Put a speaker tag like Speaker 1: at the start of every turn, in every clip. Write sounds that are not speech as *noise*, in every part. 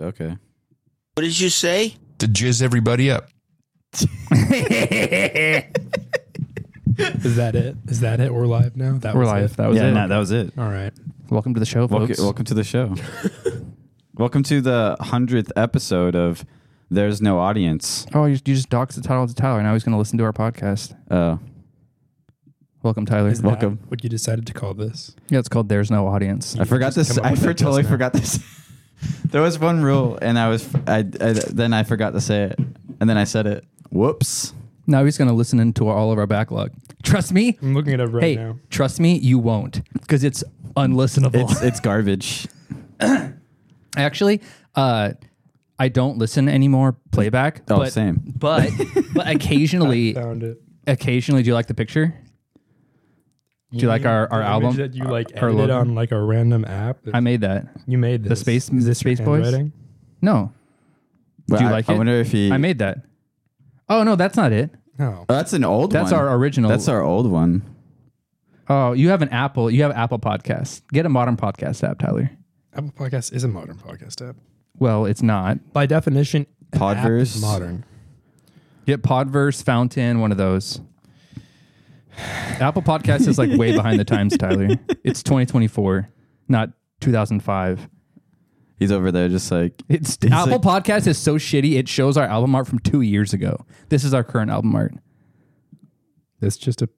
Speaker 1: Okay.
Speaker 2: What did
Speaker 3: *laughs*
Speaker 2: you say?
Speaker 4: to jizz everybody up.
Speaker 5: Is that it? Is that it? We're live now. That
Speaker 6: We're
Speaker 5: was
Speaker 6: live.
Speaker 5: it.
Speaker 6: That was
Speaker 1: yeah,
Speaker 6: it.
Speaker 1: nah, that was it.
Speaker 5: All right.
Speaker 6: welcome to the show, folks.
Speaker 1: Welcome, welcome to the show. *laughs* welcome to the hundredth episode of There's No Audience.
Speaker 6: Oh, you, you just doxed the title to Tyler. Now he's going to listen to our podcast.
Speaker 1: Uh,
Speaker 6: Welcome, Tyler.
Speaker 5: Is that
Speaker 1: Welcome.
Speaker 5: what you decided to call this?
Speaker 6: yeah, it's called There's No Audience.
Speaker 1: I forgot
Speaker 5: just
Speaker 1: this.
Speaker 5: come up
Speaker 1: I
Speaker 5: with
Speaker 1: for,
Speaker 5: that just
Speaker 1: totally
Speaker 5: now.
Speaker 1: forgot this. *laughs* there was one rule, and I was I, I then I forgot to say it, and then I said it. Whoops.
Speaker 6: Now he's going to listen into all of our backlog. Trust me.
Speaker 5: I'm looking it up right
Speaker 6: hey,
Speaker 5: now.
Speaker 6: trust me, you won't because it's unlistenable.
Speaker 1: It's it's garbage.
Speaker 6: *coughs* Actually, uh, I don't listen anymore playback.
Speaker 1: Oh,
Speaker 6: but,
Speaker 1: same.
Speaker 6: But
Speaker 5: *laughs*
Speaker 6: but occasionally,
Speaker 5: Found it.
Speaker 6: occasionally, do you like the picture? Do you like our, our
Speaker 5: The
Speaker 6: album?
Speaker 5: image that you
Speaker 6: Our-
Speaker 5: like
Speaker 6: our
Speaker 5: edited
Speaker 6: logo?
Speaker 5: on like a random app.
Speaker 6: I made that.
Speaker 5: you made this.
Speaker 6: Space-
Speaker 5: Is this your
Speaker 6: Space Boys?
Speaker 5: handwriting?
Speaker 6: No,
Speaker 1: But
Speaker 6: you
Speaker 1: I,
Speaker 6: like
Speaker 1: I
Speaker 6: it?
Speaker 1: wonder if he.
Speaker 6: I made that. Oh no, that's not it.
Speaker 5: No.
Speaker 1: Oh, that's an old.
Speaker 6: That's
Speaker 1: one.
Speaker 6: our original.
Speaker 1: That's our old one.
Speaker 6: Oh, you have an Apple. You have Apple Podcast. Get a modern podcast app, Tyler.
Speaker 5: Apple Podcast is a modern podcast app.
Speaker 6: Well, it's not.
Speaker 5: By definition, an app is
Speaker 1: Podverse.
Speaker 5: modern.
Speaker 6: Get Podverse, Fountain, one of those. Apple Podcast is like way
Speaker 5: *laughs*
Speaker 6: behind the times, Tyler. It's 2024, not 2005.
Speaker 1: He's over there, just like
Speaker 6: It's
Speaker 1: He's
Speaker 6: Apple
Speaker 1: like-
Speaker 6: Podcast is so shitty. It shows our album art from two years ago. This is our current album art.
Speaker 5: It's just a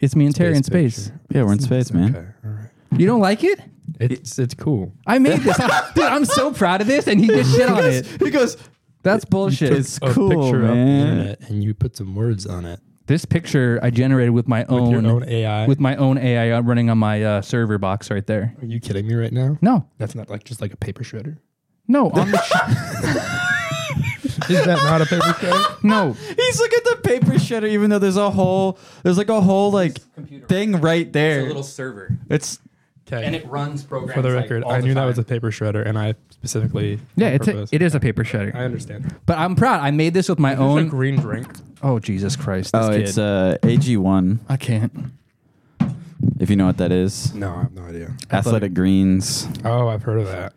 Speaker 6: It's me and Terry in space.
Speaker 5: picture.
Speaker 1: yeah, we're in space, man.
Speaker 5: Okay. All right.
Speaker 6: You don't like it?
Speaker 5: It's it's cool.
Speaker 6: I made this. Dude, I'm so proud of this, and he just shit on it.
Speaker 1: He goes.
Speaker 6: That's bullshit.
Speaker 1: It's
Speaker 5: A
Speaker 1: cool,
Speaker 5: picture of the
Speaker 1: man.
Speaker 5: internet and you put some words on it.
Speaker 6: this picture I generated with my own,
Speaker 5: your own AI?
Speaker 6: with my own AI running on my uh, server box right there.
Speaker 5: Are you kidding me right now?
Speaker 6: No,
Speaker 5: That's not like just like a paper shredder.
Speaker 6: no, Oh, on
Speaker 5: *laughs*
Speaker 6: the sh-
Speaker 5: Is that not
Speaker 1: *laughs*
Speaker 5: a paper shredder?
Speaker 6: no.
Speaker 1: He's looking at the paper shredder, even though there's a whole, there's like a whole like thing right there.
Speaker 6: server,
Speaker 1: It's
Speaker 5: Okay.
Speaker 6: runs programs.
Speaker 5: For the record, I knew that was a paper shredder, and I specifically
Speaker 6: yeah.
Speaker 5: on
Speaker 6: It's a,
Speaker 5: purpose-
Speaker 6: it is a paper shredder,
Speaker 5: I understand.
Speaker 6: but I'm proud. I made this with my
Speaker 5: Own
Speaker 6: own.
Speaker 5: green drink.
Speaker 6: Oh Jesus Christ! This
Speaker 1: oh,
Speaker 6: kid.
Speaker 1: it's uh AG1.
Speaker 6: I can't.
Speaker 1: If you know what that is,
Speaker 5: No, I have no idea.
Speaker 1: Athletic Greens.
Speaker 5: Oh, I've heard of that.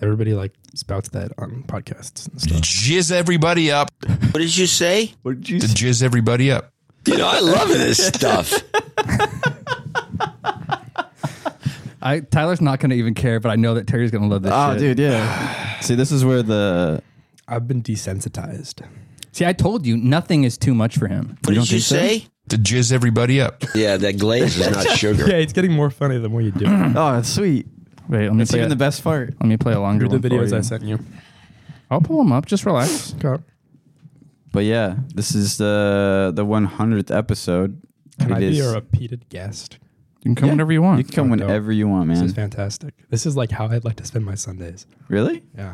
Speaker 5: Everybody like spouts that on podcasts and stuff.
Speaker 4: Jizz everybody up.
Speaker 2: What did you say?
Speaker 1: What did you?
Speaker 4: To jizz everybody up.
Speaker 2: You know, I love this stuff.
Speaker 6: I Tyler's not going to even care, but I know that Terry's going to love this.
Speaker 1: Oh,
Speaker 6: shit.
Speaker 1: dude,
Speaker 6: *sighs*
Speaker 1: yeah. See, this is where the
Speaker 5: I've been desensitized.
Speaker 6: See, I told you, nothing is too much for him.
Speaker 2: What did you say?
Speaker 6: *laughs*
Speaker 4: To jizz everybody up.
Speaker 2: Yeah, that glaze is *laughs* not sugar.
Speaker 5: *laughs* Yeah, it's getting more funny the more you do.
Speaker 1: *clears throat*
Speaker 5: it.
Speaker 1: oh, it's sweet.
Speaker 6: Wait, let me
Speaker 1: It's
Speaker 6: play.
Speaker 1: even
Speaker 6: a-
Speaker 1: the best part.
Speaker 6: let me play a longer
Speaker 5: Here
Speaker 6: one
Speaker 5: are the
Speaker 6: for
Speaker 5: videos
Speaker 6: you.
Speaker 5: I sent you.
Speaker 6: I'll pull them up. Just relax.
Speaker 5: Okay.
Speaker 1: But yeah, this is the the 100th episode.
Speaker 5: Can I
Speaker 1: It
Speaker 5: be
Speaker 1: is-
Speaker 5: a repeated guest?
Speaker 6: You can come
Speaker 1: Yeah.
Speaker 6: whenever you want.
Speaker 1: You can come
Speaker 5: Oh, dope.
Speaker 1: whenever you want,
Speaker 5: This
Speaker 1: man.
Speaker 5: is fantastic. This is like how I'd like to spend my Sundays.
Speaker 1: Really?
Speaker 5: Yeah.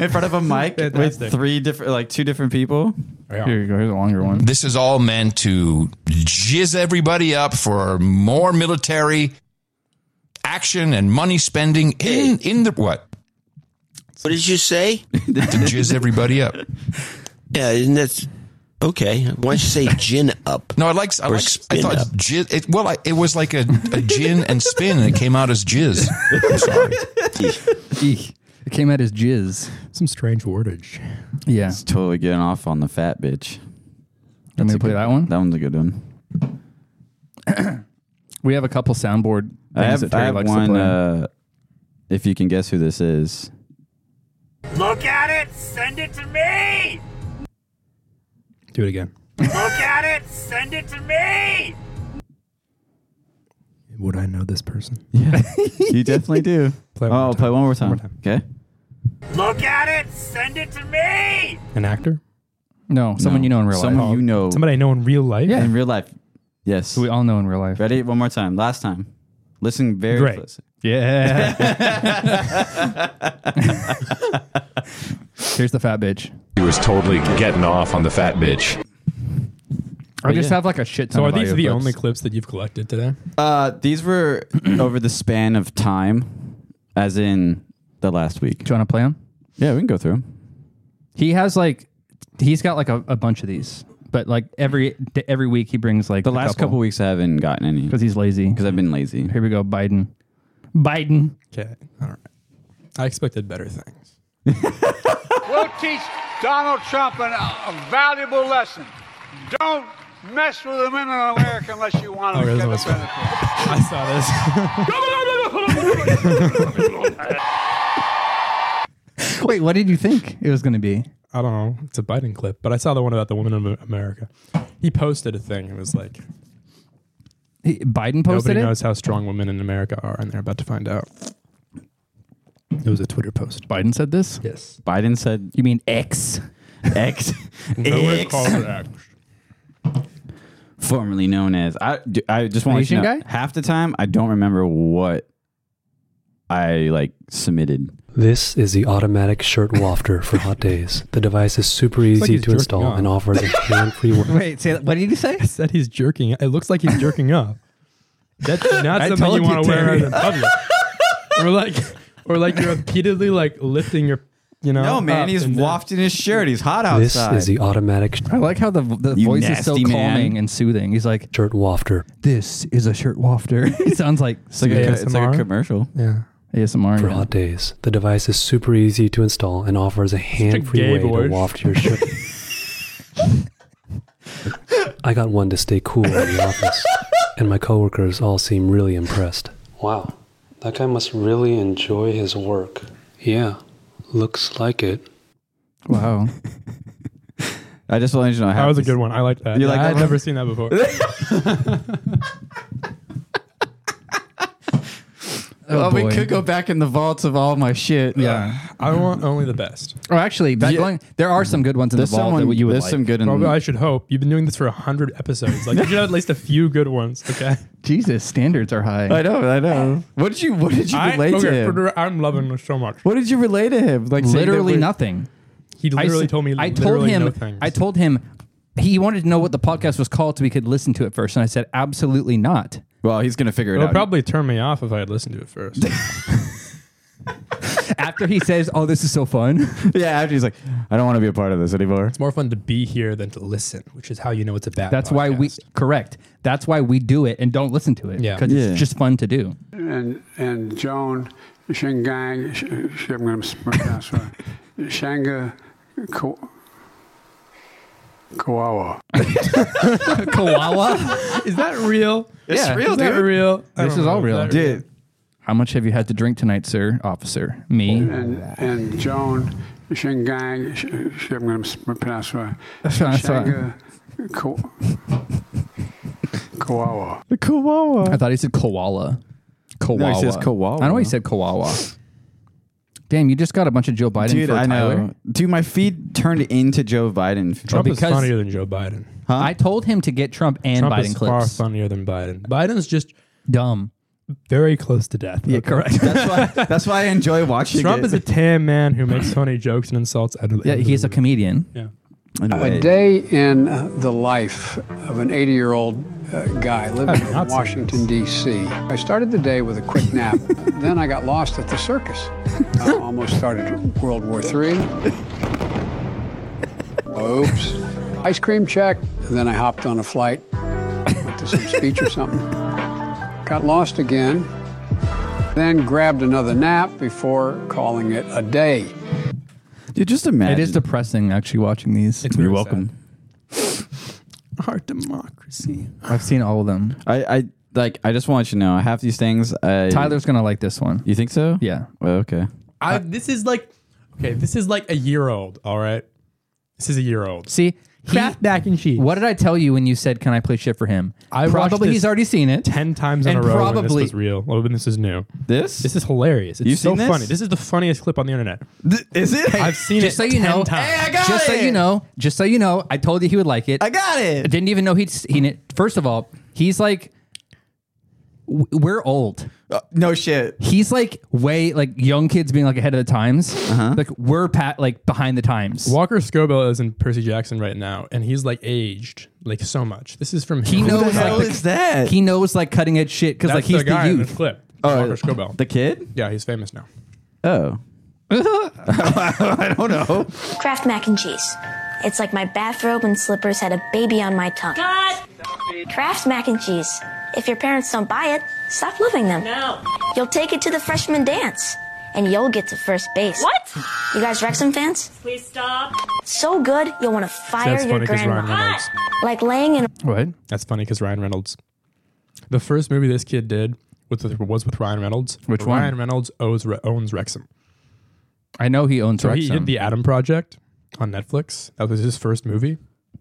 Speaker 1: In front of a mic with
Speaker 5: *laughs* Fantastic.
Speaker 1: three different, like two different people.
Speaker 5: Yeah.
Speaker 6: Here you go. Here's a longer one.
Speaker 4: This is all meant to jizz everybody up for more military action and money spending in in the what?
Speaker 2: What did you say?
Speaker 4: *laughs* To jizz everybody up.
Speaker 2: Yeah, isn't that okay? Why don't you say gin up?
Speaker 4: No, I like I like I
Speaker 2: spin
Speaker 4: thought
Speaker 2: up.
Speaker 4: jizz. It, well, I, it was like a, a gin and spin, and it came out as
Speaker 2: *laughs*
Speaker 4: jizz. I'm sorry.
Speaker 6: *laughs* Eek. It came out as jizz.
Speaker 5: Some strange wordage.
Speaker 6: Yeah.
Speaker 1: It's totally getting off on the fat bitch.
Speaker 6: Let me
Speaker 1: That's a
Speaker 6: play
Speaker 1: good-
Speaker 6: that one.
Speaker 1: That one's a good one.
Speaker 6: We have a couple soundboard things
Speaker 1: I
Speaker 6: that
Speaker 1: have,
Speaker 6: Terry
Speaker 1: I have
Speaker 6: likes to
Speaker 1: one.
Speaker 6: play.
Speaker 1: Uh, if you can guess who this is,
Speaker 3: Look at it! Send it to me!
Speaker 5: Do it again.
Speaker 3: Look at it! Send it to me!
Speaker 5: Would I know this person?
Speaker 1: *laughs* you definitely do.
Speaker 5: *laughs* Play
Speaker 1: oh,
Speaker 5: it
Speaker 1: play
Speaker 5: one more time.
Speaker 1: one more time.
Speaker 5: more time.
Speaker 1: Okay.
Speaker 3: Look at it! Send it to me!
Speaker 5: An actor?
Speaker 6: no, someone
Speaker 1: No.
Speaker 6: you know in real
Speaker 1: Someone
Speaker 6: life.
Speaker 1: you know
Speaker 5: Somebody I know in real life?
Speaker 6: Yeah.
Speaker 1: in real life. Yes.
Speaker 6: We all know in real life.
Speaker 1: Ready? One more time. Last time. Listen very
Speaker 5: Great.
Speaker 1: closely. *laughs*
Speaker 6: Yeah. *laughs* Here's the fat bitch.
Speaker 7: He was totally getting off on the fat bitch.
Speaker 6: I just have like a shit ton
Speaker 5: So are
Speaker 6: of
Speaker 5: these
Speaker 6: audio
Speaker 5: the
Speaker 6: clips.
Speaker 5: only clips that you've collected today?
Speaker 1: Uh, these
Speaker 6: *clears throat*
Speaker 1: were over the span of time, as in the last week.
Speaker 6: Do you want to play them?
Speaker 1: Yeah, we can go through them.
Speaker 6: He has like, he's got like a, a bunch of these, but like every d- every week he brings like
Speaker 1: The last couple weeks, I haven't gotten any
Speaker 6: because he's lazy.
Speaker 1: because I've been lazy.
Speaker 6: Here we go, Biden. Biden.
Speaker 5: Okay. All right. I expected better things.
Speaker 8: We'll teach Donald Trump an, a valuable lesson. Don't mess with the women in America unless you want
Speaker 5: Oh,
Speaker 8: to
Speaker 5: really?
Speaker 8: get a
Speaker 5: That was funny.
Speaker 8: benefit.
Speaker 5: I saw this.
Speaker 6: *laughs* Wait, what did you think it was going to be?
Speaker 5: I don't know. It's a Biden clip, but I saw the one about the women in America. He posted a thing. It was like
Speaker 6: He- Biden posted
Speaker 5: nobody
Speaker 6: it.
Speaker 5: knows how strong women in America are, and they're about to find out. It was a Twitter post.
Speaker 6: Biden said this.
Speaker 5: Yes.
Speaker 1: Biden said
Speaker 6: You mean X?
Speaker 1: *laughs* X, formerly known as. I, d- I just want to
Speaker 6: Asian
Speaker 1: know.
Speaker 6: guy?
Speaker 1: Half the time, I don't remember what I like submitted.
Speaker 9: This is the automatic shirt wafter for hot days. The device is super
Speaker 5: like
Speaker 9: easy
Speaker 5: he's
Speaker 9: to install
Speaker 5: jerking
Speaker 9: and
Speaker 5: off.
Speaker 9: offers a
Speaker 6: *laughs*
Speaker 9: hand-free
Speaker 1: *laughs*
Speaker 9: work.
Speaker 6: Wait, say what did you say?
Speaker 5: I said he's jerking. It looks like he's jerking up. That's
Speaker 1: *laughs*
Speaker 5: not something
Speaker 6: told
Speaker 5: you want
Speaker 6: you,
Speaker 5: to wear
Speaker 6: Terry.
Speaker 5: out in public. or like, or like you're repeatedly like lifting your, you know.
Speaker 1: No, man,
Speaker 5: up
Speaker 1: he's
Speaker 5: and down.
Speaker 1: wafting his shirt. He's hot *laughs* outside.
Speaker 9: This is the automatic sh-
Speaker 6: I like how the the
Speaker 1: You
Speaker 6: voice is so
Speaker 1: nasty man.
Speaker 6: calming and soothing. He's like,
Speaker 9: shirt wafter
Speaker 6: "This is a shirt wafter." *laughs* it sounds like
Speaker 1: It's like, a,
Speaker 5: Yeah,
Speaker 1: co- it's like a
Speaker 5: ASMR.
Speaker 1: commercial.
Speaker 5: Yeah.
Speaker 6: ASMR.
Speaker 9: for
Speaker 6: yeah.
Speaker 9: hot days. The device is super easy to install and offers a
Speaker 5: gay
Speaker 9: hand-free way
Speaker 5: voice.
Speaker 9: to waft your
Speaker 6: *laughs*
Speaker 9: shirt. I got one to stay cool in the office, and my coworkers all seem really impressed. Wow, that guy must really enjoy his work. Yeah, looks like it.
Speaker 6: Wow.
Speaker 1: *laughs* I just wanted you to know
Speaker 5: That
Speaker 1: how
Speaker 5: was a good one. I liked that.
Speaker 1: You like that
Speaker 5: I've
Speaker 1: one?
Speaker 5: never seen that
Speaker 1: *laughs*
Speaker 5: before.
Speaker 6: Oh,
Speaker 1: we
Speaker 6: boy.
Speaker 1: could go back in the vaults of all my shit.
Speaker 6: Yeah.
Speaker 5: I want only the best.
Speaker 6: Or Oh, actually, back
Speaker 1: Yeah.
Speaker 6: going, there are some good ones in
Speaker 1: There's
Speaker 6: the vault
Speaker 1: someone.
Speaker 6: that you would
Speaker 1: there's
Speaker 6: like.
Speaker 1: some good. In,
Speaker 5: Well, I should hope you've been doing this for a hundred
Speaker 1: *laughs*
Speaker 5: episodes. Like you should have at least a few good ones. Okay.
Speaker 6: Jesus, standards are high.
Speaker 1: I know. I know. What did you? *laughs* What did you relate to
Speaker 5: okay,
Speaker 1: him?
Speaker 5: for- I'm loving this so much.
Speaker 1: what did you relate to him? Like saying that
Speaker 6: literally
Speaker 1: we're-
Speaker 6: nothing.
Speaker 5: He literally
Speaker 6: s-
Speaker 5: told me.
Speaker 6: I told
Speaker 5: literally
Speaker 6: him.
Speaker 5: No things.
Speaker 6: I told him. He wanted to know what the podcast was called so we could listen to it first, and I said absolutely not.
Speaker 1: Well, he's gonna figure it
Speaker 5: It would
Speaker 1: out.
Speaker 5: probably turn me off if I had listened to
Speaker 1: *laughs*
Speaker 5: it first.
Speaker 6: After he says, "Oh, this is so fun,"
Speaker 1: *laughs* Yeah. After he's like, I don't want to be a part of this anymore.
Speaker 5: It's more fun to be here than to listen, which is how you know it's a bad.
Speaker 6: that's why we
Speaker 5: podcast.
Speaker 6: correct. That's why we do it and don't listen to it
Speaker 5: Yeah.
Speaker 6: because
Speaker 1: Yeah.
Speaker 6: it's just fun to do.
Speaker 8: and and Joan Shingang, Sh- Sh- I'm going to pronounce her, Shanga Ko- Koawa.
Speaker 5: *laughs*
Speaker 6: Koala.
Speaker 5: is that real?
Speaker 1: It's
Speaker 6: Yeah.
Speaker 1: real,
Speaker 5: Is that
Speaker 1: dude.
Speaker 5: real? I
Speaker 6: This
Speaker 5: don't
Speaker 6: is
Speaker 5: know
Speaker 6: all
Speaker 5: if
Speaker 6: real.
Speaker 5: that
Speaker 1: Dude,
Speaker 6: How much have you had to drink tonight, sir, officer?
Speaker 5: Oh,
Speaker 6: Me.
Speaker 8: And and Joan Shingang, Sh- Sh- I'm going to pronounce her,
Speaker 6: That's what I thought.
Speaker 8: Shanga Ko- Koawa.
Speaker 1: the Kawawa.
Speaker 6: I thought he said koala. Koala.
Speaker 1: No, he says koala.
Speaker 6: I know he said koala. Damn, you just got a bunch of Joe Biden
Speaker 1: Dude,
Speaker 6: for
Speaker 1: I
Speaker 6: Tyler.
Speaker 1: know. Dude, my feed turned into Joe Biden.
Speaker 5: Trump is
Speaker 6: Because-
Speaker 5: funnier than Joe Biden.
Speaker 6: I told him to get Trump and
Speaker 5: Trump
Speaker 6: Biden
Speaker 5: is
Speaker 6: clips.
Speaker 5: far funnier than Biden. Biden's just
Speaker 6: Dumb.
Speaker 5: very close to death. Yeah, *laughs* correct.
Speaker 1: That's why. That's why I enjoy watching.
Speaker 5: Trump
Speaker 1: it.
Speaker 5: is a tan man who makes funny jokes and insults.
Speaker 6: Yeah, he's a comedian.
Speaker 1: In a
Speaker 8: A
Speaker 1: way.
Speaker 8: day in uh, the life of an 80 year old uh, guy
Speaker 1: Oh,
Speaker 8: living
Speaker 5: I've
Speaker 8: in
Speaker 5: not seen
Speaker 8: Washington, D.C. I started the day with a quick
Speaker 1: *laughs*
Speaker 8: nap. then I got lost at the circus. I almost started World War III. Oops. Ice cream check. Then I hopped on a flight, went to some speech or something. Got lost again. Then grabbed another nap before calling it a day.
Speaker 1: Dude, just imagine.
Speaker 6: It is depressing actually watching these.
Speaker 1: You're welcome.
Speaker 5: Our democracy.
Speaker 6: I've seen all of them.
Speaker 1: I, I like. I just want you to know. Half these things. I,
Speaker 6: Tyler's gonna like this one.
Speaker 1: you think so?
Speaker 6: Yeah.
Speaker 1: Well, okay.
Speaker 5: I, this is like, okay, this is like a year old. All right, this is a year old.
Speaker 6: See,
Speaker 5: Kraft mac and cheese.
Speaker 6: What did I tell you when you said, "Can I play shit for him"?
Speaker 5: I watched
Speaker 6: probably
Speaker 5: this
Speaker 6: he's already seen it.
Speaker 5: Ten times in
Speaker 6: And
Speaker 5: a row. Probably
Speaker 6: probably-
Speaker 5: this was real. Oh, when this is new.
Speaker 1: This.
Speaker 5: This is hilarious. It's
Speaker 1: You've
Speaker 5: so
Speaker 1: seen this?
Speaker 5: funny. This is the funniest clip on the internet.
Speaker 1: Th- is it?
Speaker 5: I've seen
Speaker 6: just
Speaker 5: it
Speaker 6: so you
Speaker 5: 10
Speaker 6: know,
Speaker 5: times.
Speaker 1: Hey, I got
Speaker 6: just so
Speaker 1: it.
Speaker 6: you know, just so you know, I told you he would like it.
Speaker 1: I got
Speaker 6: I
Speaker 1: it.
Speaker 6: didn't even know he'd seen it. First of all, he's like, w- we're old.
Speaker 1: Uh, no shit.
Speaker 6: He's like way like young kids being like ahead of the times.
Speaker 1: Uh-huh.
Speaker 6: Like we're pat like behind the times.
Speaker 5: Walker Scobell is in Percy Jackson right now, and he's like aged like so much. This is from
Speaker 6: He
Speaker 5: him.
Speaker 6: knows
Speaker 1: Who the
Speaker 6: like
Speaker 1: hell
Speaker 6: the-
Speaker 1: is that?
Speaker 6: He knows like cutting edge shit because
Speaker 5: That's
Speaker 6: like he's
Speaker 5: the
Speaker 6: the,
Speaker 5: guy in this
Speaker 6: youth.
Speaker 5: clip.
Speaker 1: Oh,
Speaker 5: Walker Scobell.
Speaker 1: the kid.
Speaker 5: yeah, he's famous now.
Speaker 1: Oh. *laughs* I don't know.
Speaker 10: Kraft mac and cheese. It's like my bathrobe and slippers had a baby on my tongue.
Speaker 3: God,
Speaker 10: Kraft mac and cheese. If your parents don't buy it, stop loving them.
Speaker 3: no.
Speaker 10: You'll take it to the freshman dance.
Speaker 11: and you'll get to first base. What? You guys Wrexham fans?
Speaker 12: Please stop.
Speaker 11: So good, you'll want to fire
Speaker 5: That's
Speaker 11: your
Speaker 5: funny 'cause Ryan
Speaker 11: grandma.
Speaker 5: Reynolds-
Speaker 11: Like laying in
Speaker 6: What?
Speaker 5: That's funny because Ryan Reynolds. The first movie this kid did with was with Ryan Reynolds.
Speaker 6: Which
Speaker 5: Ryan
Speaker 6: one?
Speaker 5: Ryan Reynolds owes owns Wrexham.
Speaker 6: I know he owns
Speaker 5: So he
Speaker 6: Wrexham.
Speaker 5: did the Adam Project on Netflix. That was his first movie.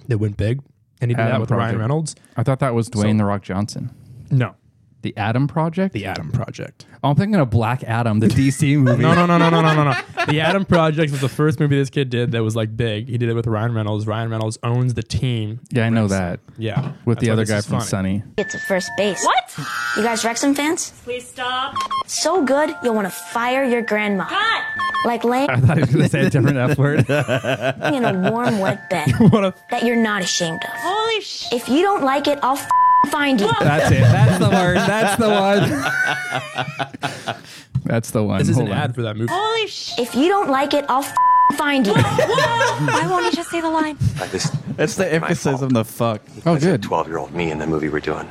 Speaker 5: It went big, and he did
Speaker 6: Adam
Speaker 5: that with Ryan
Speaker 6: Project.
Speaker 5: Reynolds.
Speaker 6: I thought that was Dwayne the Rock Johnson. *laughs*
Speaker 5: No,
Speaker 6: The Adam Project.
Speaker 5: the Adam Project.
Speaker 6: oh, I'm thinking of Black Adam, the
Speaker 5: *laughs*
Speaker 6: DC movie.
Speaker 5: No, no, no, no, no, no, no, no. The Adam Project was the first movie this kid did that was like big. He did it with Ryan Reynolds. Ryan Reynolds owns the team.
Speaker 6: Yeah, I know that.
Speaker 5: Yeah,
Speaker 6: With
Speaker 5: That's
Speaker 6: the
Speaker 5: why
Speaker 6: other
Speaker 5: this
Speaker 6: guy
Speaker 5: is
Speaker 6: from
Speaker 5: funny.
Speaker 6: Sunny.
Speaker 11: get to first base. What? You guys Wrexham fans?
Speaker 12: Please stop.
Speaker 11: So good, you'll want to fire your grandma.
Speaker 12: Cut.
Speaker 11: Like laying
Speaker 6: I thought
Speaker 11: *laughs*
Speaker 6: he was going to say a different F word.
Speaker 11: in a warm,
Speaker 6: *laughs*
Speaker 11: wet bed
Speaker 5: What a
Speaker 11: that you're not ashamed of.
Speaker 12: Holy sh.
Speaker 11: If you don't like it, I'll f- find you.
Speaker 6: That's it. That's the word. That's the *laughs* one. That's the one.
Speaker 5: this is
Speaker 6: Hold
Speaker 5: an
Speaker 6: on.
Speaker 5: ad for that movie.
Speaker 12: *laughs* Holy sh.
Speaker 11: If you don't like it, I'll f- find you. *laughs*
Speaker 12: Why won't you just say the line?
Speaker 3: Like this
Speaker 1: That's the emphasis on the fuck.
Speaker 6: Oh, good.
Speaker 3: 12 year old me in the movie we're doing.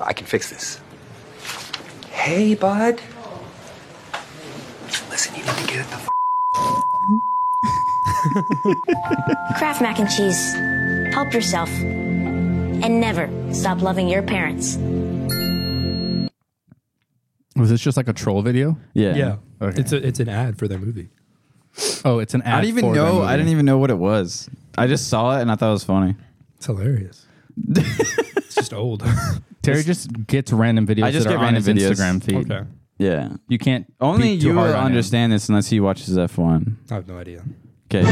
Speaker 3: I can fix this. Hey, bud. Listen, you need to get the f-
Speaker 11: Kraft mac and cheese. Help yourself. And never stop loving your parents.
Speaker 6: Was this just like a troll video?
Speaker 1: Yeah.
Speaker 5: Yeah,
Speaker 6: Okay.
Speaker 5: it's a, it's an ad for their movie.
Speaker 6: Oh, it's an ad.
Speaker 1: I didn't even
Speaker 6: for the
Speaker 1: know.
Speaker 6: movie.
Speaker 1: I didn't even know what it was. I just saw it and I thought it was funny.
Speaker 5: It's hilarious. it's just old.
Speaker 6: Terry just gets random videos.
Speaker 1: I just
Speaker 6: that
Speaker 1: get
Speaker 6: are on
Speaker 1: random
Speaker 6: his
Speaker 1: videos.
Speaker 6: Instagram feed.
Speaker 5: okay,
Speaker 1: Yeah.
Speaker 6: You can't.
Speaker 1: Only
Speaker 6: beat too
Speaker 1: you will
Speaker 6: hard on him.
Speaker 1: understand this unless he watches F1.
Speaker 5: I have no idea.
Speaker 1: Okay.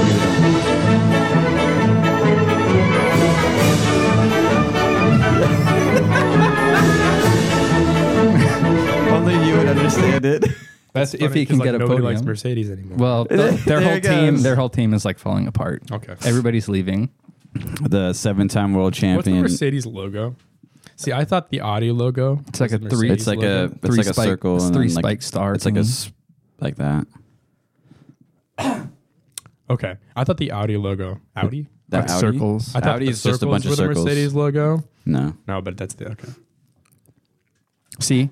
Speaker 1: *laughs* Only you would understand it.
Speaker 6: That's if he
Speaker 5: Funny, 'cause,
Speaker 6: can
Speaker 5: like,
Speaker 6: get a
Speaker 5: nobody likes
Speaker 6: podium.
Speaker 5: Mercedes anymore.
Speaker 6: Well, th- their
Speaker 1: *laughs* There
Speaker 6: whole
Speaker 1: it
Speaker 6: team,
Speaker 1: goes.
Speaker 6: their whole team is like falling apart.
Speaker 5: Okay.
Speaker 6: everybody's leaving.
Speaker 1: The seven-time world
Speaker 5: what's the
Speaker 1: champion.
Speaker 5: Mercedes logo? See, I thought the Audi logo.
Speaker 6: It's like a three.
Speaker 1: It's like a
Speaker 5: logo.
Speaker 1: it's
Speaker 6: Three
Speaker 1: like a
Speaker 6: spike-
Speaker 1: circle.
Speaker 6: it's
Speaker 1: and
Speaker 6: three
Speaker 1: then, like,
Speaker 6: spike star
Speaker 1: It's like a
Speaker 6: thingy.
Speaker 1: s- like that.
Speaker 5: Okay, I thought the Audi logo. Audi.
Speaker 1: That
Speaker 6: Like
Speaker 1: Audi?
Speaker 6: circles.
Speaker 5: I thought
Speaker 1: Audi
Speaker 5: the
Speaker 1: is just a
Speaker 5: circles
Speaker 1: bunch of
Speaker 5: were the
Speaker 1: circles.
Speaker 5: Mercedes logo.
Speaker 1: No.
Speaker 5: No, but that's the okay.
Speaker 6: See,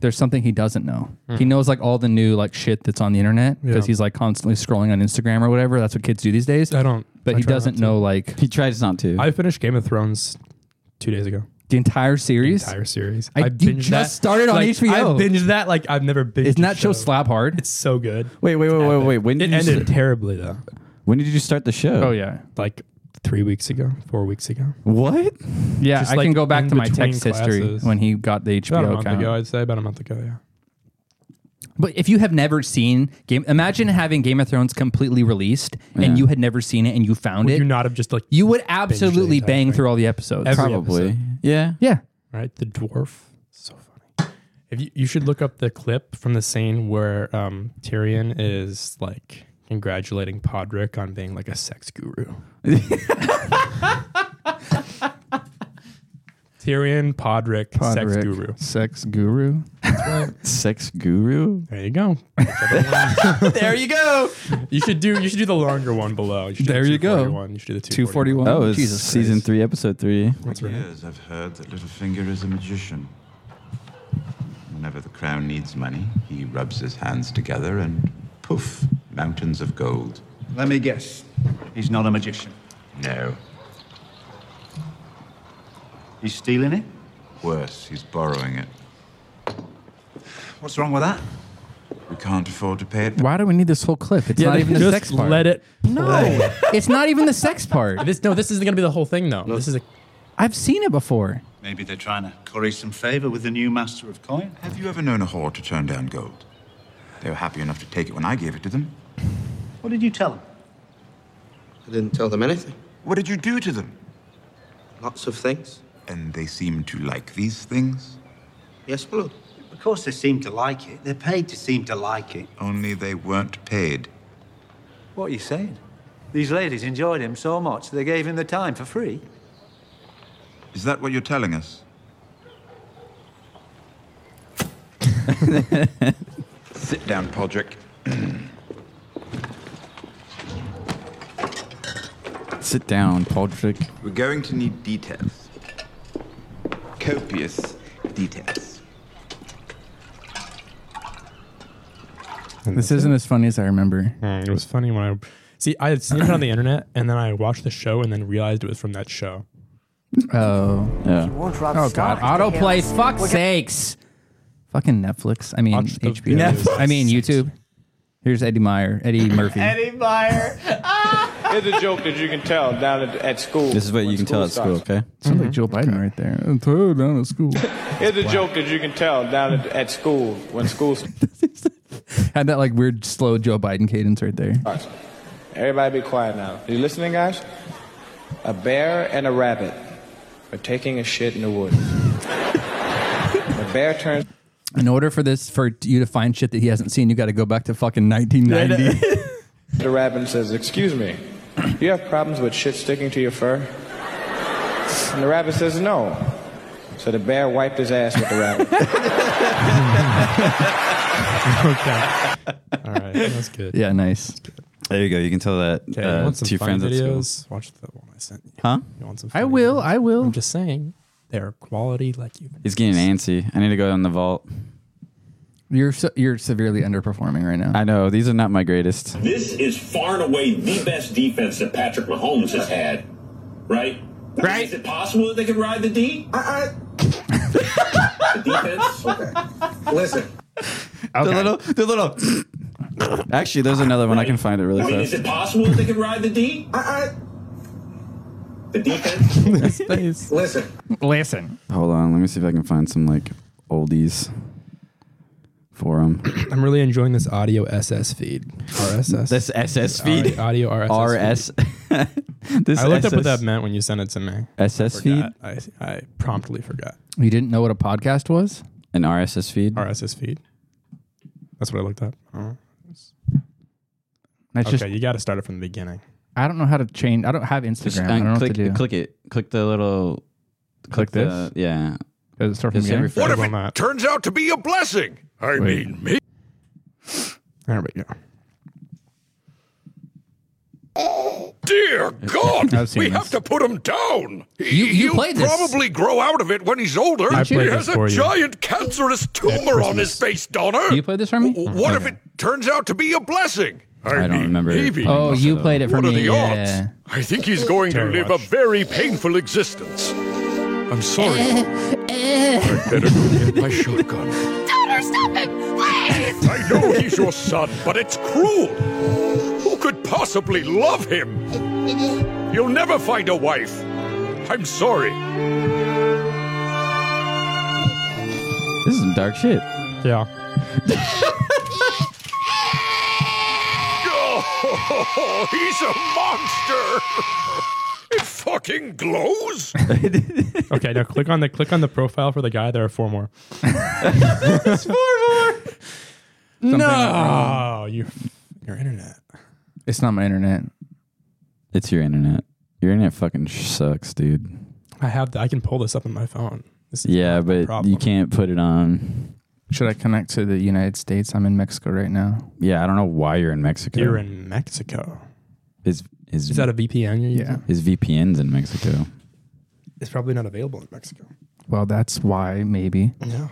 Speaker 6: there's something he doesn't know. He knows like all the new like shit that's on the internet because
Speaker 5: Hmm. Yeah.
Speaker 6: he's like constantly scrolling on Instagram or whatever. That's what kids do these days.
Speaker 5: I don't.
Speaker 6: But
Speaker 5: I
Speaker 6: he
Speaker 5: try not
Speaker 6: doesn't
Speaker 5: to.
Speaker 6: know like
Speaker 1: He tries not to.
Speaker 5: I finished Game of Thrones two days ago.
Speaker 6: the entire series.
Speaker 5: Entire series.
Speaker 6: I- you just started on
Speaker 5: like,
Speaker 6: HBO.
Speaker 5: I binged that like I've never binged.
Speaker 6: Isn't that
Speaker 5: a
Speaker 6: show slap hard?
Speaker 5: It's so good.
Speaker 1: wait, wait, wait, wait, wait. When
Speaker 5: It
Speaker 1: did you
Speaker 5: ended
Speaker 1: st-
Speaker 5: terribly though.
Speaker 1: when did you start the show?
Speaker 6: oh yeah,
Speaker 5: Like three weeks ago, four weeks ago.
Speaker 1: What?
Speaker 6: yeah.
Speaker 5: Just,
Speaker 6: I can
Speaker 5: like,
Speaker 6: go back
Speaker 5: in
Speaker 6: to my
Speaker 5: between
Speaker 6: text history
Speaker 5: classes.
Speaker 6: when he got the
Speaker 5: About a
Speaker 6: HBO
Speaker 5: month
Speaker 6: account.
Speaker 5: ago, I'd say about a month ago. Yeah.
Speaker 6: But if you have never seen Game, imagine having Game of Thrones completely released and you had never seen it and you found
Speaker 5: Would
Speaker 6: it.
Speaker 5: you not have just like
Speaker 6: you would absolutely
Speaker 5: entire
Speaker 6: bang
Speaker 5: thing?
Speaker 6: through all the episodes.
Speaker 5: Every-
Speaker 1: Probably.
Speaker 5: episode.
Speaker 1: Yeah.
Speaker 6: yeah.
Speaker 5: right? The dwarf. So funny. If you, you should look up the clip from the scene where um, Tyrion is like congratulating Podrick on being like a
Speaker 6: *laughs*
Speaker 5: sex guru. Tyrion Podrick, sex guru.
Speaker 6: Sex guru.
Speaker 1: Sex guru.
Speaker 5: There you go.
Speaker 1: *laughs* there you go.
Speaker 5: You should do you should do the longer one below. should do
Speaker 6: There
Speaker 5: the
Speaker 6: you go.
Speaker 5: 241. You should do the
Speaker 6: Two forty
Speaker 5: 241.
Speaker 6: one.
Speaker 1: Oh, it's season three, episode three.
Speaker 5: That's right.
Speaker 3: Years I've heard that Littlefinger is a magician. Whenever the crown needs money, he rubs his hands together and poof, mountains of gold.
Speaker 12: Let me guess. He's not a magician.
Speaker 3: No,
Speaker 12: He's stealing it?
Speaker 3: worse, he's borrowing it.
Speaker 12: What's wrong with that?
Speaker 3: We can't afford to pay it
Speaker 6: Why do we need this whole clip? It's not even the sex part.
Speaker 5: let it.
Speaker 6: no, *laughs* it's not even the sex part.
Speaker 5: This no, this isn't gonna be the whole thing though. This is a
Speaker 6: I've seen it before.
Speaker 12: Maybe they're trying to curry some favor with the new master of coin.
Speaker 3: Have you ever known a whore to turn down gold? They were happy enough to take it when I gave it to them.
Speaker 12: What did you tell him?
Speaker 13: I didn't tell them anything.
Speaker 3: What did you do to them?
Speaker 13: Lots of things.
Speaker 3: And they seem to like these things.
Speaker 13: Yes, my lord.
Speaker 12: Of course, they seem to like it. They're paid to seem to like it.
Speaker 3: Only they weren't paid.
Speaker 12: What are you saying? These ladies enjoyed him so much they gave him the time for free.
Speaker 3: Is that what you're telling us? *laughs* Sit down, Podrick.
Speaker 1: Sit down, Podrick.
Speaker 3: We're going to need details.
Speaker 12: *laughs*
Speaker 3: Copious details.
Speaker 6: This isn't as funny as I remember.
Speaker 5: Mm, it was funny when I see. I had seen it on the internet, and then I watched the show, and then realized it was from that show.
Speaker 6: Oh.
Speaker 1: Yeah.
Speaker 6: Oh God! Autoplay. Fuck sakes. Fucking Netflix. I mean HBO.
Speaker 1: videos.
Speaker 6: I mean YouTube. Here's Eddie Meyer. Eddie Murphy.
Speaker 14: Meyer. Ah! it's a joke that you can tell down at, at school.
Speaker 1: This is what you can tell at school, okay?
Speaker 6: Sounds like Joe Biden right there. oh, I'm tired down
Speaker 1: *laughs*
Speaker 6: at school.
Speaker 14: It's a joke that you can tell down at, at school when school
Speaker 6: Had that like weird slow Joe Biden cadence right there.
Speaker 14: starts. Everybody be quiet now. Are you listening, guys? A bear and a rabbit are taking a shit in the woods. the bear turns.
Speaker 6: In order for this for you to find shit that he hasn't seen, you got to go back to fucking 1990.
Speaker 14: *laughs* The rabbit says, Excuse me, do you have problems with shit sticking to your fur? And the rabbit says, No. So the bear wiped his ass with the
Speaker 1: *laughs*
Speaker 14: rabbit.
Speaker 1: *laughs*
Speaker 5: okay. All right. That's good.
Speaker 1: Yeah, nice. There you go. You can tell that
Speaker 5: Okay. you
Speaker 1: uh,
Speaker 5: want some
Speaker 1: to your
Speaker 5: fun
Speaker 1: friends at school.
Speaker 5: videos? Watch the one I sent you.
Speaker 1: Huh?
Speaker 5: You want some?
Speaker 6: I will. I will. I'm
Speaker 5: just saying, they're quality like you. *clears throat*
Speaker 1: He's getting antsy. I need to go in the vault.
Speaker 6: You're se- you're severely underperforming right now.
Speaker 1: I know. These are not my greatest.
Speaker 15: This is far and away the best defense that Patrick Mahomes has had. Right? Right? Is it possible that they could ride the D? Uh-uh. the defense? Okay. Listen.
Speaker 1: The little, the little. Actually, there's another one. I can find it really
Speaker 15: I mean, is
Speaker 1: fast.
Speaker 15: it possible that they could ride the D? Uh-uh. The
Speaker 6: *laughs*
Speaker 15: defense? Listen.
Speaker 6: Listen.
Speaker 1: Hold on. Let me see if I can find some like oldies for him.
Speaker 5: I'm really enjoying this audio SS feed.
Speaker 1: *laughs*
Speaker 5: RSS.
Speaker 1: This SS feed?
Speaker 5: Audio RSS.
Speaker 1: RS. *laughs* This
Speaker 5: I looked up what
Speaker 1: SS
Speaker 5: that meant when you sent it to me.
Speaker 1: SS
Speaker 5: Forgot. I, I promptly forgot.
Speaker 6: You didn't know what a podcast was?
Speaker 1: An RSS feed.
Speaker 5: RSS feed. That's what I looked up. Oh.
Speaker 6: That's
Speaker 5: okay,
Speaker 6: just-
Speaker 5: you got to start it from the beginning.
Speaker 6: I don't know how to change. I don't have Instagram.
Speaker 1: Just,
Speaker 6: I
Speaker 1: uh,
Speaker 6: don't know
Speaker 1: click,
Speaker 6: what to do.
Speaker 1: click it. Click the little.
Speaker 6: Click
Speaker 1: the-
Speaker 6: this?
Speaker 1: yeah.
Speaker 6: Does it start from
Speaker 1: Just
Speaker 6: the
Speaker 1: every
Speaker 6: beginning?
Speaker 1: What if
Speaker 5: it not?
Speaker 13: Turns out to be a blessing.
Speaker 5: Wait.
Speaker 13: I mean, me.
Speaker 5: There we go.
Speaker 13: Dear God,
Speaker 5: I've seen
Speaker 13: we
Speaker 5: this.
Speaker 13: have to put him down.
Speaker 5: You- you
Speaker 13: He'll
Speaker 5: played this.
Speaker 13: probably grow out of it when he's older.
Speaker 5: I
Speaker 13: he
Speaker 5: played this
Speaker 13: has a
Speaker 5: for you.
Speaker 13: giant cancerous tumor on his
Speaker 5: Christmas.
Speaker 13: face, Donner.
Speaker 6: You played this for me?
Speaker 13: W- What if it turns out to be a blessing? I,
Speaker 1: don't remember
Speaker 13: Maybe.
Speaker 6: Oh, you played it for
Speaker 13: what
Speaker 6: me.
Speaker 13: Are the odds?
Speaker 6: yeah.
Speaker 13: I think he's going to
Speaker 6: Terry
Speaker 13: live a very painful existence. I'm sorry. I'd better go get my shotgun.
Speaker 15: Donner, stop him! Please!
Speaker 13: I know he's your son, but it's cruel. Who could possibly love him? You'll never find a wife. I'm sorry.
Speaker 1: This is some dark shit.
Speaker 5: Yeah.
Speaker 13: Oh, he's a monster. It fucking glows.
Speaker 5: *laughs* okay, now click on the click on the profile for the guy. There are four *laughs* more.
Speaker 13: There's four more.
Speaker 6: Something
Speaker 5: no,
Speaker 6: wrong.
Speaker 5: Oh, you, your internet.
Speaker 6: It's not my internet.
Speaker 1: It's your internet. Your internet fucking sh- sucks, dude.
Speaker 5: I have. The, I can pull this up on my phone. This is
Speaker 1: Yeah, but
Speaker 5: problem.
Speaker 1: you can't put it on.
Speaker 6: Should I connect to the United States? I'm in Mexico right now.
Speaker 1: Yeah, I don't know why you're in Mexico.
Speaker 5: You're in Mexico.
Speaker 1: Is is,
Speaker 5: Is that a VPN? You're using?
Speaker 1: His VPN's in Mexico.
Speaker 5: It's probably not available in Mexico.
Speaker 6: Well, that's why maybe.
Speaker 5: No.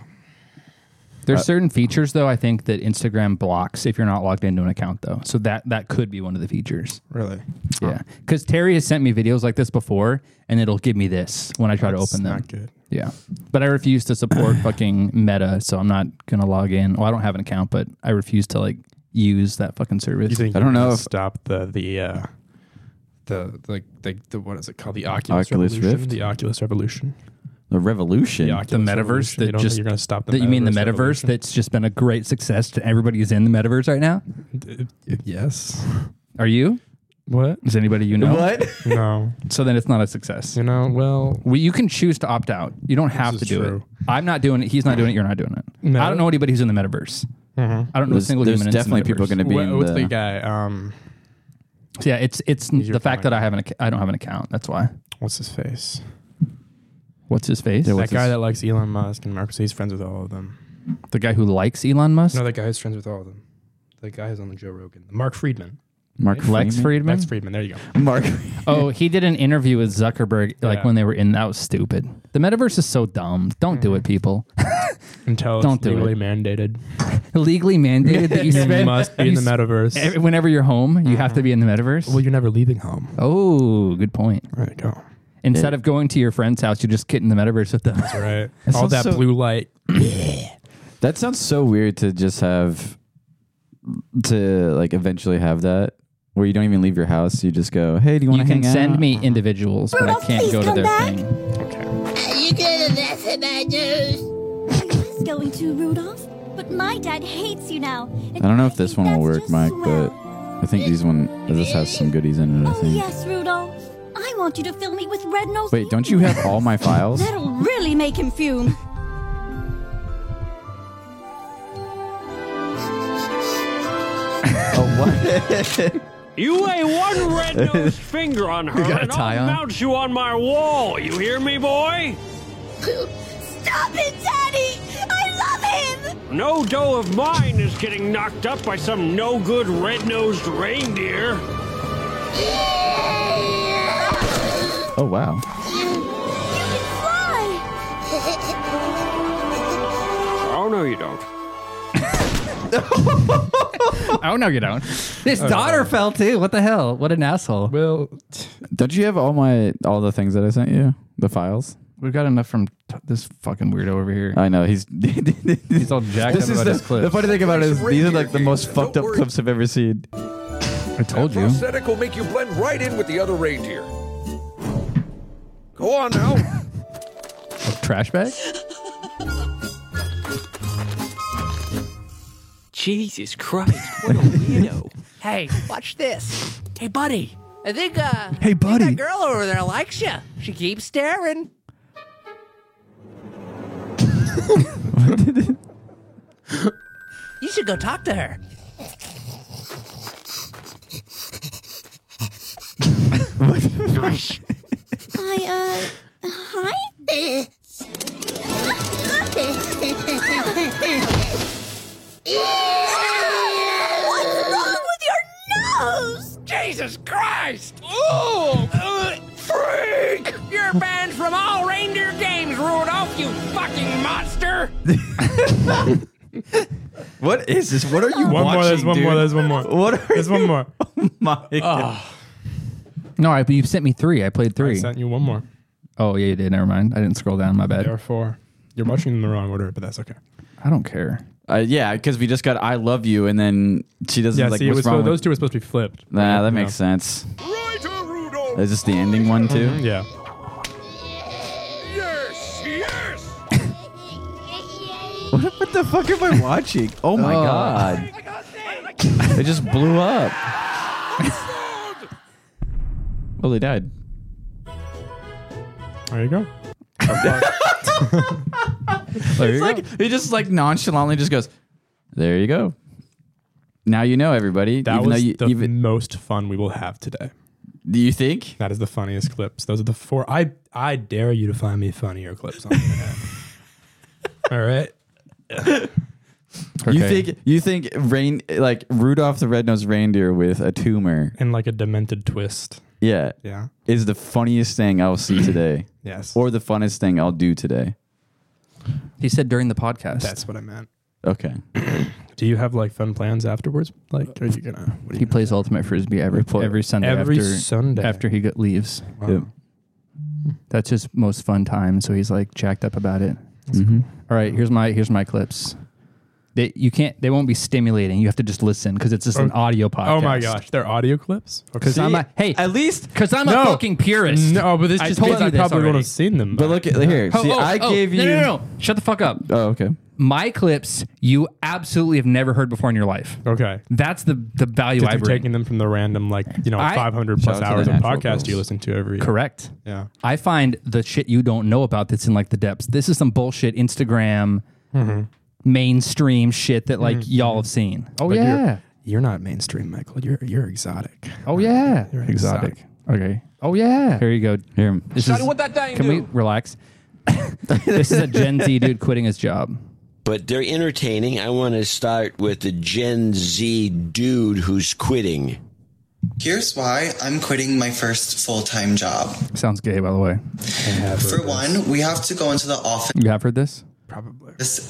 Speaker 6: There's
Speaker 5: Uh,
Speaker 6: certain features though I think that Instagram blocks if you're not logged into an account though. So that that could be one of the features.
Speaker 5: Really?
Speaker 6: Yeah. Cuz Terry has sent me videos like this before and it'll give me this when I try
Speaker 5: That's
Speaker 6: to open them.
Speaker 5: not good.
Speaker 6: Yeah. But I refuse to
Speaker 5: *coughs*
Speaker 6: support fucking Meta, so I'm not going to log in. Well, I don't have an account, but I refuse to like use that fucking service.
Speaker 5: You think
Speaker 6: I don't know if
Speaker 5: stop the the uh, the like the, the what is it called the Oculus,
Speaker 1: Oculus
Speaker 5: Revolution?
Speaker 1: Rift?
Speaker 5: The Oculus Revolution.
Speaker 1: The revolution.
Speaker 5: The Oculus Revolution. You don't think you're gonna stop the
Speaker 6: that you mean the
Speaker 5: metaverse
Speaker 6: metaverse
Speaker 5: revolution?
Speaker 6: that's just been a great success to everybody's in the metaverse right now?
Speaker 5: Yes.
Speaker 6: Are you?
Speaker 5: What?
Speaker 6: Is anybody you know?
Speaker 5: What? No.
Speaker 6: *laughs* So then it's not a success.
Speaker 5: You know, well,
Speaker 6: we, you can choose to opt out. You don't have
Speaker 5: is
Speaker 6: to do
Speaker 5: true.
Speaker 6: it. I'm not doing it. He's not doing it. You're not doing it.
Speaker 5: No.
Speaker 6: I don't know anybody who's in the metaverse. I don't know a single human. that's in the metaverse.
Speaker 5: What- what's the guy? Um,
Speaker 6: So yeah, it's it's the fact that I have an acc- I don't have an account. That's why.
Speaker 5: What's his face?
Speaker 6: What's his face?
Speaker 5: that guy that likes Elon Musk and Mark he's friends with all of them.
Speaker 6: the guy who likes Elon Musk.
Speaker 5: No, that guy who's friends with all of them. The guy who's on the Joe Rogan. Mark Friedman.
Speaker 1: Mark
Speaker 6: Lex Friedman.
Speaker 5: Lex Friedman. There you
Speaker 6: *laughs*
Speaker 1: *laughs*
Speaker 5: go.
Speaker 1: Mark.
Speaker 6: oh, he did an interview with Zuckerberg like
Speaker 5: Yeah.
Speaker 6: when they were in. That was stupid. The metaverse is so dumb. Don't do it, people.
Speaker 5: Mm-hmm. *laughs* Until
Speaker 6: Don't
Speaker 5: Don't
Speaker 6: do
Speaker 5: legally
Speaker 6: it.
Speaker 5: mandated.
Speaker 6: *laughs* Legally mandated
Speaker 5: *laughs*
Speaker 6: that you
Speaker 5: You
Speaker 6: spend-
Speaker 5: must be in
Speaker 6: *laughs* you
Speaker 5: the
Speaker 6: s-
Speaker 5: metaverse.
Speaker 6: ev- Whenever you're home, you have to be in the metaverse. Well,
Speaker 5: you're never leaving home.
Speaker 6: Oh, good point.
Speaker 5: There you go.
Speaker 6: Instead
Speaker 5: Yeah.
Speaker 6: of going to your friend's house, you just get in the metaverse with them. *laughs* That's
Speaker 5: right.
Speaker 6: That sounds
Speaker 5: All that
Speaker 6: so-
Speaker 5: blue light.
Speaker 1: That sounds so weird to just have to like eventually have that where you don't even leave your house. You just go, hey, do you want
Speaker 6: You
Speaker 1: to
Speaker 6: can
Speaker 1: hang
Speaker 6: send
Speaker 1: out?
Speaker 6: me individuals, but I can't go to their thing.
Speaker 16: *laughs* You did this in my news.
Speaker 10: I was going to, Rudolph, but my dad hates you
Speaker 6: *laughs*
Speaker 10: now.
Speaker 1: I
Speaker 10: And
Speaker 1: don't know if this one will work, Mike, but I think these one this has some goodies in it. I
Speaker 10: oh,
Speaker 1: think.
Speaker 10: yes, Rudolph. I want you to fill me with red nose.
Speaker 1: Wait, don't you have all
Speaker 10: *laughs*
Speaker 1: my files?
Speaker 10: That'll really make him fume.
Speaker 17: You lay
Speaker 6: *laughs*
Speaker 17: one red nosed finger on her,
Speaker 6: You got a
Speaker 17: and
Speaker 6: tie
Speaker 17: I'll
Speaker 6: on?
Speaker 17: mount you on my wall. You hear me, boy?
Speaker 16: Stop it, Daddy! I love
Speaker 13: *laughs*
Speaker 16: him!
Speaker 17: No dough of mine is getting knocked up by some no good red nosed reindeer.
Speaker 1: Oh wow.
Speaker 17: Oh, no, you don't.
Speaker 6: *laughs* oh no, you don't. His
Speaker 5: *laughs*
Speaker 1: Oh, no.
Speaker 6: daughter fell too. What the hell? What an asshole.
Speaker 5: Well,
Speaker 1: Don't you have all my all the things that I sent you? The files?
Speaker 6: we've got enough from t- this fucking weirdo over here.
Speaker 1: I know he's *laughs* he's
Speaker 6: all jacked
Speaker 1: This is
Speaker 6: up about
Speaker 1: the,
Speaker 6: his clips.
Speaker 1: the funny thing about it is these are like the most fucked up clips I've ever seen. I told you.
Speaker 13: Prosthetic will make you blend right in with the other reindeer. Go on
Speaker 17: *laughs*
Speaker 13: now.
Speaker 6: trash bag.
Speaker 18: Jesus Christ, what a weirdo. hey, watch this. Hey, buddy. I think, uh,
Speaker 6: Hey, buddy.
Speaker 18: that girl over there likes you. She keeps staring. you should go talk to her.
Speaker 16: I, uh, hi? What's wrong with your nose?
Speaker 18: Jesus Christ! Ooh! Uh, freak! You're banned from all reindeer games, Rudolph, you fucking monster!
Speaker 1: What is this? What are you
Speaker 5: One more,
Speaker 1: watching,
Speaker 5: there's one
Speaker 1: dude?
Speaker 5: more, there's one more.
Speaker 1: *laughs* What are Ah.
Speaker 5: There's one more.
Speaker 1: my God.
Speaker 6: No, I, but you sent me three. I played three.
Speaker 5: I sent you one more.
Speaker 6: Oh yeah, you did. Never mind. I didn't scroll down. My bad.
Speaker 5: There are four. You're watching in the wrong order, but that's okay.
Speaker 6: I don't care.
Speaker 1: Uh, yeah, because we just got "I love you" and then she doesn't
Speaker 5: yeah,
Speaker 1: like
Speaker 5: see, it
Speaker 1: what's
Speaker 5: was
Speaker 1: wrong.
Speaker 5: supposed- those
Speaker 1: with-
Speaker 5: two were supposed to be flipped.
Speaker 1: Nah, that
Speaker 5: Yeah.
Speaker 1: makes sense. Is this the ending one too?
Speaker 5: Mhm, yeah.
Speaker 13: Yes, yes.
Speaker 1: *laughs* What, what the fuck am I watching? Oh my
Speaker 13: Oh.
Speaker 1: god! it just blew up. well, they died.
Speaker 5: There you
Speaker 1: *laughs*
Speaker 5: go.
Speaker 1: it's like he just like nonchalantly just goes, "There you go." Now you know everybody.
Speaker 5: That
Speaker 1: even though
Speaker 5: was
Speaker 1: you,
Speaker 5: the
Speaker 1: even,
Speaker 5: most fun we will have today.
Speaker 1: Do you think
Speaker 5: that is the funniest clips? Those are the four. I I dare you to find me funnier clips on the
Speaker 1: *laughs*
Speaker 5: internet. All right.
Speaker 1: you
Speaker 5: Okay.
Speaker 1: think you think rain like Rudolph the Red-Nosed Reindeer with a tumor.
Speaker 5: And like a demented twist.
Speaker 1: Yeah.
Speaker 5: Yeah.
Speaker 1: Is the funniest thing I'll
Speaker 5: *clears throat*
Speaker 1: see today.
Speaker 5: Yes.
Speaker 1: Or the funnest thing I'll do today.
Speaker 6: He said during the podcast.
Speaker 5: That's what I meant.
Speaker 1: Okay.
Speaker 5: *coughs* Do you have like fun plans afterwards? Like, are you gonna? What are
Speaker 6: He plays ultimate frisbee every every Sunday.
Speaker 5: every
Speaker 6: after,
Speaker 5: Sunday.
Speaker 6: after he get, leaves.
Speaker 5: Wow. Yep.
Speaker 6: That's his most fun time. So he's like jacked up about it. Mm-hmm. All right, here's my here's my clips. They you can't. They won't be stimulating. You have to just listen because it's just an
Speaker 5: Oh.
Speaker 6: audio podcast.
Speaker 5: Oh my gosh, they're audio clips.
Speaker 6: 'Cause I'm a- hey,
Speaker 1: at least
Speaker 6: because I'm a fucking purist.
Speaker 5: No, but this
Speaker 6: I
Speaker 5: just
Speaker 6: told
Speaker 5: means
Speaker 6: you
Speaker 5: I
Speaker 6: this
Speaker 5: probably
Speaker 6: already.
Speaker 5: wouldn't have seen them.
Speaker 1: But look at here.
Speaker 6: Oh,
Speaker 1: see,
Speaker 6: oh,
Speaker 1: I
Speaker 6: oh,
Speaker 1: gave
Speaker 6: no,
Speaker 1: you.
Speaker 6: no, no, no. Shut the fuck up.
Speaker 1: Oh, okay.
Speaker 6: My clips you absolutely have never heard before in your life.
Speaker 5: Okay,
Speaker 6: that's the the value
Speaker 5: Did
Speaker 6: I
Speaker 5: you
Speaker 6: bring.
Speaker 5: taking them from the random like you know
Speaker 6: I-
Speaker 5: 500 plus
Speaker 6: Shout out to
Speaker 5: hours
Speaker 6: the
Speaker 5: of
Speaker 6: Natural
Speaker 5: podcast
Speaker 6: Girls.
Speaker 5: you listen to every year.
Speaker 6: Correct.
Speaker 5: Yeah.
Speaker 6: I find the shit you don't know about that's in like the depths. This is some bullshit Instagram
Speaker 5: Mhm.
Speaker 6: mainstream shit that like
Speaker 5: Mhm.
Speaker 6: y'all have seen. Oh
Speaker 5: But
Speaker 6: yeah.
Speaker 5: You're, you're not mainstream, Michael. You're you're exotic.
Speaker 6: Oh yeah.
Speaker 5: You're exotic.
Speaker 6: Okay. Oh yeah. Here you go.
Speaker 1: Here.
Speaker 6: This
Speaker 5: Sonny,
Speaker 6: is,
Speaker 5: what that thing
Speaker 6: Can we
Speaker 5: do?
Speaker 6: relax? this is a Gen Z dude quitting his job.
Speaker 2: But they're entertaining. I want to start with the Gen Z dude who's quitting.
Speaker 19: Here's why I'm quitting my first full time job.
Speaker 6: Sounds gay, by the way.
Speaker 19: For one, we have to go into the office
Speaker 6: You have heard this?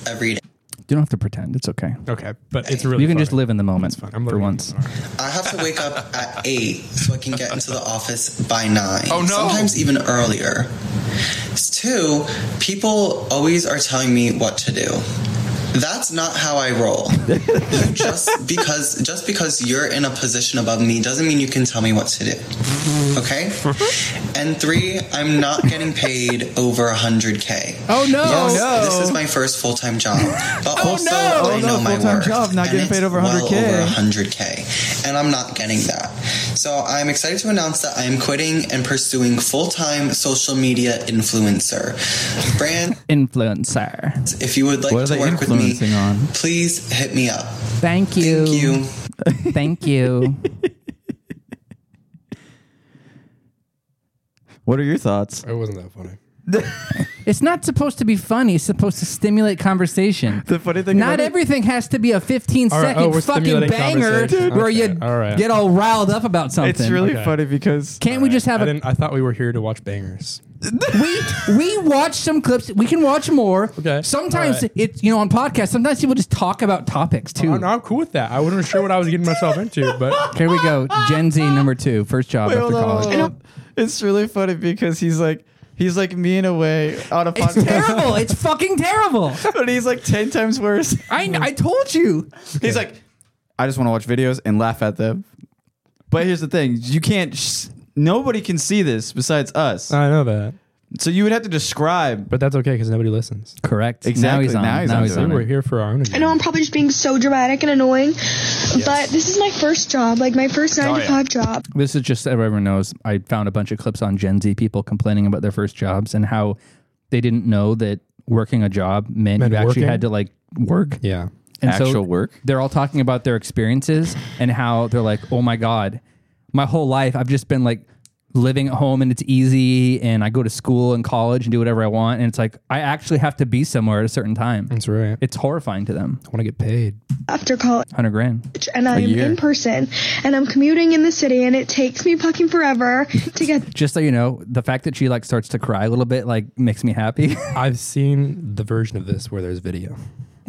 Speaker 19: every day.
Speaker 6: You don't have to pretend. It's okay.
Speaker 5: Okay, but it's
Speaker 6: you can just live in the moment for once.
Speaker 19: I have to wake up at 8 so I can get into the office by 9.
Speaker 6: Oh, no.
Speaker 19: Sometimes even earlier. Two, people always are telling me what to do. That's not how I roll.
Speaker 6: *laughs*
Speaker 19: You just because just because you're in a position above me doesn't mean you can tell me what to do. Okay? And three, I'm not getting paid over 100k.
Speaker 1: Oh, no. Oh,
Speaker 19: Yes,
Speaker 1: no.
Speaker 19: This is my first full-time job. But
Speaker 1: Oh,
Speaker 19: also,
Speaker 1: no.
Speaker 19: I
Speaker 1: Oh, no,
Speaker 19: know my
Speaker 1: full-time
Speaker 19: worth,
Speaker 1: job, not
Speaker 19: and
Speaker 1: getting
Speaker 19: it's
Speaker 1: paid over
Speaker 19: well
Speaker 1: 100K.
Speaker 19: over 100k, and I'm not getting that. So I'm excited to announce that I am quitting and pursuing full-time social media influencer brand.
Speaker 6: *laughs* Influencer.
Speaker 19: If you would like
Speaker 6: What are
Speaker 19: to
Speaker 6: they
Speaker 19: work with me,
Speaker 6: influencing on?
Speaker 19: please hit me up.
Speaker 6: Thank you. Thank you. Thank *laughs* you.
Speaker 1: What are your thoughts?
Speaker 5: It wasn't that funny.
Speaker 6: It's not supposed to be funny. It's supposed to stimulate conversation. The funny
Speaker 5: thing
Speaker 6: Not
Speaker 5: about it-
Speaker 6: everything has to be a 15
Speaker 5: All right,
Speaker 6: second
Speaker 5: oh, we're
Speaker 6: fucking
Speaker 5: stimulating
Speaker 6: banger
Speaker 5: conversation.
Speaker 6: where
Speaker 5: Okay,
Speaker 6: you
Speaker 5: all right.
Speaker 6: get all riled up about something.
Speaker 1: because
Speaker 6: Can't we just have
Speaker 5: I
Speaker 6: a-
Speaker 5: Didn't, I thought we were here to watch bangers.
Speaker 6: we watch some clips. We can watch more. Okay. Sometimes
Speaker 5: all right.
Speaker 6: it's you know on podcasts. Sometimes people just talk about topics too.
Speaker 5: I'm, I'm cool with that. I wasn't sure what I was getting myself into,
Speaker 6: *laughs*
Speaker 5: but
Speaker 6: Here we go. Gen Z number two, first job
Speaker 5: Wait,
Speaker 6: after
Speaker 5: hold on,
Speaker 6: college.
Speaker 5: hold
Speaker 20: *laughs* It's really funny because he's like he's like me in a way on a *laughs* podcast. It's
Speaker 6: terrible. It's fucking terrible.
Speaker 20: *laughs* but he's like ten times worse.
Speaker 6: I I told you.
Speaker 20: He's like, I just want to watch videos and laugh at them. But here's the thing: you can't. Sh- nobody can see this besides us.
Speaker 5: I know that.
Speaker 20: So you would have to describe.
Speaker 5: But that's okay because nobody listens.
Speaker 6: Correct.
Speaker 20: Exactly. Now he's onto it.
Speaker 5: We We're here for our own.
Speaker 21: I know I'm probably just being so dramatic and annoying, but this is my first job, like my first nine
Speaker 6: Oh,
Speaker 21: to
Speaker 6: yeah.
Speaker 21: five job.
Speaker 6: This is just so everyone knows. I found a bunch of clips on Gen Z people complaining about their first jobs and how they didn't know that working a job meant,
Speaker 5: Meant
Speaker 6: you actually
Speaker 5: working?
Speaker 6: had to like
Speaker 5: oh.
Speaker 6: work.
Speaker 5: Yeah.
Speaker 6: And so
Speaker 5: Actual
Speaker 1: work.
Speaker 6: They're all talking about their experiences and how they're like, "Oh my god, my whole life I've just been like living at home and it's easy and I go to school and college and do whatever I want and it's like I actually have to be somewhere at a certain time." That's
Speaker 5: right.
Speaker 6: It's horrifying to them. I want to get paid.
Speaker 21: After college,
Speaker 6: 100 grand.
Speaker 21: and
Speaker 6: A
Speaker 21: I'm
Speaker 6: year.
Speaker 21: in person, and I'm commuting in the city, and it takes me fucking forever to
Speaker 5: *laughs*
Speaker 21: get
Speaker 6: Just so you know, the fact that she like starts to cry a little bit like makes me happy.
Speaker 5: *laughs* I've seen the version of this where there's video.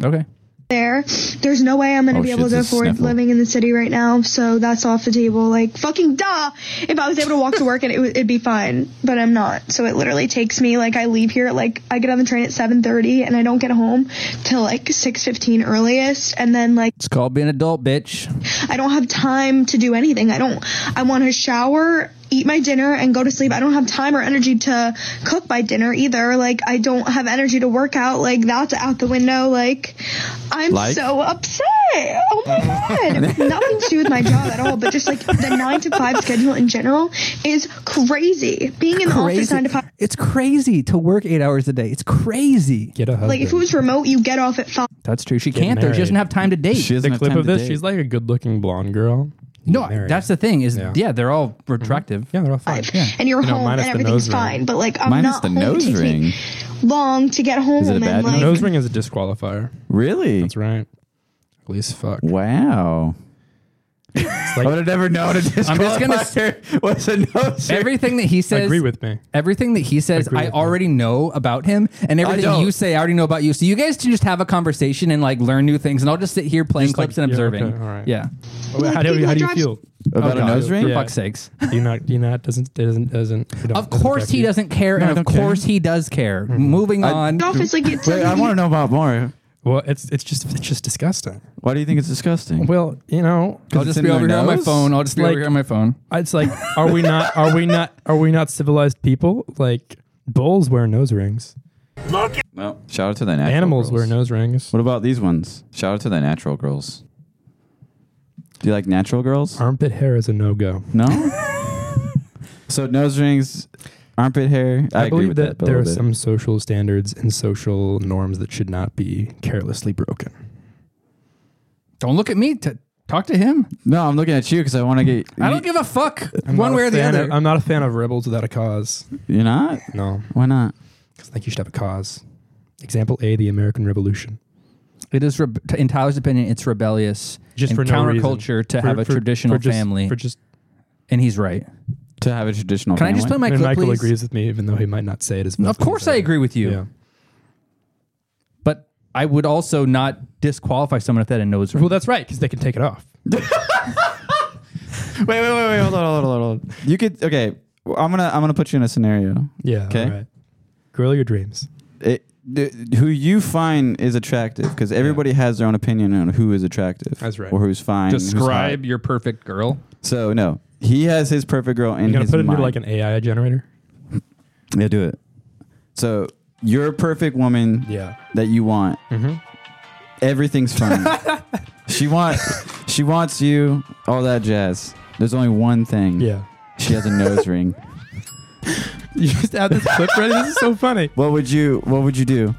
Speaker 6: Okay.
Speaker 21: there. There's no way I'm gonna
Speaker 5: Oh,
Speaker 21: be
Speaker 5: shit,
Speaker 21: able to
Speaker 5: this is
Speaker 21: afford
Speaker 5: sniffle.
Speaker 21: living in the city right now, so that's off the table. Like fucking duh. If I was able to walk to work, and it, would- it'd be fine, but I'm not. So it literally takes me like I leave here at like I get on the train at 7:30, and I don't get home till like 6:15 earliest, and then like
Speaker 6: It's called being an adult, bitch.
Speaker 21: I don't have time to do anything. I don't. I want to shower, eat my dinner, and go to sleep. I don't have time or energy to cook my dinner either. Like I don't have energy to work out. Like that's out the window. Like I'm
Speaker 16: Like?
Speaker 21: so upset. Oh my
Speaker 6: *laughs*
Speaker 21: god! Nothing to do with my job at all, but just like the nine to five schedule in general is crazy. Being in the office
Speaker 6: Crazy.
Speaker 21: nine to five.
Speaker 6: It's crazy to work eight hours a day. It's crazy. Get a
Speaker 21: Like if it was remote, you get off at five.
Speaker 6: That's true. She
Speaker 5: Get
Speaker 6: can't though. She doesn't
Speaker 5: married.
Speaker 6: have time to date.
Speaker 5: the clip of this, she's like a good-looking blonde girl.
Speaker 6: no, that's the thing is, yeah, they're all attractive.
Speaker 5: Yeah, they're all fine. Yeah.
Speaker 21: and you're
Speaker 5: You know,
Speaker 21: home and
Speaker 5: minus the nose
Speaker 21: everything's
Speaker 5: ring.
Speaker 21: fine, but like I'm not home. it takes me
Speaker 1: ring.
Speaker 21: long to get home and like
Speaker 5: nose ring is a disqualifier?
Speaker 1: Really?
Speaker 5: That's right. At least fuck.
Speaker 1: Wow. I would have never known a
Speaker 6: I'm just gonna s-
Speaker 1: disqualifier was a nose ring.
Speaker 6: Everything that he says,
Speaker 1: Agree with me.
Speaker 6: Everything that he says,
Speaker 1: Agree
Speaker 6: I
Speaker 1: with
Speaker 6: already know about him, and
Speaker 1: I
Speaker 6: everything
Speaker 1: don't.
Speaker 6: you say, I already know about you. So you guys can just have a conversation and like learn new things, and I'll just sit here playing clips and
Speaker 5: yeah,
Speaker 6: observing.
Speaker 5: okay, all right.
Speaker 6: Yeah.
Speaker 5: Well, how do you- how do you feel
Speaker 6: About a nose ring? For
Speaker 5: Yeah.
Speaker 6: fuck's sakes.
Speaker 5: Do you not? Do you not? Doesn't doesn't doesn't? you don't-
Speaker 6: Of
Speaker 5: doesn't
Speaker 6: course
Speaker 5: affect
Speaker 6: he
Speaker 5: you?
Speaker 6: doesn't care,
Speaker 5: No, I
Speaker 6: and of
Speaker 5: don't care. Mm-hmm.
Speaker 6: course he does care. Moving on.
Speaker 1: to know about more.
Speaker 5: Well, it's it's just it's just disgusting.
Speaker 1: Why do you think it's disgusting?
Speaker 5: Well, you know,
Speaker 6: I'll just be over here on my phone. I'll just be over here on my phone.
Speaker 5: It's like, are
Speaker 6: *laughs*
Speaker 5: we not? Are we not? Are we not civilized people? Like bulls wear nose rings.
Speaker 1: Well, shout out to the natural
Speaker 5: Animals
Speaker 1: girls.
Speaker 5: wear nose rings.
Speaker 1: What about these ones? Shout out to the natural girls. Do you like natural girls?
Speaker 5: Armpit hair is a no go.
Speaker 1: No. *laughs* so nose rings, armpit hair. I,
Speaker 5: I,
Speaker 1: agree
Speaker 5: believe
Speaker 1: with
Speaker 5: that,
Speaker 1: that. a
Speaker 5: there are
Speaker 1: little bit.
Speaker 5: some social standards and social norms that should not be carelessly broken.
Speaker 6: Don't look at me. T- talk to him.
Speaker 1: No, I'm looking at you because I want to get.
Speaker 6: I don't give a fuck one way or the other.
Speaker 5: I'm not a fan of rebels without a cause.
Speaker 1: You're not?
Speaker 5: No.
Speaker 1: Why not?
Speaker 5: Because I think you should have a cause. Example A: the American Revolution.
Speaker 6: It is, rebe- in Tyler's opinion, it's rebellious
Speaker 5: Just
Speaker 6: and
Speaker 5: for no reason.
Speaker 6: counterculture to
Speaker 5: For-
Speaker 6: have a
Speaker 5: for-
Speaker 6: traditional
Speaker 5: for just-
Speaker 6: family.
Speaker 5: for just
Speaker 6: and he's right.
Speaker 22: To have a traditional.
Speaker 6: Can I just play my
Speaker 5: and
Speaker 6: clip,
Speaker 5: Michael
Speaker 6: please?
Speaker 5: agrees with me, even though he might not say it as much.
Speaker 6: Of course, I agree with you. But I would also not disqualify someone if they had a nose ring.
Speaker 5: Well, that's right, because they can take it off.
Speaker 1: Wait, wait, wait, wait. Hold on, hold on, hold on. Hold on. You could. Okay, well, I'm gonna I'm gonna put you in a scenario.
Speaker 5: Yeah,
Speaker 1: Okay.
Speaker 5: alright. Girl, your dreams.
Speaker 1: It, th- who you find is attractive because everybody has their own opinion on who is attractive.
Speaker 6: That's right.
Speaker 1: Or who's fine. who's hot.
Speaker 6: Describe your perfect girl.
Speaker 1: So no, he has his perfect girl in
Speaker 5: You gonna
Speaker 1: his
Speaker 5: put it
Speaker 1: mind.
Speaker 5: into like an AI generator?
Speaker 1: yeah, do it. So your perfect woman.
Speaker 5: Yeah. Mm-hmm.
Speaker 1: That you want. Everything's
Speaker 5: *laughs*
Speaker 1: fine. she wants. She wants you. All that jazz. There's only one thing.
Speaker 5: Yeah.
Speaker 1: She has a nose ring.
Speaker 5: *laughs* You just have this clip ready. This is so funny.
Speaker 1: What would you What would you do?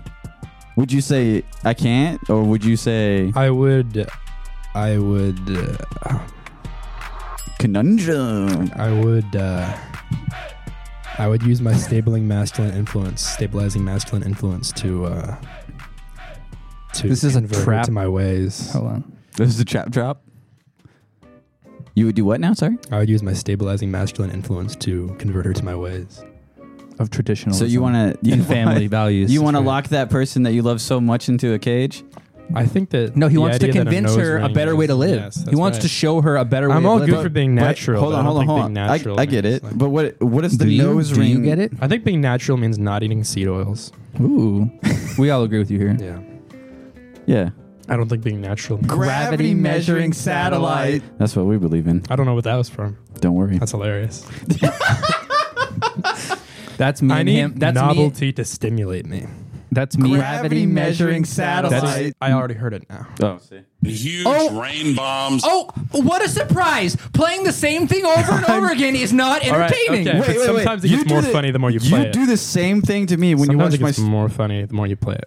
Speaker 1: Would you say I can't, or would you say
Speaker 5: I would, I would uh,
Speaker 1: conundrum?
Speaker 5: I would, uh, I would use my stabling masculine influence, stabilizing masculine influence to, uh, to
Speaker 6: This is a
Speaker 5: convert her
Speaker 6: trap.
Speaker 5: to my ways.
Speaker 6: Hold on.
Speaker 1: This is a trap drop. You would do what now? Sorry.
Speaker 5: I would use my stabilizing masculine influence to convert her to my ways.
Speaker 6: Of traditional.
Speaker 1: So *laughs* you want to
Speaker 6: and family values.
Speaker 1: You want to
Speaker 6: That's right.
Speaker 1: lock that person that you love so much into a cage?
Speaker 5: I think that
Speaker 6: No, he wants to convince her a better way to live. he wants to show her a better way.
Speaker 5: I'm
Speaker 6: to
Speaker 5: all
Speaker 6: live.
Speaker 5: good for being natural.
Speaker 1: hold
Speaker 5: but
Speaker 1: on,
Speaker 5: I don't
Speaker 1: hold on,
Speaker 5: think
Speaker 1: hold
Speaker 5: being
Speaker 1: on. I,
Speaker 5: natural
Speaker 1: I get
Speaker 5: means,
Speaker 1: it,
Speaker 5: like-
Speaker 1: but what what is
Speaker 6: Do
Speaker 1: the
Speaker 6: you-
Speaker 1: nose
Speaker 6: do
Speaker 1: ring?
Speaker 6: you get it?
Speaker 5: I think being natural means not eating seed oils.
Speaker 6: Ooh, we all agree with you here.
Speaker 5: Yeah.
Speaker 1: Yeah.
Speaker 5: I don't think being natural. means-
Speaker 6: Gravity measuring satellite.
Speaker 1: That's what we believe in.
Speaker 5: I don't know what that was from.
Speaker 1: Don't worry.
Speaker 5: That's hilarious.
Speaker 6: That's me.
Speaker 5: I
Speaker 6: and
Speaker 5: need
Speaker 6: him. That's Me.
Speaker 5: novelty to stimulate me.
Speaker 6: That's me. Gravity measuring
Speaker 5: That's-
Speaker 6: satellite.
Speaker 5: I already heard it now.
Speaker 1: Oh,
Speaker 23: Huge rain bombs.
Speaker 6: Oh, what a surprise! Playing the same thing over and over again is not
Speaker 5: All right,
Speaker 6: entertaining.
Speaker 5: okay. But sometimes it
Speaker 1: You
Speaker 5: gets
Speaker 1: do
Speaker 5: more
Speaker 1: the-
Speaker 5: funny the more you
Speaker 1: You
Speaker 5: play it.
Speaker 1: do the same thing to me when
Speaker 5: Sometimes
Speaker 1: you
Speaker 5: it
Speaker 1: watch
Speaker 5: gets
Speaker 1: my.
Speaker 5: more funny the more you play it.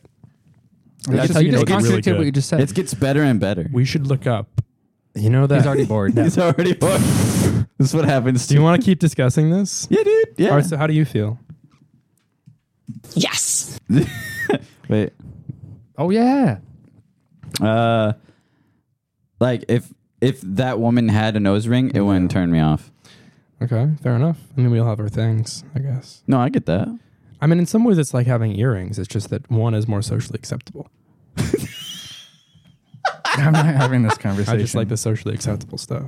Speaker 1: That's
Speaker 5: That's
Speaker 1: how
Speaker 5: how
Speaker 1: you
Speaker 5: you know
Speaker 1: just
Speaker 5: it's really
Speaker 6: contradicted
Speaker 5: good.
Speaker 6: what you just said.
Speaker 1: It gets better and better.
Speaker 5: We should look up. You know that
Speaker 6: He's already bored.
Speaker 5: *laughs*
Speaker 1: He's already. *laughs* this is what happens.
Speaker 5: Do you want to keep discussing this?
Speaker 1: Yeah, dude. Yeah.
Speaker 5: All right, so how do you feel? *laughs*
Speaker 24: Yes.
Speaker 1: Wait.
Speaker 6: Oh yeah.
Speaker 1: Uh, like if if that woman had a nose ring, it wouldn't turn me off.
Speaker 5: Okay, fair enough. I mean, we all have our things, I guess.
Speaker 1: No, I get that.
Speaker 5: I mean, in some ways, it's like having earrings. It's just that one is more socially acceptable.
Speaker 6: I'm not having this
Speaker 5: I
Speaker 6: conversation.
Speaker 5: just like the socially acceptable stuff.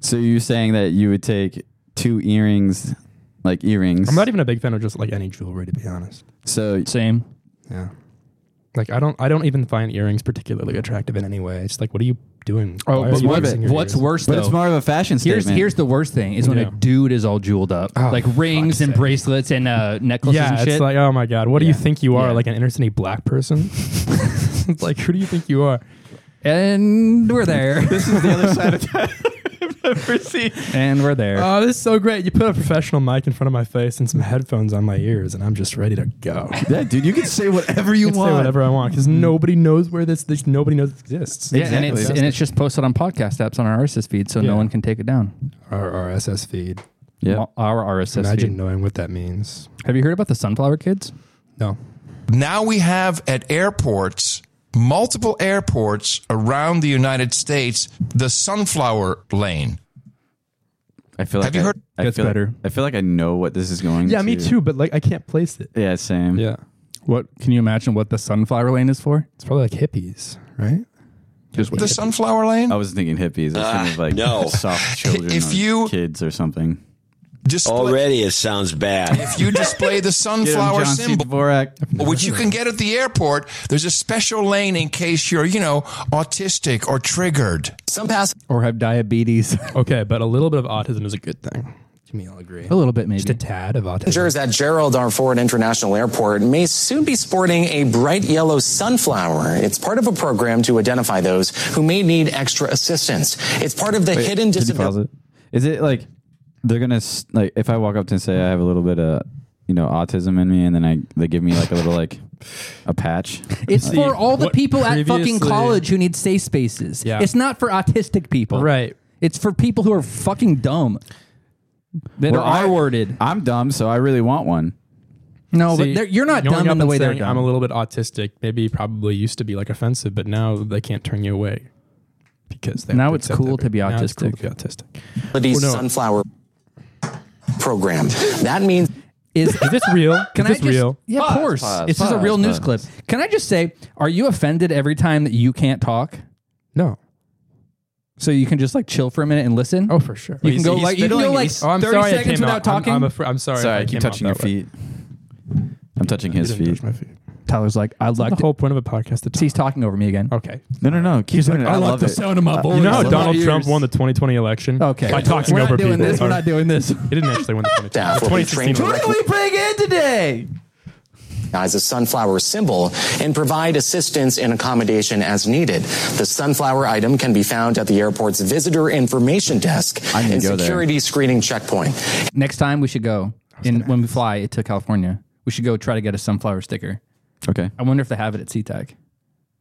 Speaker 1: So you're saying that you would take two earrings, like earrings.
Speaker 5: I'm not even a big fan of just like any jewelry, to be honest.
Speaker 1: so
Speaker 6: same.
Speaker 5: Yeah. Like I don't, I don't even find earrings particularly attractive in any way. It's like, what are you doing?
Speaker 6: Oh,
Speaker 5: Why are
Speaker 6: but
Speaker 5: you
Speaker 6: what-
Speaker 5: fixing your
Speaker 6: what's
Speaker 5: ears?
Speaker 6: worse
Speaker 1: But
Speaker 6: though?
Speaker 1: it's more of a fashion
Speaker 6: Here's
Speaker 1: statement.
Speaker 6: here's the worst thing is when
Speaker 5: Yeah.
Speaker 6: a dude is all jeweled up,
Speaker 5: Oh,
Speaker 6: like rings and bracelets and uh, necklaces
Speaker 5: Yeah,
Speaker 6: and
Speaker 5: it's
Speaker 6: shit.
Speaker 5: like, oh my god, what do you
Speaker 6: Yeah.
Speaker 5: think you are?
Speaker 6: Yeah.
Speaker 5: Like an inner city
Speaker 6: *laughs*
Speaker 5: black person? *laughs* it's like, who do you think you are?
Speaker 6: and we're
Speaker 1: *laughs*
Speaker 6: there.
Speaker 1: this is the other side
Speaker 6: *laughs*
Speaker 1: of that *laughs* I've never seen.
Speaker 6: and we're there.
Speaker 5: Oh, this is so great! You put a professional mic in front of my face and some headphones on my ears, and I'm just ready to go.
Speaker 1: *laughs* Yeah, dude, you can say whatever you
Speaker 5: I can
Speaker 1: want. Mm.
Speaker 5: say whatever I want because nobody knows where this, this nobody knows it exists.
Speaker 6: yeah, and it's and it's just posted on podcast apps on our RSS feed, so
Speaker 5: Yeah.
Speaker 6: no one can take it down.
Speaker 5: our RSS feed.
Speaker 1: Yeah.
Speaker 6: Our RSS
Speaker 5: Imagine
Speaker 6: feed.
Speaker 5: knowing what that means.
Speaker 6: Have you heard about the sunflower kids?
Speaker 5: No.
Speaker 13: Now we have at airports, multiple airports around the United States, the sunflower lane.
Speaker 1: I feel like
Speaker 13: Have you
Speaker 1: I,
Speaker 13: heard-
Speaker 1: I
Speaker 5: Gets
Speaker 1: feel like-
Speaker 5: better.
Speaker 1: I feel like I know what this is going.
Speaker 5: Yeah,
Speaker 1: to.
Speaker 5: me too. But like, I can't place it.
Speaker 1: Yeah, same.
Speaker 5: Yeah,
Speaker 6: What can you imagine what the sunflower lane is for?
Speaker 5: it's probably like hippies, right?
Speaker 6: Just
Speaker 13: The sunflower lane?
Speaker 1: I was thinking hippies. I should have like
Speaker 25: Ah, no.
Speaker 1: *laughs* soft children
Speaker 13: If
Speaker 1: or
Speaker 13: you-
Speaker 1: kids or something.
Speaker 25: Already it sounds bad.
Speaker 13: If
Speaker 1: *laughs*
Speaker 13: you
Speaker 6: *laughs*
Speaker 13: display the sunflower
Speaker 1: John C.
Speaker 13: symbol,
Speaker 1: Dvorak.
Speaker 13: which you can get at the airport, there's a special lane in case you're, you know, autistic or triggered.
Speaker 6: Some pass or have diabetes. *laughs*
Speaker 5: Okay, but a little bit of autism is a good thing. To me, I'll agree.
Speaker 6: a little bit maybe.
Speaker 5: Just a tad of autism.
Speaker 26: Passengers at Gerald R. Ford International Airport may soon be sporting a bright yellow sunflower. It's part of a program to identify those who may need extra assistance. It's part of the
Speaker 1: Wait,
Speaker 26: hidden
Speaker 1: did you pause
Speaker 26: disability.
Speaker 1: it? Is it like they're gonna s- like if I walk up to and say I have a little bit of you know autism in me, and then I they give me like a little like a patch?
Speaker 6: *laughs* It's
Speaker 5: See,
Speaker 6: for all the
Speaker 5: what
Speaker 6: people at fucking
Speaker 5: previously-
Speaker 6: college who need safe spaces.
Speaker 5: Yeah.
Speaker 6: It's not for autistic people.
Speaker 5: Right.
Speaker 6: It's for people who are fucking dumb. That
Speaker 1: Well, I-
Speaker 6: are R worded.
Speaker 1: I'm dumb, so I really want one.
Speaker 6: No, but
Speaker 5: See,
Speaker 6: they're- you're not
Speaker 5: going
Speaker 6: dumb
Speaker 5: up
Speaker 6: in the
Speaker 5: and
Speaker 6: way they're
Speaker 5: saying, I'm a
Speaker 6: dumb.
Speaker 5: little bit autistic. Maybe probably used to be like offensive, but now they can't turn you away. because they
Speaker 6: Now
Speaker 5: would
Speaker 6: it's
Speaker 5: accept
Speaker 6: cool
Speaker 5: that.
Speaker 6: to be
Speaker 5: Now it's cool
Speaker 6: autistic.
Speaker 5: to be autistic.
Speaker 26: Abilities
Speaker 5: Well, no.
Speaker 26: Sunflower
Speaker 1: *laughs*
Speaker 26: program. That means
Speaker 6: is, is this real? *laughs* Can
Speaker 5: Is this
Speaker 6: I just,
Speaker 5: real?
Speaker 6: Yeah,
Speaker 26: Pause,
Speaker 6: of course.
Speaker 26: pause,
Speaker 6: it's just a
Speaker 26: pause,
Speaker 6: real news clip.
Speaker 26: pause.
Speaker 6: Can I just say, are you offended every time that you can't talk?
Speaker 5: No.
Speaker 6: So you can just like chill for a minute and listen. Oh,
Speaker 5: for sure.
Speaker 6: You can go like you can go like
Speaker 5: Oh, I'm
Speaker 6: thirty
Speaker 5: sorry I
Speaker 6: seconds
Speaker 5: came
Speaker 6: without
Speaker 5: out- I'm-
Speaker 6: talking.
Speaker 5: I'm, afr- I'm sorry.
Speaker 1: Sorry,
Speaker 5: if
Speaker 1: I keep
Speaker 5: came out
Speaker 1: touching your
Speaker 5: that way.
Speaker 1: feet. I'm touching his
Speaker 5: didn't
Speaker 1: feet.
Speaker 5: touch my feet.
Speaker 6: Tyler's like, I like
Speaker 5: The whole point of a podcast to talk.
Speaker 6: He's talking over me again.
Speaker 5: Okay.
Speaker 1: No, no, no. Keep doing it. I, love it.
Speaker 5: You know how
Speaker 1: I love
Speaker 5: Donald
Speaker 1: it.
Speaker 5: Trump won the 2020 election?
Speaker 6: Okay.
Speaker 5: By talking
Speaker 6: We're not
Speaker 5: over
Speaker 6: doing
Speaker 5: people.
Speaker 6: this. We're
Speaker 5: Or-
Speaker 6: not doing this.
Speaker 5: He didn't actually win the
Speaker 1: *laughs*
Speaker 5: 2020.
Speaker 26: staff
Speaker 5: The
Speaker 26: will be trained
Speaker 5: 2016
Speaker 26: to
Speaker 5: election.
Speaker 26: recognize
Speaker 1: we bring in today?
Speaker 26: a sunflower symbol and provide assistance and accommodation as needed. The sunflower item can be found at the airport's visitor information desk
Speaker 1: need to
Speaker 26: and
Speaker 1: go there.
Speaker 26: security screening checkpoint.
Speaker 6: Next time we should go and when we fly to California, we should go try to get a sunflower sticker.
Speaker 1: Okay,
Speaker 6: I wonder if they have it at SeaTac.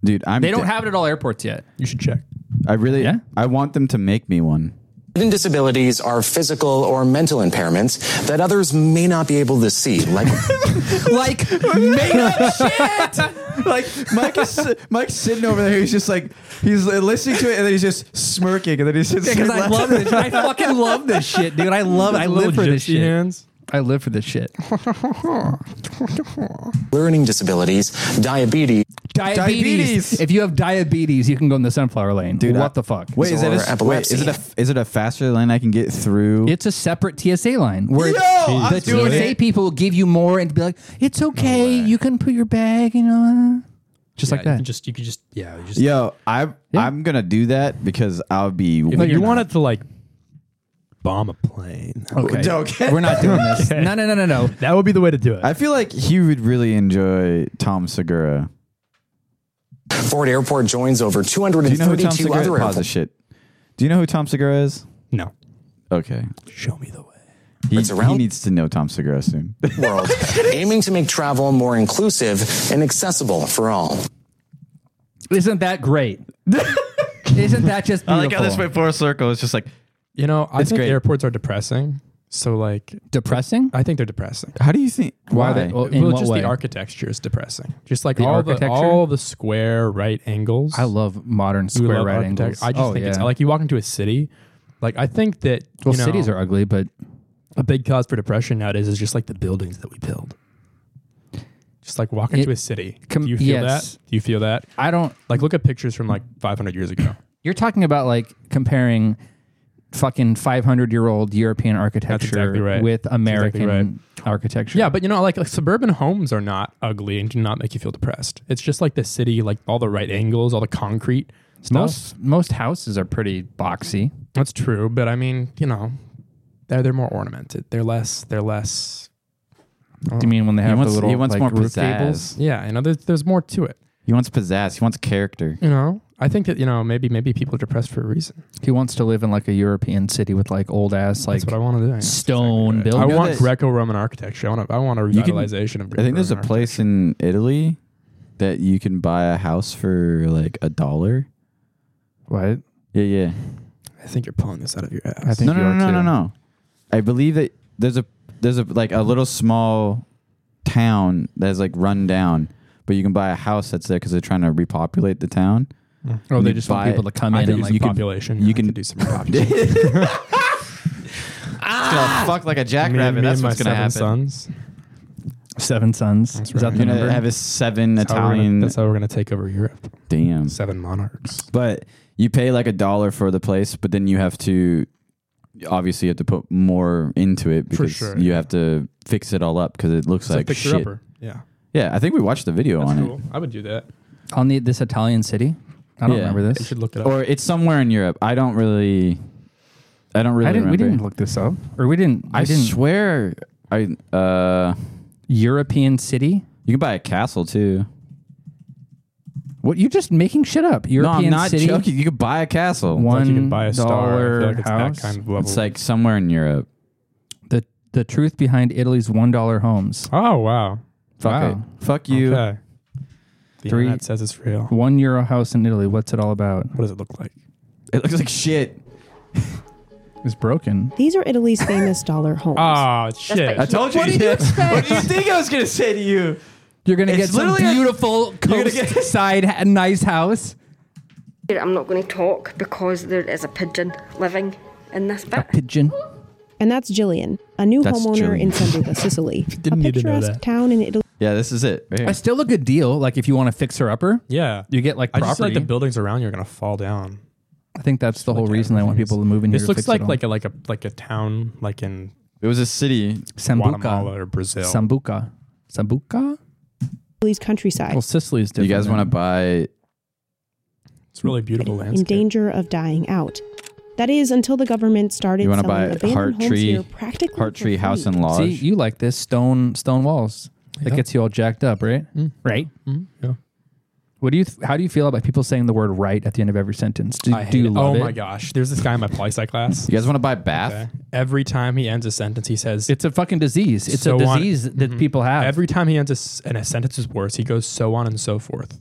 Speaker 1: dude. I'm.
Speaker 6: They don't have it at all airports yet.
Speaker 5: You should check.
Speaker 1: I really. I want them to make me one. *laughs*
Speaker 26: Hidden disabilities are physical or mental impairments that others may not be able to see,
Speaker 1: *laughs*
Speaker 26: like
Speaker 18: *laughs*
Speaker 6: like made up shit.
Speaker 1: Like Mike is Mike's sitting over there. He's just like he's listening to it, and then he's just smirking, and then he's just
Speaker 6: Because I love this. I fucking love this shit, dude. I love. I
Speaker 5: Little
Speaker 6: live for this
Speaker 5: gypsy
Speaker 6: shit.
Speaker 5: hands.
Speaker 6: I live for this shit.
Speaker 26: learning disabilities, diabetes,
Speaker 6: Diabetes.
Speaker 1: Diabetes.
Speaker 6: If you have diabetes, you can go in the sunflower lane. Dude, what
Speaker 1: I-
Speaker 6: the fuck?
Speaker 1: Wait, is that
Speaker 26: Or
Speaker 1: a, s- wait, is it
Speaker 26: epilepsy.
Speaker 1: a is it a faster line I can get through?
Speaker 6: It's a separate TSA line where
Speaker 1: Yo,
Speaker 6: it's-
Speaker 1: I'm
Speaker 6: the
Speaker 1: doing
Speaker 6: TSA
Speaker 1: it.
Speaker 6: people will give you more and be like, "It's okay, you can put your bag, you know." Just
Speaker 5: Yeah,
Speaker 6: like
Speaker 5: You
Speaker 6: that.
Speaker 5: could just, you could just, yeah. You just,
Speaker 1: Yo, I I'm gonna do that because I'll be.
Speaker 5: If you wanted to like bomb a plane,
Speaker 6: okay.
Speaker 1: Okay.
Speaker 6: We're not doing this.
Speaker 5: *laughs* Okay.
Speaker 6: No, no, no, no, no.
Speaker 5: that would be the way to do it.
Speaker 1: I feel like he would really enjoy Tom Segura.
Speaker 26: Ford Airport joins over
Speaker 1: Do you know who Tom
Speaker 26: 232
Speaker 1: Segura?
Speaker 26: other
Speaker 1: Pause the
Speaker 26: airports
Speaker 1: shit. Do you know who Tom Segura is?
Speaker 5: no.
Speaker 1: Okay,
Speaker 5: Show me the way.
Speaker 1: he,
Speaker 26: It's around-
Speaker 1: he needs to know Tom Segura soon.
Speaker 26: *laughs* in the world, aiming to make travel more inclusive and accessible for all.
Speaker 6: Isn't that great? *laughs* Isn't that just beautiful?
Speaker 1: full circle. It's just
Speaker 5: *laughs*
Speaker 1: like,
Speaker 5: You know, I
Speaker 1: It's
Speaker 5: think
Speaker 1: great.
Speaker 5: airports are depressing. So like,
Speaker 6: depressing?
Speaker 5: I think they're depressing.
Speaker 1: how do you think? Why?
Speaker 6: they- Well, in
Speaker 5: well,
Speaker 6: what
Speaker 5: just
Speaker 6: way?
Speaker 5: the architecture is depressing. Just like
Speaker 6: The
Speaker 5: all
Speaker 6: architecture?
Speaker 5: the all the square right angles.
Speaker 6: I love modern
Speaker 5: You
Speaker 6: square
Speaker 5: love
Speaker 6: right angles.
Speaker 5: architect- I just
Speaker 6: Oh,
Speaker 5: think it's
Speaker 6: yeah.
Speaker 5: like you walk into a city. Like I think that
Speaker 6: well,
Speaker 5: you know,
Speaker 6: cities are ugly, but
Speaker 5: a big cause for depression nowadays is just like the buildings that we build. Just like walk into
Speaker 6: It-
Speaker 5: a city.
Speaker 6: com-
Speaker 5: Do you feel
Speaker 6: yes.
Speaker 5: that? Do you feel that?
Speaker 6: I don't.
Speaker 5: Like look at pictures from like 500 years ago.
Speaker 6: You're talking about like comparing fucking 500 year old European architecture
Speaker 5: exactly right.
Speaker 6: with
Speaker 5: That's exactly
Speaker 6: American architecture.
Speaker 5: Yeah, but you know, like, like suburban homes are not ugly and do not make you feel depressed. It's just like the city, like all the right angles, all the concrete stuff.
Speaker 6: most most houses are pretty boxy.
Speaker 5: That's true, but I mean, you know, they're they're more ornamented. They're less. They're less.
Speaker 6: Do you mean when they have
Speaker 1: wants-
Speaker 6: the little
Speaker 1: he wants
Speaker 6: like,
Speaker 1: more
Speaker 6: roof
Speaker 1: pizzazz.
Speaker 6: gables?
Speaker 5: Yeah, you know, there's there's more to it.
Speaker 1: He wants pizzazz. He wants character.
Speaker 5: You know, I think that you know maybe maybe people are depressed for a reason.
Speaker 6: He wants to live in like a European city with like old ass like
Speaker 5: That's what I want to do. I know.
Speaker 6: stone
Speaker 5: I
Speaker 6: buildings.
Speaker 1: know
Speaker 5: want
Speaker 1: that-
Speaker 5: Greco-Roman architecture. I want a, I want a
Speaker 1: You can-
Speaker 5: revitalization of.
Speaker 1: I think there's a
Speaker 5: Greco-Roman
Speaker 1: place in Italy that you can buy a house for like a dollar.
Speaker 6: What?
Speaker 1: Yeah, yeah.
Speaker 5: architecture. I think you're pulling this out of your ass.
Speaker 6: I think
Speaker 1: No, no,
Speaker 6: you
Speaker 1: no,
Speaker 6: are
Speaker 1: no,
Speaker 6: too.
Speaker 1: no, no. I believe that there's a there's a like a little small town that's like run down, but you can buy a house that's there because they're trying to repopulate the town.
Speaker 5: Mm.
Speaker 6: Oh,
Speaker 1: You
Speaker 6: they just want
Speaker 1: buy
Speaker 6: people
Speaker 1: it.
Speaker 6: to come
Speaker 5: I
Speaker 6: in
Speaker 5: think
Speaker 6: and
Speaker 5: it's
Speaker 6: like pop-
Speaker 5: population.
Speaker 1: you
Speaker 5: I
Speaker 1: can-
Speaker 5: could do some population.
Speaker 1: fuck like a
Speaker 5: Me and-
Speaker 1: jackrabbit.
Speaker 5: me
Speaker 1: That's
Speaker 5: and my
Speaker 1: what's gonna
Speaker 5: seven
Speaker 1: happen.
Speaker 5: Sons.
Speaker 6: seven sons. Is that
Speaker 5: right.
Speaker 6: the
Speaker 1: You're
Speaker 6: number?
Speaker 1: gonna have a seven
Speaker 5: That's how we're gonna-
Speaker 1: Italian.
Speaker 5: that's how we're gonna take over Europe.
Speaker 1: damn.
Speaker 5: Seven monarchs.
Speaker 1: But you pay like a dollar for the place, but then you have to obviously you have to put more into it because
Speaker 5: sure,
Speaker 1: you
Speaker 5: yeah.
Speaker 1: have to fix it all up because it looks like
Speaker 5: picture
Speaker 1: shit.
Speaker 5: upper. Yeah,
Speaker 1: Yeah, I think we watched the video
Speaker 5: that's
Speaker 1: on
Speaker 5: cool. I would do that.
Speaker 6: on the this Italian city. I don't
Speaker 1: Yeah.
Speaker 6: remember
Speaker 5: You
Speaker 6: this.
Speaker 5: should look it
Speaker 1: it,
Speaker 5: up.
Speaker 1: or it's somewhere in Europe. I don't really, I don't really
Speaker 6: I didn't.
Speaker 1: remember.
Speaker 6: We didn't look this up, or we didn't.
Speaker 1: I
Speaker 6: we didn't.
Speaker 1: swear, I uh,
Speaker 6: European city.
Speaker 1: you can buy a castle too.
Speaker 6: What you're just making shit up? European
Speaker 1: no, I'm not
Speaker 6: city.
Speaker 1: joking. You could buy a castle.
Speaker 6: One
Speaker 5: like you can buy a star. I feel
Speaker 6: dollar
Speaker 5: like it's
Speaker 6: house.
Speaker 5: that kind of level.
Speaker 1: It's like somewhere in Europe.
Speaker 6: the the truth behind Italy's one dollar homes.
Speaker 5: oh wow,
Speaker 1: Fuck
Speaker 6: Wow.
Speaker 1: it. Fuck you.
Speaker 5: Okay. The
Speaker 6: Three-
Speaker 5: internet says it's real. What
Speaker 6: One euro house in Italy. What's it all about?
Speaker 5: does it look like?
Speaker 1: It looks like shit.
Speaker 6: It's broken.
Speaker 7: These are Italy's famous dollar homes.
Speaker 1: Ah,
Speaker 5: Oh shit!
Speaker 1: I told you. What do *laughs* you expect? what do you think I was gonna say to you?
Speaker 6: You're gonna
Speaker 1: It's
Speaker 6: get some
Speaker 1: literally a- *laughs*
Speaker 6: beautiful
Speaker 1: gonna
Speaker 6: coastside ha- nice house.
Speaker 8: I'm not going to talk because there is a pigeon living in this bit.
Speaker 6: Pigeon.
Speaker 7: And that's Jillian, a *laughs* new
Speaker 6: That's
Speaker 7: homeowner
Speaker 6: Jillian.
Speaker 7: in
Speaker 6: *laughs*
Speaker 7: Sambuca, Sicily.
Speaker 6: Didn't
Speaker 7: a
Speaker 6: need to know
Speaker 7: picturesque
Speaker 6: that.
Speaker 7: town in Italy.
Speaker 1: Yeah, this is it.
Speaker 6: I still a good deal. Like if you want to fix her upper,
Speaker 5: Yeah.
Speaker 6: you get like
Speaker 5: I
Speaker 6: property.
Speaker 5: just like the buildings around you are gonna fall down.
Speaker 6: I think that's the whole reason I want people to move in here.
Speaker 5: This
Speaker 6: to
Speaker 5: looks
Speaker 6: fix
Speaker 5: like
Speaker 6: it all.
Speaker 5: like a like a like a town like in
Speaker 1: It was a city,
Speaker 6: Sambuca.
Speaker 5: Guatemala or Brazil.
Speaker 6: Sambuca. Sambuca.
Speaker 7: Italy's countryside.
Speaker 6: Well, Sicily's
Speaker 1: Do
Speaker 6: different.
Speaker 1: you guys want to buy?
Speaker 5: It's really beautiful
Speaker 7: in
Speaker 5: landscape.
Speaker 7: danger of dying out. That is until the government started
Speaker 1: You want to
Speaker 7: selling
Speaker 1: buy
Speaker 7: abandoned
Speaker 1: Heart
Speaker 7: homes
Speaker 1: Tree,
Speaker 7: here practically
Speaker 1: Heart
Speaker 7: for
Speaker 1: Tree House
Speaker 7: free.
Speaker 1: and Lodge.
Speaker 6: See, you like this stone stone walls that gets you all jacked up, right? Right.
Speaker 5: Mm-hmm. yeah.
Speaker 6: What do you? Th- how do you feel about people saying the word "right" at the end of every sentence? Do, do you
Speaker 5: it.
Speaker 6: love
Speaker 5: oh
Speaker 6: it?
Speaker 5: my gosh. There's this guy in my poli sci class.
Speaker 1: You guys want to buy Bath?
Speaker 5: Every time he ends a sentence, he says,
Speaker 6: It's a fucking disease. It's a
Speaker 5: So on- Mm-hmm.
Speaker 6: disease that people have.
Speaker 5: Every time he ends a, s- and a sentence is worse, he goes so on and so forth.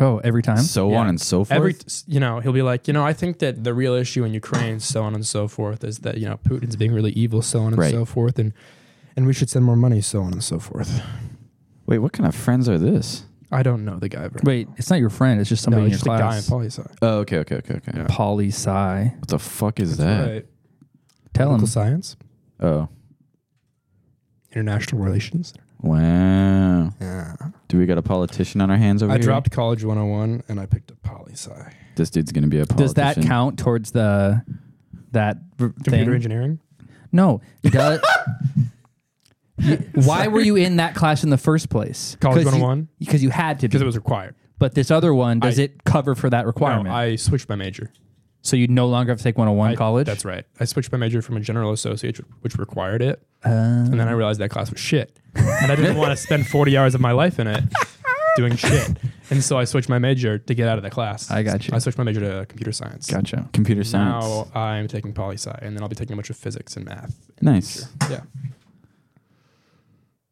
Speaker 6: oh, every time.
Speaker 1: So on and so forth.
Speaker 5: Every, you know, he'll be like, you know, I think that the real issue in Ukraine, so on and so forth, is that, you know, Putin's being really evil, so on and
Speaker 1: Right.
Speaker 5: so forth. And, and we should send more money, so on and so forth.
Speaker 1: Wait, what kind of friends are this?
Speaker 5: I don't know the guy. Very
Speaker 6: Wait, it's not your friend. It's just somebody
Speaker 5: No,
Speaker 6: in
Speaker 5: it's
Speaker 6: your
Speaker 5: just a guy in
Speaker 6: class.
Speaker 5: poli sci.
Speaker 1: Oh, okay, okay, okay, okay.
Speaker 6: Poli sci.
Speaker 1: What the fuck is that?
Speaker 5: Right.
Speaker 6: Tell him.
Speaker 5: Political science,
Speaker 1: Oh,
Speaker 5: international relations.
Speaker 1: wow. Do we got a politician on our hands over
Speaker 5: I
Speaker 1: here?
Speaker 5: dropped college 101 and I picked up poli sci.
Speaker 1: This dude's gonna be a politician.
Speaker 6: Does that count towards the that r-
Speaker 5: Computer
Speaker 6: thing?
Speaker 5: engineering?
Speaker 6: No. Does, *laughs* You- why were you in that class in the first place?
Speaker 5: College 101?
Speaker 6: Because you had to be.
Speaker 5: Because it was required.
Speaker 6: But this other one, does
Speaker 5: I-
Speaker 6: it cover for that requirement?
Speaker 5: No, I switched my major.
Speaker 6: so you no longer have to take 101
Speaker 5: I-
Speaker 6: college?
Speaker 5: That's right. I switched my major from a general associate, which required it,
Speaker 6: Uh,
Speaker 5: and then I realized that class was shit, and I didn't want to spend forty hours of my life
Speaker 6: *laughs*
Speaker 5: in it doing shit. And so I switched my major to get out of the class.
Speaker 6: I got you.
Speaker 5: I switched my major to computer science.
Speaker 6: gotcha.
Speaker 1: Computer science.
Speaker 5: Now I'm taking poli sci, and then I'll be taking a bunch of physics and math.
Speaker 1: Nice.
Speaker 5: Yeah.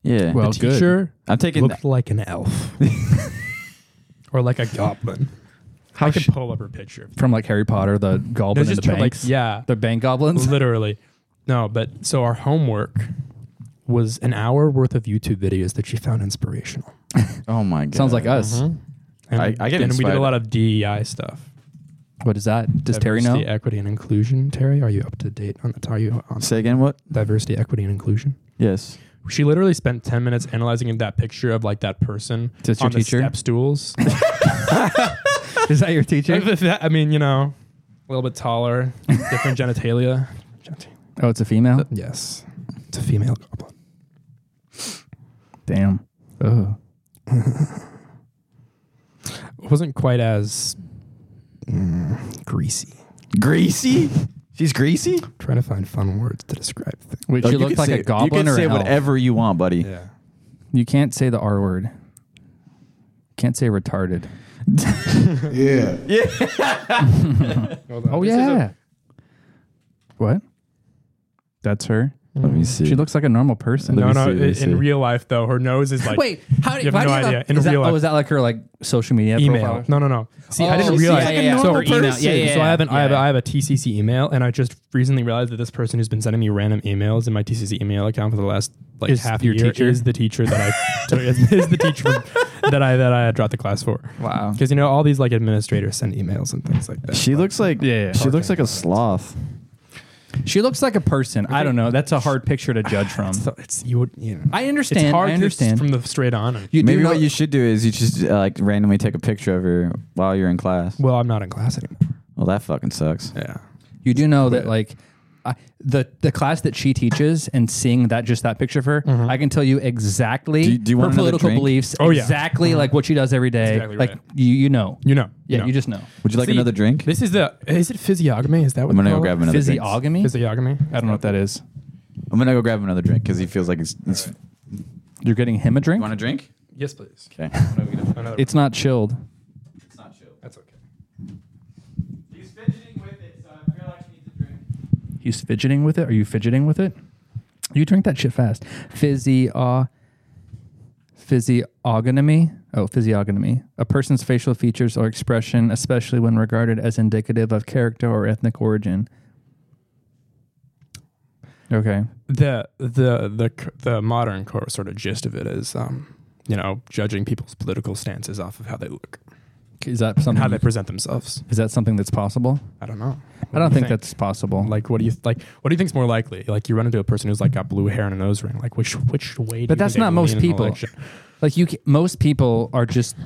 Speaker 1: Yeah.
Speaker 6: Well,
Speaker 1: The
Speaker 6: good.
Speaker 1: teacher- I'm taking.
Speaker 5: Looked like an
Speaker 1: *laughs*
Speaker 5: elf, or like a goblin. I could pull up her picture.
Speaker 6: From like Harry Potter, the
Speaker 5: No,
Speaker 6: goblin and
Speaker 5: just
Speaker 6: the
Speaker 5: try- like
Speaker 6: banks.
Speaker 5: yeah,
Speaker 6: The bank goblins. *laughs*
Speaker 5: Literally. No, but so our homework was an hour worth of YouTube videos that she found inspirational.
Speaker 1: *laughs* Oh my god. Mm-hmm.
Speaker 6: Sounds like us.
Speaker 5: Mm-hmm. And,
Speaker 1: I- I get
Speaker 5: and we did
Speaker 1: inspired.
Speaker 5: a lot of DEI stuff.
Speaker 6: What is that? Does Terry know?
Speaker 5: Diversity, equity, and inclusion. Terry, are you up to date on that? Are you on
Speaker 1: Say again. What?
Speaker 5: diversity, equity, and inclusion?
Speaker 1: Yes.
Speaker 5: She literally spent ten minutes analyzing that picture of like that person
Speaker 6: Just your
Speaker 5: on the
Speaker 6: teacher?
Speaker 5: step stools.
Speaker 1: *laughs*
Speaker 6: Is that your teacher?
Speaker 5: *laughs* That- I mean, you know, a little bit taller, different genitalia. Genitalia.
Speaker 6: *laughs* Oh, it's a female?
Speaker 5: Uh, Yes, it's a female goblin.
Speaker 6: Damn. Oh.
Speaker 5: It wasn't quite as mm, greasy.
Speaker 1: Greasy. She's greasy.
Speaker 5: trying to find fun words to describe things.
Speaker 6: Wait,
Speaker 1: Oh,
Speaker 6: she
Speaker 1: you
Speaker 6: looked
Speaker 1: can
Speaker 6: like
Speaker 1: say-
Speaker 6: a
Speaker 1: You
Speaker 6: goblin
Speaker 1: can
Speaker 6: or
Speaker 1: say
Speaker 6: an elf?
Speaker 1: whatever you want, buddy.
Speaker 5: Yeah.
Speaker 6: You can't say the R word. Can't say retarded. Oh yeah. what? That's her.
Speaker 1: Let me see.
Speaker 6: She looks like a normal person.
Speaker 1: Let
Speaker 5: no,
Speaker 1: me
Speaker 5: no.
Speaker 1: see, let me
Speaker 5: in
Speaker 1: see.
Speaker 5: in real life, though, her nose is like.
Speaker 6: Wait, how do
Speaker 5: You have
Speaker 6: why
Speaker 5: no
Speaker 6: do you
Speaker 5: idea.
Speaker 6: Have,
Speaker 5: In
Speaker 6: is that,
Speaker 5: real
Speaker 6: Oh,
Speaker 5: life.
Speaker 6: is that like her like social media
Speaker 5: Email.
Speaker 6: profile?
Speaker 5: No, no, no. See, I didn't
Speaker 6: Oh,
Speaker 5: realize.
Speaker 6: yeah, yeah, yeah.
Speaker 5: So,
Speaker 6: Normal person.
Speaker 5: yeah,
Speaker 6: Yeah,
Speaker 5: so I
Speaker 6: yeah,
Speaker 5: haven't. I, have,
Speaker 6: yeah.
Speaker 5: I have a TCC email, and I just recently realized that this person who's been sending me random emails in my TCC email account for the last like
Speaker 6: Is
Speaker 5: half
Speaker 6: your
Speaker 5: year
Speaker 6: teacher?
Speaker 5: is the teacher that I *laughs* took, is, is the teacher that I that I dropped the class for.
Speaker 6: Wow.
Speaker 5: Because you know all these like administrators send emails and things like that.
Speaker 1: She looks like.
Speaker 6: Yeah, yeah.
Speaker 1: She looks like a sloth.
Speaker 6: She looks like a person. I don't know. That's a hard picture to judge from.
Speaker 5: So it's you. Would, you know,
Speaker 6: I understand.
Speaker 5: It's hard
Speaker 6: I
Speaker 5: to-
Speaker 6: understand.
Speaker 5: from the straight on. and-
Speaker 6: you do
Speaker 1: Maybe
Speaker 6: know,
Speaker 1: what you should do is you just uh, like randomly take a picture of her while you're in class.
Speaker 5: well, I'm not in class anymore.
Speaker 1: Well, that fucking sucks.
Speaker 5: Yeah.
Speaker 6: you do know that like I, the the class that she teaches and seeing that just that picture of her, I can tell you exactly
Speaker 1: Mm-hmm. Do you- do you want
Speaker 6: her
Speaker 1: another
Speaker 6: political
Speaker 1: drink? Mm-hmm.
Speaker 6: beliefs.
Speaker 5: Oh, yeah.
Speaker 6: exactly like what she does every day.
Speaker 5: exactly
Speaker 6: like
Speaker 5: right.
Speaker 6: you you know.
Speaker 5: You know.
Speaker 6: yeah,
Speaker 5: know.
Speaker 6: you just know.
Speaker 1: Would you like
Speaker 5: See,
Speaker 1: another drink?
Speaker 5: This is the. Is it physiognomy? Is that what
Speaker 1: I'm gonna
Speaker 5: they
Speaker 1: go
Speaker 5: call it?
Speaker 1: grab another drink.
Speaker 6: Physiognomy?
Speaker 5: Physiognomy.
Speaker 6: I don't know what that is.
Speaker 1: I'm gonna go grab another drink because he feels like it's. it's
Speaker 6: You're getting him a
Speaker 1: You
Speaker 6: drink?
Speaker 1: want a drink?
Speaker 5: Yes, please.
Speaker 1: Okay.
Speaker 5: Another.
Speaker 6: It's not chilled.
Speaker 5: that's okay.
Speaker 1: He's fidgeting with it, so I feel like he needs a drink.
Speaker 6: He's fidgeting with it. Are you fidgeting with it? You drink that shit fast. Physi uh, physiognomy. Oh, physiognomy. A person's facial features or expression, especially when regarded as indicative of character or ethnic origin. Okay.
Speaker 5: The the the c- the modern core sort of gist of it is, um, you know, judging people's political stances off of how they look.
Speaker 6: Is that something?
Speaker 5: how they present themselves.
Speaker 6: Is that something that's possible?
Speaker 5: I don't know.
Speaker 6: I don't think, that's possible.
Speaker 5: Like, what do you like? What do you think's more likely? Like, you run into a person who's like got blue hair and a nose ring. Like, which which way? do you
Speaker 6: But that's
Speaker 5: think
Speaker 6: not
Speaker 5: they lean
Speaker 6: most
Speaker 5: in an
Speaker 6: people.
Speaker 5: election?
Speaker 6: Like you, ca- most people are just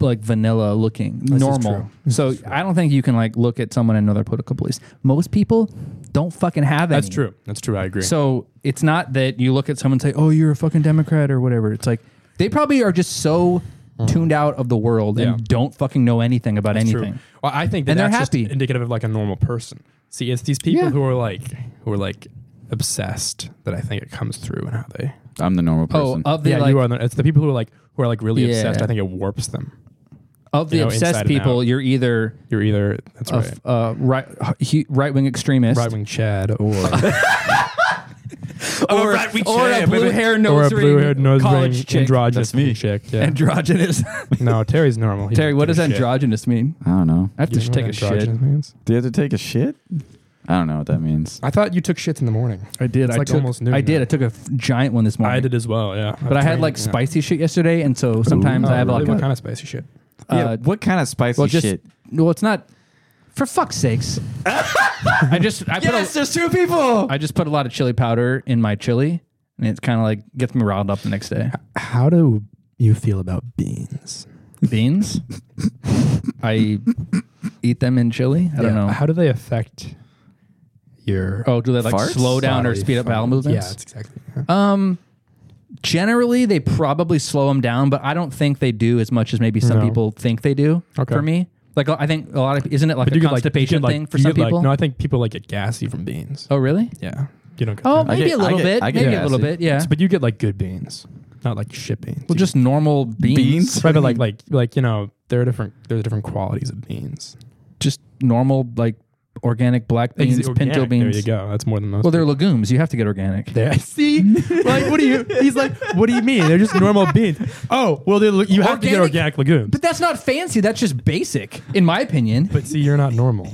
Speaker 6: like vanilla looking,
Speaker 5: is true.
Speaker 6: normal. So I don't think you can like look at someone and know they're political police. Most people don't fucking have any.
Speaker 5: That's true. That's true. I agree.
Speaker 6: So it's not that you look at someone and say, "Oh, you're a fucking Democrat" or whatever. It's like they probably are just so tuned out of the world
Speaker 5: Uh-huh. Yeah.
Speaker 6: and don't fucking know anything about
Speaker 5: That's true.
Speaker 6: anything.
Speaker 5: Well, I think that
Speaker 6: And they're
Speaker 5: that's just
Speaker 6: happy.
Speaker 5: indicative of like a normal person. See, it's these people
Speaker 6: Yeah.
Speaker 5: who are like who are like obsessed that I think it comes through and how they.
Speaker 1: I'm the normal person.
Speaker 6: Oh, of the,
Speaker 5: yeah,
Speaker 6: like-
Speaker 5: you are. The, it's the people who are like who are like really obsessed.
Speaker 6: Yeah.
Speaker 5: I think it warps them.
Speaker 6: Of the
Speaker 5: You know, inside
Speaker 6: obsessed
Speaker 5: and out.
Speaker 6: people, you're either
Speaker 5: you're either that's
Speaker 6: a,
Speaker 5: right.
Speaker 6: uh, right right wing extremist,
Speaker 5: Right wing Chad or
Speaker 6: *laughs* or, or a blue hair
Speaker 5: or a
Speaker 6: nose ring,
Speaker 5: blue haired nose ring
Speaker 6: college chick.
Speaker 5: androgynous chick. Yeah.
Speaker 6: Androgynous.
Speaker 5: *laughs* no, Terry's normal. He
Speaker 6: Terry,
Speaker 5: doesn't
Speaker 6: what
Speaker 5: give a
Speaker 6: does
Speaker 5: shit.
Speaker 6: androgynous mean?
Speaker 1: I don't know.
Speaker 6: I have to
Speaker 5: You
Speaker 6: sh-
Speaker 5: know
Speaker 6: take
Speaker 5: what
Speaker 6: a shit.
Speaker 5: androgynous means?
Speaker 1: Do you have to take a shit? I don't know what that means.
Speaker 5: I thought you took shits in the morning.
Speaker 6: I did.
Speaker 5: It's
Speaker 6: I
Speaker 5: like
Speaker 6: took,
Speaker 5: almost noon
Speaker 6: I
Speaker 5: now.
Speaker 6: did. I took a f- giant one this morning.
Speaker 5: I did as well. Yeah,
Speaker 6: But I had like
Speaker 5: Yeah.
Speaker 6: spicy shit yesterday, and so sometimes
Speaker 5: Oh,
Speaker 6: I have
Speaker 5: really?
Speaker 6: like
Speaker 5: what
Speaker 6: a,
Speaker 5: kind of spicy shit?
Speaker 6: uh,
Speaker 1: yeah, what kind of spicy
Speaker 6: well, just
Speaker 1: shit?
Speaker 6: well, it's not. For fuck's
Speaker 1: *laughs*
Speaker 6: sakes! I just I put a,
Speaker 1: there's two people.
Speaker 6: I just put a lot of chili powder in my chili, and it's kind of like gets me riled up the next day.
Speaker 5: How do you feel about beans?
Speaker 1: *laughs*
Speaker 6: Beans, I eat them in chili. I don't know.
Speaker 5: How do they affect your?
Speaker 6: Oh, do they like
Speaker 5: Farts?
Speaker 6: slow down or
Speaker 5: Body
Speaker 6: speed up bowel
Speaker 5: fun-
Speaker 6: movements?
Speaker 5: Yeah, that's exactly. yeah.
Speaker 6: Um, generally they probably slow them down, but I don't think they do as much as maybe some
Speaker 5: No.
Speaker 6: people think they do.
Speaker 5: Okay.
Speaker 6: For me, like I think a lot of isn't it like
Speaker 5: But
Speaker 6: a
Speaker 5: you could, like- you
Speaker 6: constipation
Speaker 5: could, like-
Speaker 6: thing for
Speaker 5: you
Speaker 6: some
Speaker 5: could, like-
Speaker 6: people?
Speaker 5: no, I think people like get gassy from beans.
Speaker 6: oh really?
Speaker 5: Yeah, you don't. Get
Speaker 6: Oh,
Speaker 5: that.
Speaker 6: maybe
Speaker 1: get-
Speaker 6: a
Speaker 1: I
Speaker 6: little
Speaker 1: get-
Speaker 6: bit.
Speaker 1: I get
Speaker 6: maybe a little
Speaker 1: acid.
Speaker 6: bit. Yeah.
Speaker 5: but you get like good beans, not like shit beans.
Speaker 6: Well, just normal beans.
Speaker 1: Beans?
Speaker 6: *laughs*
Speaker 5: right, but like like like you know there are different there are different qualities of beans.
Speaker 6: just normal like organic black beans,
Speaker 5: Ex-
Speaker 6: pinto
Speaker 5: organic,
Speaker 6: beans.
Speaker 5: There you go. That's more than most.
Speaker 6: Well, they're legumes. You have to get organic.
Speaker 5: people. There- *laughs* See, like, what do you? He's like, what do you mean? They're just normal beans. Oh, well, they're le- you have to get
Speaker 6: Organic?
Speaker 5: organic
Speaker 6: *laughs*
Speaker 5: legumes.
Speaker 6: But that's not fancy. That's just basic, in my opinion.
Speaker 5: But see, you're not normal.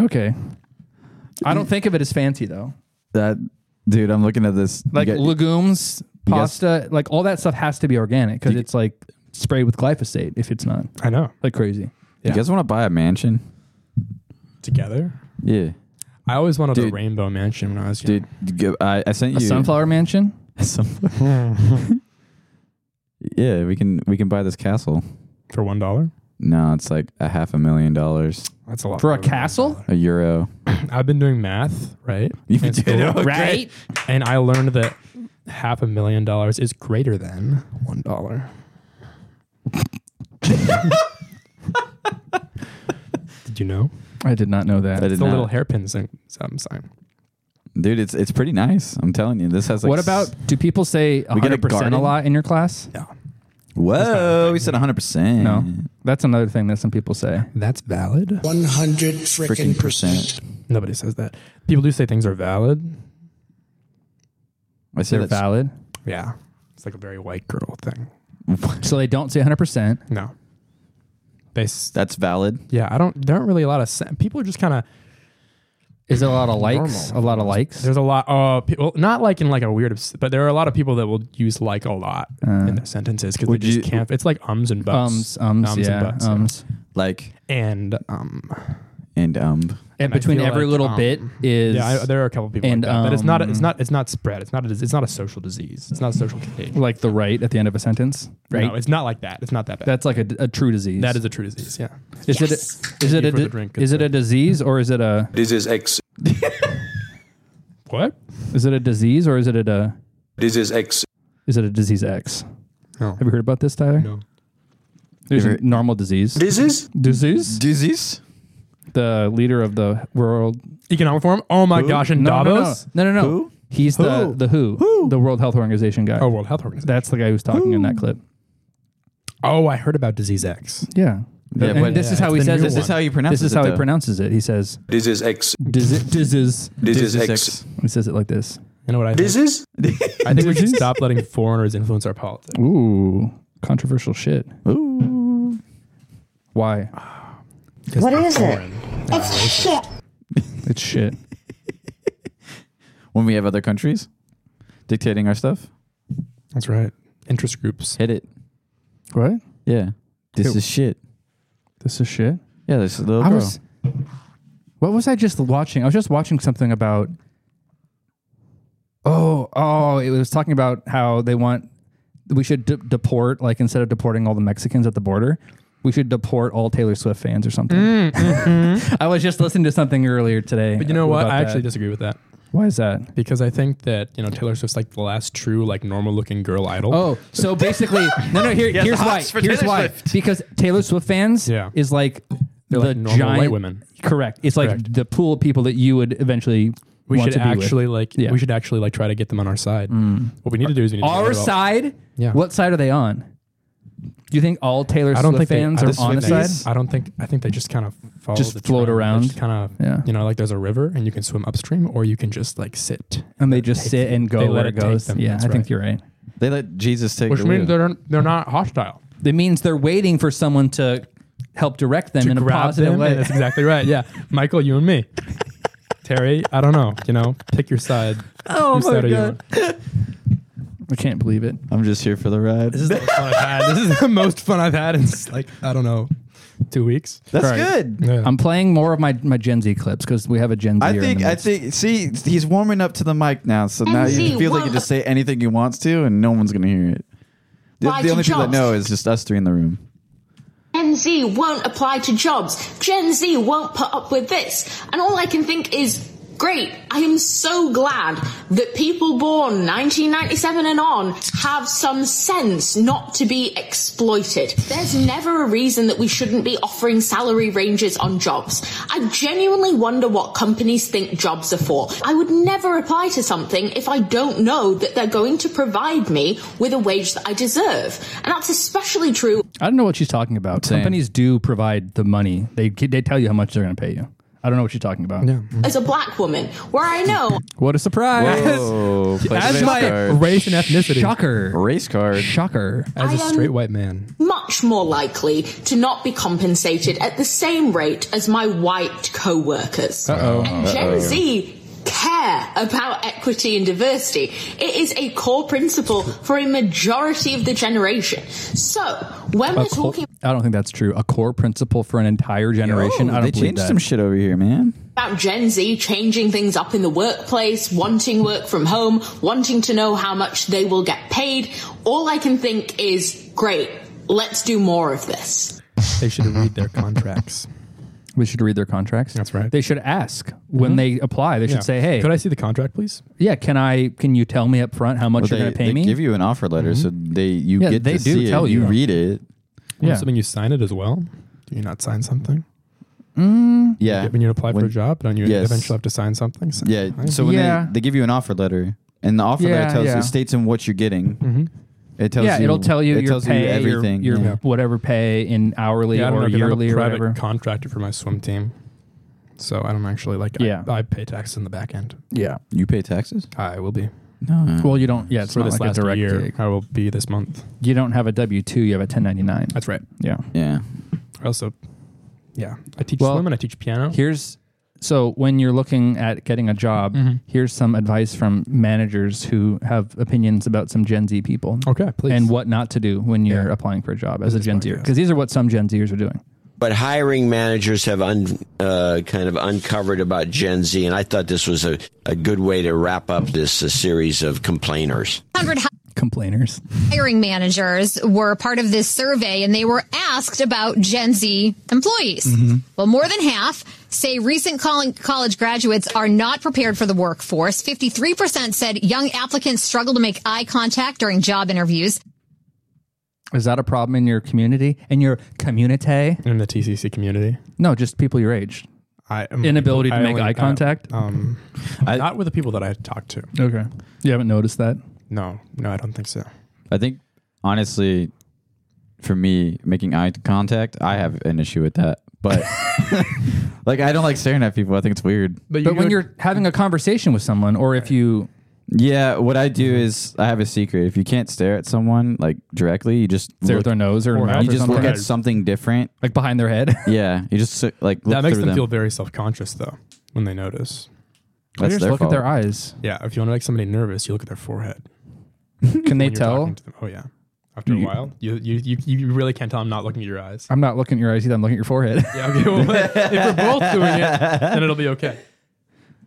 Speaker 6: Okay. I don't think of it as fancy though.
Speaker 1: That dude, I'm looking at this. You
Speaker 6: like
Speaker 1: got-
Speaker 6: legumes,
Speaker 1: guys-
Speaker 6: pasta, like all that stuff has to be organic because
Speaker 1: You-
Speaker 6: it's like sprayed with glyphosate. If it's not,
Speaker 5: I know.
Speaker 6: like crazy.
Speaker 1: you guys want to buy a mansion?
Speaker 5: Together,
Speaker 1: Yeah,
Speaker 5: I always wanted a
Speaker 1: Dude.
Speaker 5: rainbow mansion when I was young.
Speaker 1: dude. go- I, I sent
Speaker 6: A
Speaker 1: you
Speaker 6: sunflower mansion.
Speaker 1: *laughs* Sunflower.
Speaker 6: *laughs*
Speaker 1: yeah, we can we can buy this castle.
Speaker 5: for one dollar.
Speaker 1: No, it's like a half a million dollars,
Speaker 5: That's a lot
Speaker 6: For a
Speaker 5: more than
Speaker 6: castle?
Speaker 5: $1.
Speaker 1: a euro.
Speaker 5: *clears throat* I've been doing math, right?
Speaker 1: You
Speaker 5: In
Speaker 1: did,
Speaker 5: school.
Speaker 1: okay.
Speaker 6: Right?
Speaker 5: And I learned that half a million dollars is greater than one dollar. Did you know?
Speaker 6: I did not know that.
Speaker 1: I did
Speaker 5: It's the
Speaker 1: not.
Speaker 5: little hairpin sign. some sign.
Speaker 1: dude, it's it's pretty nice. I'm telling you, this has like
Speaker 6: what about? Do people say
Speaker 1: We get a
Speaker 6: 100 percent a
Speaker 1: garden?
Speaker 6: lot in your class?
Speaker 1: Whoa, we said 100. percent
Speaker 6: No, that's another thing that some people say.
Speaker 5: That's valid.
Speaker 3: 100 frickin' percent.
Speaker 1: freaking percent.
Speaker 5: Nobody says that. People do say things are valid.
Speaker 1: I said
Speaker 6: They're
Speaker 1: that's
Speaker 6: valid,
Speaker 5: Yeah. It's like a very white girl thing.
Speaker 6: *laughs* so they don't say 100. percent
Speaker 5: No. They s-
Speaker 1: that's valid.
Speaker 5: yeah, I don't there aren't really a lot of sen- people are just kind of
Speaker 6: Is there a lot of likes? A
Speaker 5: Normal.
Speaker 6: lot of likes.
Speaker 5: There's a lot. Oh, people not like in like a weird, obs- but there are a lot of people that will use like a lot in their sentences because they
Speaker 1: would
Speaker 5: just
Speaker 1: you-
Speaker 5: can't. It's like ums and buts.
Speaker 6: Uh. Ums, ums, yeah,
Speaker 5: yeah.
Speaker 6: ums.
Speaker 1: Like
Speaker 5: And um,
Speaker 1: and um,
Speaker 6: And between
Speaker 5: I feel
Speaker 6: every
Speaker 5: like,
Speaker 6: little
Speaker 5: um,
Speaker 6: bit is
Speaker 5: yeah, I, there are a couple people.
Speaker 6: and,
Speaker 5: like that, but it's not. It's
Speaker 6: um,
Speaker 5: not. It's not spread. It's not. A, dis- it's not a social disease. It's not a social
Speaker 6: *laughs*
Speaker 5: contagion.
Speaker 6: like the right at the end of a sentence, right?
Speaker 5: No, it's not like that. It's not that bad.
Speaker 6: that's like a, a true disease.
Speaker 5: that is a true disease. Yeah.
Speaker 6: Is it is it
Speaker 5: you
Speaker 6: a
Speaker 5: for the
Speaker 6: di-
Speaker 5: drink.
Speaker 6: is
Speaker 5: It's
Speaker 6: it a disease or is it a
Speaker 9: This is ex.
Speaker 5: What?
Speaker 6: is it a disease or is it a, a
Speaker 9: This is ex.
Speaker 6: is it a disease X?
Speaker 5: No.
Speaker 6: Have you heard about this, Tyler?
Speaker 5: No.
Speaker 6: There's
Speaker 1: Ever-
Speaker 6: a normal disease.
Speaker 9: This is
Speaker 6: Disease.
Speaker 1: disease.
Speaker 6: The leader of the World
Speaker 5: Economic forum. Oh my gosh! In
Speaker 6: no, no,
Speaker 5: Davos.
Speaker 6: No, no, no.
Speaker 1: Who?
Speaker 6: He's the
Speaker 1: Who?
Speaker 6: the who,
Speaker 1: Who?
Speaker 6: the World Health Organization guy.
Speaker 5: Oh, World Health Organization.
Speaker 6: That's the guy who's talking in that clip.
Speaker 5: oh, I heard about disease X.
Speaker 6: Yeah.
Speaker 1: Yeah,
Speaker 6: and
Speaker 1: but-
Speaker 6: this is
Speaker 1: Yeah,
Speaker 6: how he
Speaker 5: it's the
Speaker 6: says it.
Speaker 5: new one. This is
Speaker 1: how he pronounces
Speaker 6: This is
Speaker 1: it,
Speaker 6: how he
Speaker 1: though.
Speaker 6: pronounces it. He says
Speaker 9: this is ex.
Speaker 6: "Dizi- disease.
Speaker 9: This is ex.
Speaker 1: X.
Speaker 6: He says it like this.
Speaker 5: You know what I think?
Speaker 9: This is
Speaker 5: *laughs* I think we should stop letting foreigners influence our politics.
Speaker 6: Ooh, controversial shit.
Speaker 1: Ooh,
Speaker 6: Why?
Speaker 10: What is it?
Speaker 16: It's shit.
Speaker 6: It's shit.
Speaker 1: when we have other countries dictating our stuff,
Speaker 5: That's right. Interest groups.
Speaker 1: hit it.
Speaker 3: Right?
Speaker 1: Yeah. This
Speaker 3: Dude.
Speaker 1: is shit.
Speaker 3: This is shit.
Speaker 1: Yeah, this little
Speaker 3: I
Speaker 1: girl.
Speaker 3: was. What was I just watching? I was just watching something about. Oh, oh! It was talking about how they want we should de- deport like instead of deporting all the Mexicans at the border, we should deport all Taylor Swift fans or something. *laughs*
Speaker 5: Mm, mm-hmm.
Speaker 3: I was just listening to something earlier today.
Speaker 5: But you know what?
Speaker 3: about
Speaker 5: I
Speaker 3: that.
Speaker 5: actually disagree with that
Speaker 3: Why is that?
Speaker 5: because I think that you know Taylor Swift's like the last true like normal looking girl idol.
Speaker 6: Oh, so basically, no, no.
Speaker 5: *laughs*
Speaker 6: Here,
Speaker 5: Yeah,
Speaker 6: here's
Speaker 5: the
Speaker 6: why.
Speaker 5: hots for
Speaker 6: Here's
Speaker 5: Taylor
Speaker 6: why.
Speaker 5: Swift.
Speaker 6: Because Taylor Swift fans
Speaker 5: Yeah.
Speaker 6: is like
Speaker 5: They're
Speaker 6: the
Speaker 5: like normal
Speaker 6: giant
Speaker 5: white women.
Speaker 6: Correct. It's like
Speaker 5: Correct.
Speaker 6: the pool of people that you would eventually
Speaker 5: we
Speaker 6: want
Speaker 5: should
Speaker 6: to be with.
Speaker 5: actually like
Speaker 6: Yeah. Mm.
Speaker 5: we should actually like try to get them on our side. What we need to do is we need to get
Speaker 6: our
Speaker 5: rid of all-
Speaker 6: side.
Speaker 5: Yeah.
Speaker 6: What side are they on? Do you think all Taylor
Speaker 5: I don't
Speaker 6: Swift
Speaker 5: think they-
Speaker 6: fans
Speaker 5: I
Speaker 6: are
Speaker 5: just
Speaker 6: on the
Speaker 5: think they-
Speaker 6: side?
Speaker 5: I don't think I think they just kind of follow
Speaker 6: Just
Speaker 5: the
Speaker 6: float
Speaker 5: trend. They
Speaker 6: around?
Speaker 5: just kind of
Speaker 6: Yeah.
Speaker 5: you know like there's a river and you can swim upstream or you can just like sit
Speaker 6: And they just sit and go
Speaker 5: They let
Speaker 6: where
Speaker 5: it
Speaker 6: it
Speaker 5: take
Speaker 6: goes.
Speaker 5: them.
Speaker 6: Yeah,
Speaker 5: That's
Speaker 6: I think
Speaker 5: right.
Speaker 6: you're right.
Speaker 1: They let Jesus take
Speaker 5: which
Speaker 1: the
Speaker 5: means
Speaker 1: wheel.
Speaker 5: they're they're not hostile.
Speaker 6: That means they're waiting for someone to help direct them
Speaker 5: to
Speaker 6: in a
Speaker 5: grab
Speaker 6: positive
Speaker 5: them,
Speaker 6: way.
Speaker 5: and
Speaker 6: *laughs*
Speaker 5: That's exactly right. Yeah, Michael, you and me. Terry, I don't know. You know, pick your side.
Speaker 6: Oh
Speaker 5: Whose
Speaker 6: my
Speaker 5: side are you
Speaker 6: God. I can't believe it.
Speaker 1: I'm just here for the ride.
Speaker 5: This is the most fun I've had. This is the most fun I've had in like I don't know, two weeks.
Speaker 1: That's
Speaker 6: Right.
Speaker 1: good.
Speaker 6: I'm playing more of my, my Gen Z clips because we have a Gen Z.
Speaker 1: I think I think see he's warming up to the mic now, so now you
Speaker 16: MC,
Speaker 1: feel like you
Speaker 16: warm
Speaker 1: just say anything you wants to, and no one's gonna hear it. The,
Speaker 16: Why'd
Speaker 1: the
Speaker 16: you
Speaker 1: only people that
Speaker 16: jump?
Speaker 1: know is just us three in the room.
Speaker 16: Gen Z won't apply to jobs. Gen Z won't put up with this. And all I can think is, great, I am so glad that people born 1997 and on have some sense not to be exploited. There's never a reason that we shouldn't be offering salary ranges on jobs. I genuinely wonder what companies think jobs are for. I would never apply to something if I don't know that they're going to provide me with a wage that I deserve. And that's especially true
Speaker 6: I don't know what she's talking about. Companies do provide the money. They they tell you how much they're going to pay you. I don't know what she's talking about.
Speaker 16: as a black woman, where I know
Speaker 6: What a surprise! *laughs*
Speaker 1: Whoa, play
Speaker 6: As
Speaker 1: race
Speaker 6: my
Speaker 1: card.
Speaker 5: Race and ethnicity.
Speaker 6: shocker,
Speaker 1: race card.
Speaker 6: shocker.
Speaker 5: As a
Speaker 16: I am-
Speaker 5: straight white man,
Speaker 16: much more likely to not be compensated at the same rate as my white co-workers. And Gen Z care about equity and diversity. It is a core principle for a majority of the generation. So when we're
Speaker 6: A core-
Speaker 16: talking
Speaker 6: I don't think that's true. A core principle for an entire generation.
Speaker 1: they
Speaker 6: I don't believe
Speaker 1: changed
Speaker 6: that.
Speaker 1: some shit over here, man.
Speaker 16: about Gen Z changing things up in the workplace, wanting work from home, wanting to know how much they will get paid, all I can think is great. Let's do more of this.
Speaker 5: they should read their contracts.
Speaker 6: we should read their contracts.
Speaker 5: That's right.
Speaker 6: They should ask when they apply. They should
Speaker 5: Mm-hmm. Yeah.
Speaker 6: say, "Hey,
Speaker 5: could I see the contract, please?
Speaker 6: yeah, can I? Can you tell me up front how much
Speaker 1: But
Speaker 6: you're
Speaker 1: they,
Speaker 6: going to pay
Speaker 1: they
Speaker 6: me?" Mm-hmm.
Speaker 1: give you an offer letter, so they you
Speaker 6: Yeah,
Speaker 1: get
Speaker 6: they
Speaker 1: to
Speaker 6: do
Speaker 1: see
Speaker 6: tell
Speaker 1: it.
Speaker 6: you.
Speaker 1: You read it.
Speaker 6: Yeah.
Speaker 5: Something you sign it as well. Do you not sign something
Speaker 6: Mm.
Speaker 1: Yeah,
Speaker 5: when you apply for
Speaker 1: When-
Speaker 5: a job? Don't you
Speaker 1: Yes.
Speaker 5: eventually have to sign something? So-
Speaker 1: Yeah. So when
Speaker 6: Yeah.
Speaker 1: They, they give you an offer letter, and the offer
Speaker 6: Yeah,
Speaker 1: letter tells
Speaker 6: yeah.
Speaker 1: you states in what you're getting.
Speaker 5: Mm-hmm.
Speaker 1: It tells
Speaker 6: yeah,
Speaker 1: you,
Speaker 6: it'll tell you
Speaker 1: it
Speaker 6: your
Speaker 1: tells
Speaker 6: pay,
Speaker 1: you everything.
Speaker 6: your, your
Speaker 1: yeah.
Speaker 6: whatever pay in hourly
Speaker 5: Yeah, I don't
Speaker 6: or
Speaker 5: know, 'cause I'm
Speaker 6: yearly
Speaker 5: a
Speaker 6: or
Speaker 5: private
Speaker 6: whatever.
Speaker 5: contractor for my swim team. So I don't actually like.
Speaker 6: Yeah.
Speaker 5: I, I pay taxes in the back end.
Speaker 6: yeah.
Speaker 1: You pay taxes?
Speaker 5: I will be
Speaker 1: No.
Speaker 6: Well, you don't. Yeah, it's
Speaker 5: for
Speaker 6: not like
Speaker 5: this
Speaker 6: a
Speaker 5: last
Speaker 6: direct
Speaker 5: year.
Speaker 6: gig.
Speaker 5: I will be this month.
Speaker 6: You don't have a W two. You have a ten ninety nine.
Speaker 5: That's right.
Speaker 6: Yeah.
Speaker 1: Yeah.
Speaker 5: I also, yeah, I teach
Speaker 6: Well,
Speaker 5: swim and I teach piano.
Speaker 6: Here's so when you're looking at getting a job,
Speaker 5: Mm-hmm.
Speaker 6: here's some advice from managers who have opinions about some Gen Z people.
Speaker 5: Okay, please.
Speaker 6: And what not to do when you're applying for a job as a Gen Zer, because these are what some Gen Zers are doing.
Speaker 2: But hiring managers have un, uh, kind of uncovered about Gen Z, and I thought this was a, a good way to wrap up this uh, series of complainers.
Speaker 27: 100
Speaker 6: Complainers.
Speaker 27: hiring managers were part of this survey and they were asked about Gen Z employees. Well, more than half say recent col- college graduates are not prepared for the workforce. 53% said young applicants struggle to make eye contact during job interviews.
Speaker 6: Is that a problem in your community? In your community?
Speaker 5: in the TCC community.
Speaker 6: No, just people your age.
Speaker 5: I
Speaker 6: Inability to
Speaker 5: I
Speaker 6: make
Speaker 5: only-
Speaker 6: eye
Speaker 5: I-
Speaker 6: contact?
Speaker 5: um, not with the people that I talk to.
Speaker 6: Okay. You haven't noticed that?
Speaker 5: No, no, I don't think so.
Speaker 1: I think honestly, for me, making eye contact, I have an issue with that.
Speaker 6: *laughs*
Speaker 1: But *laughs* like, I don't like staring at people. I think it's weird.
Speaker 6: But, when you're having a conversation with someone, or if you
Speaker 1: Yeah, what I
Speaker 6: Mm-hmm.
Speaker 1: do is I have a secret. If you can't stare at someone like directly, you just
Speaker 6: stare
Speaker 1: look,
Speaker 6: at their nose or,
Speaker 5: Or
Speaker 6: mouth
Speaker 1: you
Speaker 6: or
Speaker 1: just
Speaker 6: something,
Speaker 1: look at something different.
Speaker 6: like behind their head.
Speaker 1: *laughs* Yeah, you just so- like look
Speaker 5: that makes
Speaker 1: through
Speaker 5: them,
Speaker 1: them.
Speaker 5: feel very self-conscious though when they notice.
Speaker 6: Or
Speaker 1: That's
Speaker 6: just
Speaker 1: their
Speaker 6: look at their
Speaker 1: fault.
Speaker 6: eyes.
Speaker 5: Yeah, if you want to make somebody nervous, you look at their forehead.
Speaker 6: *laughs* Can they
Speaker 5: when you're
Speaker 6: tell?
Speaker 5: talking to them. Oh yeah, after a while. You, you you you really can't tell I'm not looking at your eyes.
Speaker 6: I'm not looking at your eyes either. I'm looking at your forehead.
Speaker 5: *laughs* Yeah, okay. Well, if we're both doing
Speaker 1: *laughs*
Speaker 5: it, then it'll be okay.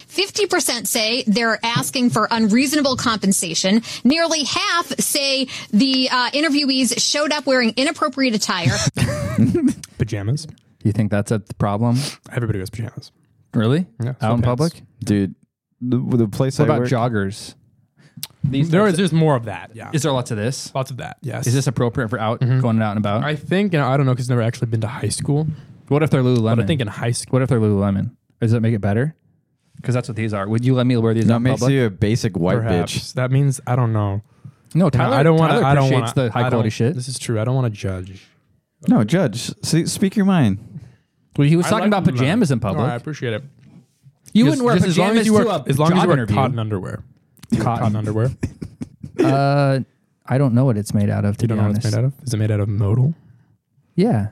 Speaker 27: 50% say they're asking for unreasonable compensation. Nearly half say the uh, interviewees showed up wearing inappropriate attire.
Speaker 5: Pajamas.
Speaker 6: You think that's a problem?
Speaker 5: Everybody wears pajamas.
Speaker 6: Really?
Speaker 5: Yeah,
Speaker 6: Out in
Speaker 5: sweatpants.
Speaker 6: public?
Speaker 1: dude. The, the place
Speaker 6: What
Speaker 1: I
Speaker 6: about
Speaker 1: work,
Speaker 6: joggers? These
Speaker 5: There
Speaker 6: types
Speaker 5: is there's more of that. Yeah.
Speaker 6: of- is there lots of this?
Speaker 5: lots of that? Yes. Mm-hmm.
Speaker 6: Is this appropriate for out going out and about?
Speaker 5: I think, and I don't know because I've never actually been to high school.
Speaker 6: what if they're Lululemon?
Speaker 5: But I think in high school,
Speaker 6: what if they're Lululemon? Does that make it better? Because that's what these are. Would you let me wear these? out
Speaker 1: that
Speaker 6: in
Speaker 1: makes
Speaker 6: public?
Speaker 1: you a basic white
Speaker 5: perhaps that means I don't know.
Speaker 6: no.
Speaker 5: And
Speaker 6: Tyler,
Speaker 5: I don't want.
Speaker 6: Tyler
Speaker 5: I don't
Speaker 6: appreciates
Speaker 5: want
Speaker 6: the high quality shit.
Speaker 5: This is true. I don't want to judge.
Speaker 1: bitch. No, judge. See, speak your mind.
Speaker 6: Well, he was
Speaker 5: I
Speaker 6: talking
Speaker 5: like
Speaker 6: about pajamas in
Speaker 5: No,
Speaker 6: public.
Speaker 5: I appreciate it.
Speaker 6: you
Speaker 5: Just-
Speaker 6: wouldn't wear
Speaker 5: just
Speaker 6: pajamas
Speaker 5: as long as you wear,
Speaker 6: to a
Speaker 5: as long
Speaker 6: job
Speaker 5: as you wear
Speaker 6: interview.
Speaker 5: cotton underwear.
Speaker 6: Cotton.
Speaker 5: Cotton underwear.
Speaker 6: *laughs*
Speaker 5: You
Speaker 6: Uh, I don't know what it's made out of. To
Speaker 5: don't
Speaker 6: be
Speaker 5: know what
Speaker 6: honest,
Speaker 5: it's made out of? Is it made out of modal?
Speaker 6: yeah.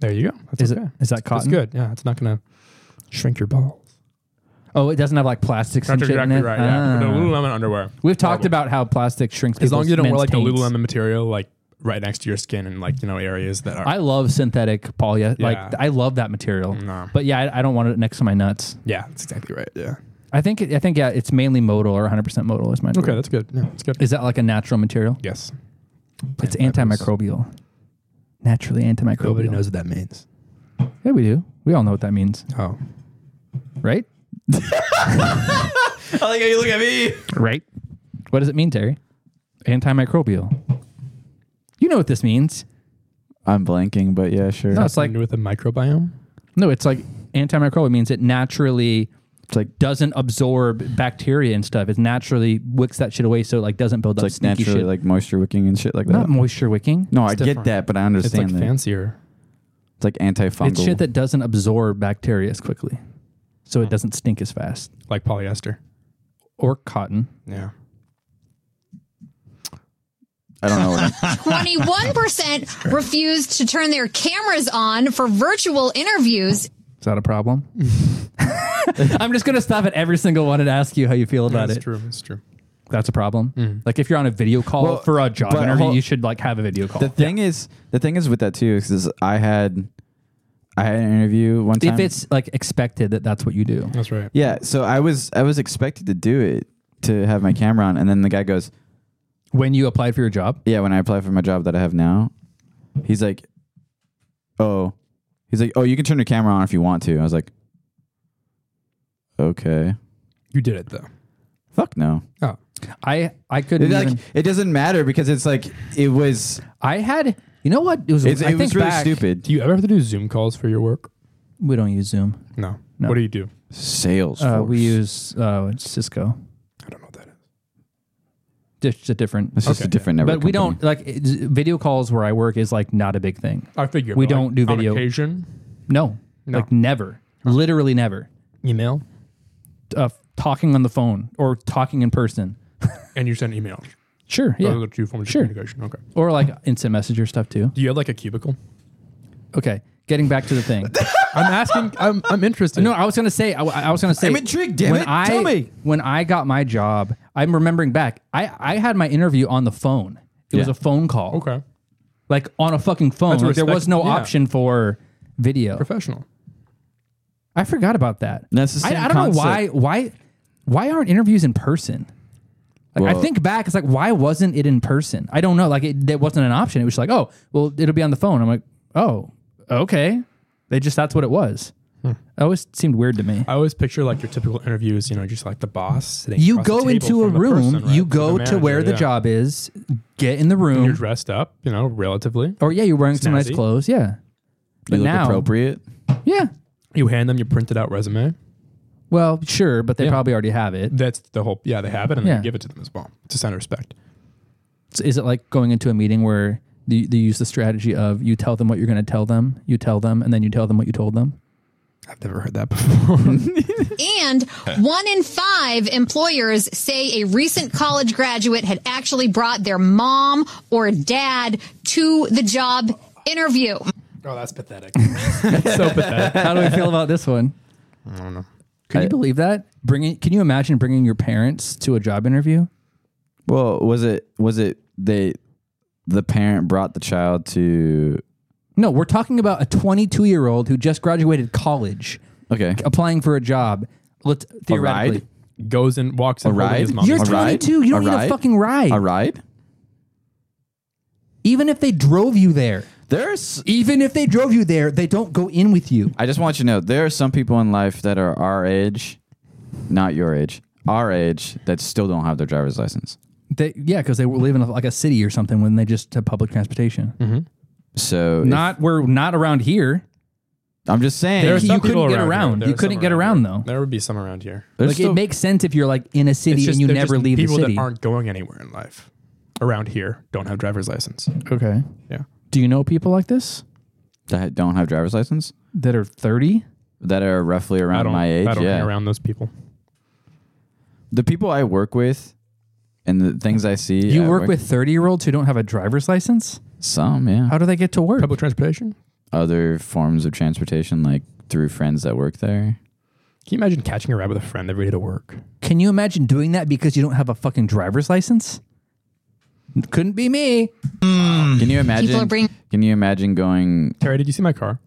Speaker 5: There you go. That's
Speaker 6: Is it-
Speaker 5: okay.
Speaker 6: is that
Speaker 5: That's
Speaker 6: cotton?
Speaker 5: good. Yeah, it's not gonna shrink your balls.
Speaker 6: Oh, it doesn't have like plastics and
Speaker 5: That's
Speaker 6: shit
Speaker 5: exactly
Speaker 6: in it.
Speaker 5: right. Yeah,
Speaker 6: Ah.
Speaker 5: the Lululemon underwear.
Speaker 6: We've talked
Speaker 5: Horrible.
Speaker 6: about how plastic shrinks.
Speaker 5: as long as you don't wear like
Speaker 6: the
Speaker 5: the Lululemon material, like right next to your skin and like you know areas that are.
Speaker 6: I love synthetic polyester.
Speaker 5: Yeah.
Speaker 6: Like I love that material.
Speaker 5: No.
Speaker 6: But yeah, I, I don't want it next to my nuts.
Speaker 5: yeah, that's exactly right. Yeah.
Speaker 6: I think I think yeah, it's mainly modal or 100 percent modal is my.
Speaker 5: Okay, that's good. Yeah, that's good.
Speaker 6: Is that like a natural material?
Speaker 5: yes.
Speaker 6: It's antimicrobial. Naturally antimicrobial.
Speaker 5: Nobody knows what that means.
Speaker 6: Yeah, we do. We all know what that means,
Speaker 5: Oh,
Speaker 6: right? *laughs*
Speaker 1: I like how you look at me.
Speaker 6: Right. What does it mean, Terry? Antimicrobial. You know what this means.
Speaker 1: I'm blanking, but yeah, sure.
Speaker 6: No, it's like
Speaker 5: with a microbiome.
Speaker 6: no, it's like antimicrobial means it naturally
Speaker 1: It's like
Speaker 6: doesn't absorb bacteria and stuff. It naturally wicks that shit away, so it like doesn't build
Speaker 1: it's
Speaker 6: up
Speaker 1: like
Speaker 6: stinky
Speaker 1: naturally
Speaker 6: shit.
Speaker 1: like moisture wicking and shit like
Speaker 6: not
Speaker 1: that.
Speaker 6: moisture wicking.
Speaker 1: no,
Speaker 6: It's
Speaker 1: I
Speaker 6: different.
Speaker 1: get that, but I
Speaker 5: It's like
Speaker 1: understand that.
Speaker 5: fancier.
Speaker 1: It's like antifungal.
Speaker 6: It's shit that doesn't absorb bacteria as quickly, so it doesn't stink as fast.
Speaker 5: Like polyester.
Speaker 6: Or cotton.
Speaker 5: Yeah.
Speaker 1: I don't know. What I'm, *laughs*
Speaker 27: 21% refused to turn their cameras on for virtual
Speaker 1: *laughs*
Speaker 27: interviews.
Speaker 6: Is that a problem? *laughs* I'm just gonna stop at every single one and ask you how you feel about
Speaker 5: That's
Speaker 6: it.
Speaker 5: true. That's true.
Speaker 6: That's a problem. Like if you're on a video call
Speaker 1: Mm-hmm. Well,
Speaker 6: for a job
Speaker 1: but
Speaker 6: interview,
Speaker 1: hold-
Speaker 6: you should like have a video call.
Speaker 1: the thing is, the thing is with that too is I had, I had an interview one time.
Speaker 6: if it's like expected that that's what you do.
Speaker 5: That's right.
Speaker 1: yeah, so I was I was expected to do it to have my camera on, and then the guy goes,
Speaker 6: When you applied for your job,
Speaker 1: yeah, when I applied for my job that I have now, he's like, oh, he's like, oh, you can turn your camera on if you want to. I was like, okay,
Speaker 5: You did it though.
Speaker 1: fuck no.
Speaker 5: Oh.
Speaker 6: I I couldn't
Speaker 1: It, like,
Speaker 6: even-
Speaker 1: it doesn't matter because it's like it was
Speaker 6: I had you know what it was.
Speaker 1: it,
Speaker 6: I
Speaker 1: it was
Speaker 6: think
Speaker 1: really
Speaker 6: back-
Speaker 1: stupid.
Speaker 5: Do you ever have to do Zoom calls for your work?
Speaker 6: We don't use Zoom.
Speaker 5: No.
Speaker 6: No.
Speaker 5: What do you do?
Speaker 1: Sales.
Speaker 6: Uh,
Speaker 1: force.
Speaker 6: we use uh, Cisco.
Speaker 5: I don't know what that is.
Speaker 6: Just a different.
Speaker 1: It's just
Speaker 5: Okay.
Speaker 1: a different network.
Speaker 6: but we
Speaker 1: company.
Speaker 6: don't like it's- video calls where I work is like not a big thing.
Speaker 5: I figure
Speaker 6: We
Speaker 5: but, like,
Speaker 6: don't do video.
Speaker 5: On occasion,
Speaker 6: No,
Speaker 5: No.
Speaker 6: like never, literally never.
Speaker 5: email,
Speaker 6: Uh, talking on the phone or talking in person.
Speaker 5: and you send emails.
Speaker 6: Sure,
Speaker 5: Those
Speaker 6: yeah,
Speaker 5: are the two forms
Speaker 6: Sure.
Speaker 5: of communication. Okay.
Speaker 6: or like instant messenger stuff too.
Speaker 5: Do you have like a cubicle?
Speaker 6: Okay, getting back to the thing.
Speaker 5: *laughs* I'm asking. I'm, I'm interested.
Speaker 6: No, I was gonna say. I, I was gonna say.
Speaker 1: I'm intrigued, damn
Speaker 6: when
Speaker 1: it.
Speaker 6: I,
Speaker 1: Tell me.
Speaker 6: When I got my job, I'm remembering back. I I had my interview on the phone. It was
Speaker 1: Yeah.
Speaker 6: a phone call.
Speaker 5: Okay.
Speaker 6: Like on a fucking phone.
Speaker 5: That's
Speaker 6: Like, there
Speaker 5: respect-
Speaker 6: was no
Speaker 5: yeah.
Speaker 6: option for video.
Speaker 5: Professional.
Speaker 6: I forgot about that.
Speaker 1: That's the same
Speaker 6: I, I don't know why why why aren't interviews in person? Like, I
Speaker 1: Well-
Speaker 6: think back, it's like why wasn't it in person? I don't know. Like it, that wasn't an option. It was like, oh, well, it'll be on the phone. I'm like, oh, okay. They just that's what it was. It always seemed weird to me.
Speaker 5: I always picture like your typical interviews, you know, just like the boss. sitting
Speaker 6: you
Speaker 5: across the
Speaker 6: go
Speaker 5: table
Speaker 6: into a
Speaker 5: from the
Speaker 6: room,
Speaker 5: person, right?
Speaker 6: you
Speaker 5: From
Speaker 6: go
Speaker 5: the
Speaker 6: to where
Speaker 5: manager,
Speaker 6: the
Speaker 5: yeah.
Speaker 6: job is, get in the
Speaker 5: And You're
Speaker 6: room,
Speaker 5: dressed up, you know, relatively.
Speaker 6: or yeah, you're wearing some nice
Speaker 5: Snazzy.
Speaker 6: clothes. Yeah,
Speaker 1: You
Speaker 6: But
Speaker 1: look
Speaker 6: now-
Speaker 1: appropriate.
Speaker 6: yeah.
Speaker 5: You hand them your printed out resume.
Speaker 6: Well, sure, but they
Speaker 5: Yeah.
Speaker 6: probably already have it.
Speaker 5: That's the whole. Yeah, they have it, and then
Speaker 6: Yeah.
Speaker 5: you give it to them as well. It's a sign of respect.
Speaker 6: So Is it like going into a meeting where you, they use the strategy of you tell them what you're going to tell them, you tell them, and then you tell them what you told them?
Speaker 5: I've never heard that *laughs* before.
Speaker 27: And one in five employers say a recent college graduate had actually brought their mom or dad to the job interview.
Speaker 5: oh, that's *laughs* pathetic. so pathetic.
Speaker 6: How do we feel about this one?
Speaker 5: I don't know.
Speaker 6: Can you believe that? Bringing? Can you imagine bringing your parents to a job interview?
Speaker 1: Well, was it was it they the parent brought the child to
Speaker 6: No, we're talking about a 22 year old who just graduated college.
Speaker 1: Okay.
Speaker 6: Applying for a job. Let's theoretically.
Speaker 1: ride?
Speaker 5: Goes and walks in
Speaker 1: A
Speaker 5: holding his
Speaker 1: ride?
Speaker 5: mom.
Speaker 6: You're
Speaker 1: A ride?
Speaker 6: 22. You don't
Speaker 1: A
Speaker 6: need a
Speaker 1: ride?
Speaker 6: fucking ride.
Speaker 1: a ride.
Speaker 6: Even if they drove you there,
Speaker 1: There's
Speaker 6: even if they drove you there, they don't go in with you.
Speaker 1: I just want you to know there are some people in life that are our age, not your age, our age that still don't have their driver's license.
Speaker 6: They, yeah, because they live in like a city or something when they just have public transportation.
Speaker 1: Mm-hmm. So if-
Speaker 6: Not we're not around here.
Speaker 1: I'm just saying
Speaker 6: There are
Speaker 1: you
Speaker 6: some
Speaker 1: could-
Speaker 6: people- couldn't get
Speaker 5: here.
Speaker 6: around.
Speaker 5: There
Speaker 6: You
Speaker 5: are
Speaker 6: couldn't
Speaker 5: some
Speaker 6: get around,
Speaker 5: here.
Speaker 6: though.
Speaker 5: There would be some around here.
Speaker 1: there's
Speaker 6: like
Speaker 1: still-
Speaker 6: it makes sense if you're like in a
Speaker 5: It's
Speaker 6: city
Speaker 5: just-
Speaker 6: and you
Speaker 5: they're
Speaker 6: never
Speaker 5: just
Speaker 6: leave the
Speaker 5: people
Speaker 6: city.
Speaker 5: that aren't going anywhere in life around here don't have driver's license.
Speaker 6: okay.
Speaker 5: Yeah.
Speaker 6: Do you know people like this
Speaker 1: that don't have driver's license
Speaker 6: that are 30?
Speaker 1: that are roughly
Speaker 5: I
Speaker 1: around
Speaker 5: don't,
Speaker 1: my age.
Speaker 5: I don't
Speaker 1: yeah,
Speaker 5: hang around those people.
Speaker 1: the people I work with and the things I see.
Speaker 6: You
Speaker 1: at
Speaker 6: work with 30 year olds who don't have a driver's license?
Speaker 1: some, yeah,
Speaker 6: How do they get to work?
Speaker 5: Public transportation?
Speaker 1: other forms of transportation, like through friends that work there.
Speaker 5: Can you imagine catching a ride with a friend every day to work?
Speaker 6: Can you imagine doing that because you don't have a fucking driver's license? Couldn't be me.
Speaker 5: Mm.
Speaker 1: Can you
Speaker 27: People are
Speaker 1: imagine?
Speaker 27: bringing.
Speaker 1: Can you imagine going?
Speaker 5: Terry, did you see my car?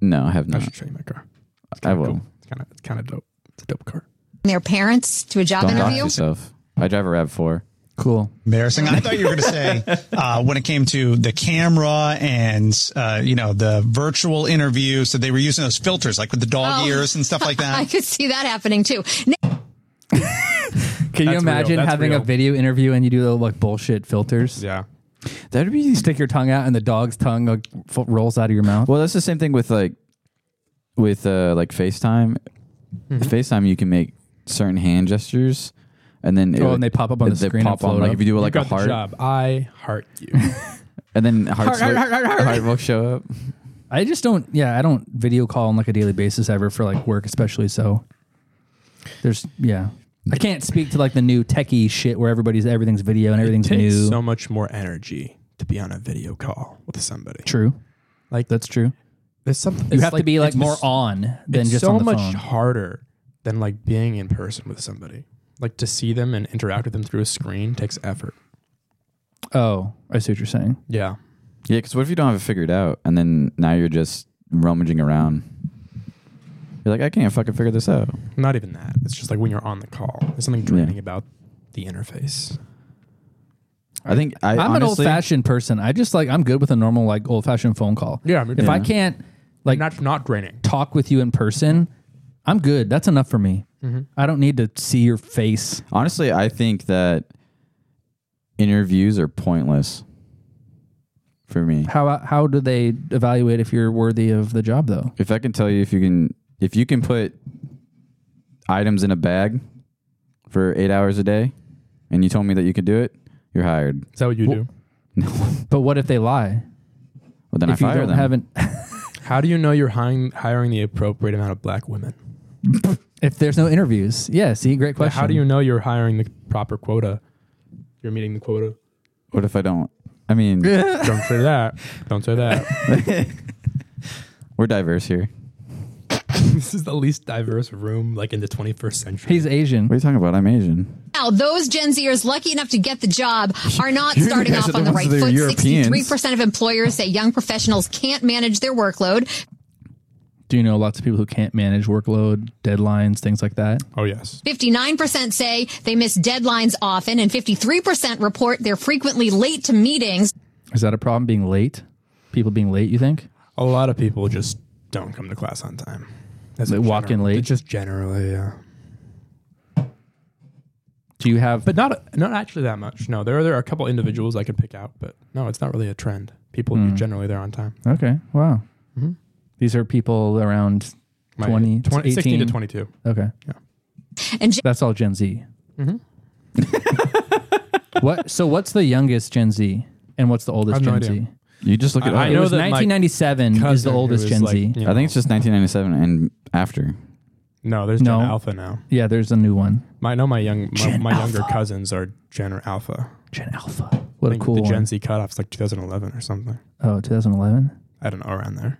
Speaker 1: No, I have
Speaker 5: I
Speaker 1: not.
Speaker 5: should show you my car. It's
Speaker 1: I
Speaker 5: kinda
Speaker 1: will.
Speaker 5: Cool. It's kind of it's kind of dope. It's a dope car.
Speaker 27: their parents to a job
Speaker 1: Don't dox
Speaker 27: interview.
Speaker 1: yourself. I drive a Rav Four.
Speaker 6: Cool.
Speaker 14: Embarrassing. I thought you were going to say uh, when it came to the camera and uh, you know the virtual interview. So they were using those filters, like with the dog
Speaker 27: Oh.
Speaker 14: ears and stuff like
Speaker 27: *laughs* I
Speaker 14: that.
Speaker 27: could see that happening too. Na-
Speaker 6: *laughs* Can you
Speaker 5: That's
Speaker 6: imagine
Speaker 5: real. That's
Speaker 6: having
Speaker 5: real.
Speaker 6: a video interview and you do little like bullshit filters?
Speaker 5: Yeah.
Speaker 1: That'd be
Speaker 6: Stick your tongue out and the *laughs* *laughs* dog's tongue like, f- rolls out of your mouth.
Speaker 1: well. That's the same thing with like with uh like FaceTime.
Speaker 5: Mm-hmm.
Speaker 1: FaceTime, you can make certain hand gestures, and then it
Speaker 6: Oh,
Speaker 1: would-
Speaker 6: and they pop up on the
Speaker 1: they
Speaker 6: screen and
Speaker 1: Pop on
Speaker 6: float
Speaker 1: like
Speaker 6: up.
Speaker 1: if you do like
Speaker 5: you
Speaker 1: a
Speaker 5: got the
Speaker 1: heart,
Speaker 5: job. I heart you.
Speaker 1: and then hearts
Speaker 6: Heart,
Speaker 1: look-
Speaker 6: heart, heart, heart, heart. *laughs*
Speaker 1: heart will show up.
Speaker 6: I just don't. Yeah, I don't video call on like a daily basis ever for like work, especially. So there's yeah, I can't speak to like the new techie shit where everybody's everything's video and everything's
Speaker 5: it takes
Speaker 6: new.
Speaker 5: so much more energy to be on a video call with somebody.
Speaker 6: true,
Speaker 5: Like
Speaker 6: that's true.
Speaker 5: there's something
Speaker 6: You have to be like more on than
Speaker 5: it's
Speaker 6: just
Speaker 5: so
Speaker 6: on the
Speaker 5: much
Speaker 6: phone.
Speaker 5: harder than like being in person with somebody. Like to see them and interact with them through a screen takes effort.
Speaker 6: Oh, I see what you're saying.
Speaker 5: Yeah.
Speaker 1: Yeah, because what if you don't have it figured out, and then now you're just rummaging around? You're like, I can't fucking figure this out.
Speaker 5: Not even that. It's just like when you're on the call, there's something draining about
Speaker 1: *laughs*
Speaker 5: the interface.
Speaker 1: I think I,
Speaker 6: I'm an old
Speaker 1: honestly-
Speaker 6: fashioned person. I just like I'm good with a normal like old fashioned phone call.
Speaker 5: Yeah, I mean-
Speaker 6: if I
Speaker 5: Yeah.
Speaker 6: can't like
Speaker 5: Not not draining.
Speaker 6: talk with you in person, I'm good. That's enough for me.
Speaker 5: Mm-hmm.
Speaker 6: I don't need to see your face.
Speaker 1: Honestly, I think that interviews are pointless for me.
Speaker 6: How how do they evaluate if you're worthy of the job though?
Speaker 1: If I can tell you, if you can, if you can put items in a bag for eight hours a day, and you told me that you could do it, you're hired.
Speaker 5: Is that what you do?
Speaker 6: But what if they lie?
Speaker 1: Well, then
Speaker 6: if
Speaker 1: I
Speaker 6: you
Speaker 1: fire
Speaker 6: don't
Speaker 1: them. *laughs*
Speaker 6: haven't,
Speaker 5: How do you know you're hiring hiring the appropriate amount of black women?
Speaker 6: if there's no interviews, yeah. See, great
Speaker 5: But
Speaker 6: question.
Speaker 5: how do you know you're hiring the proper quota? You're meeting the quota. *laughs*
Speaker 1: what if I don't? I
Speaker 6: *laughs*
Speaker 1: mean,
Speaker 5: Don't say that. Don't say that.
Speaker 1: *laughs* we're diverse here.
Speaker 5: this is the least diverse room like in the 21st century.
Speaker 6: He's Asian.
Speaker 1: What are you talking about? I'm Asian.
Speaker 27: Now, those Gen Zers lucky enough to get the job are not
Speaker 1: You're the
Speaker 27: starting
Speaker 1: guys
Speaker 27: off
Speaker 1: that
Speaker 27: on the
Speaker 1: are
Speaker 27: right
Speaker 1: the
Speaker 27: foot.
Speaker 1: Europeans.
Speaker 27: 63% of employers say young professionals can't manage their workload.
Speaker 6: Do you know lots of people who can't manage workload, deadlines, things like that?
Speaker 5: oh yes.
Speaker 27: 59% say they miss deadlines often, and 53% report they're frequently late to meetings.
Speaker 6: Is that a problem? Being late, people being late. You think?
Speaker 5: A lot of people just don't come to class on time. As
Speaker 6: They
Speaker 5: a
Speaker 6: walk in
Speaker 5: general-
Speaker 6: late?
Speaker 5: Just generally, yeah.
Speaker 6: Do you have?
Speaker 5: But not not actually that much. No, there are, there are a couple individuals I could pick out, but no, it's not really a trend. People
Speaker 6: Hmm.
Speaker 5: generally they're on time.
Speaker 6: okay. Wow.
Speaker 1: Mm-hmm.
Speaker 5: Mhm.
Speaker 6: These are people around
Speaker 5: My-
Speaker 6: 20, 18.
Speaker 5: 16 to 22.
Speaker 6: Okay.
Speaker 27: And Gen-
Speaker 6: That's all Gen Z.
Speaker 1: Mm-hmm.
Speaker 6: *laughs* what? So what's the youngest Gen Z, and what's the oldest
Speaker 5: I have
Speaker 6: Gen
Speaker 5: no
Speaker 6: Z?
Speaker 5: idea.
Speaker 1: You just look it
Speaker 5: I- I
Speaker 1: up.
Speaker 6: It
Speaker 5: know
Speaker 6: was
Speaker 5: that my
Speaker 6: 1997 is the
Speaker 5: Cousin who
Speaker 6: oldest Gen
Speaker 5: like,
Speaker 6: Z.
Speaker 5: you
Speaker 1: I
Speaker 5: know-
Speaker 1: think it's just 1997 and after.
Speaker 5: no. There's
Speaker 6: No.
Speaker 5: Gen Alpha now.
Speaker 6: Yeah, there's a new one.
Speaker 5: My, I know my young my,
Speaker 6: Gen
Speaker 5: my younger
Speaker 6: Alpha.
Speaker 5: cousins are Gen Alpha.
Speaker 6: Gen Alpha. What a
Speaker 5: I think
Speaker 6: cool
Speaker 5: the Gen
Speaker 6: one.
Speaker 5: Z cutoff's like 2011 or something.
Speaker 6: Oh, 2011.
Speaker 5: I don't know around there.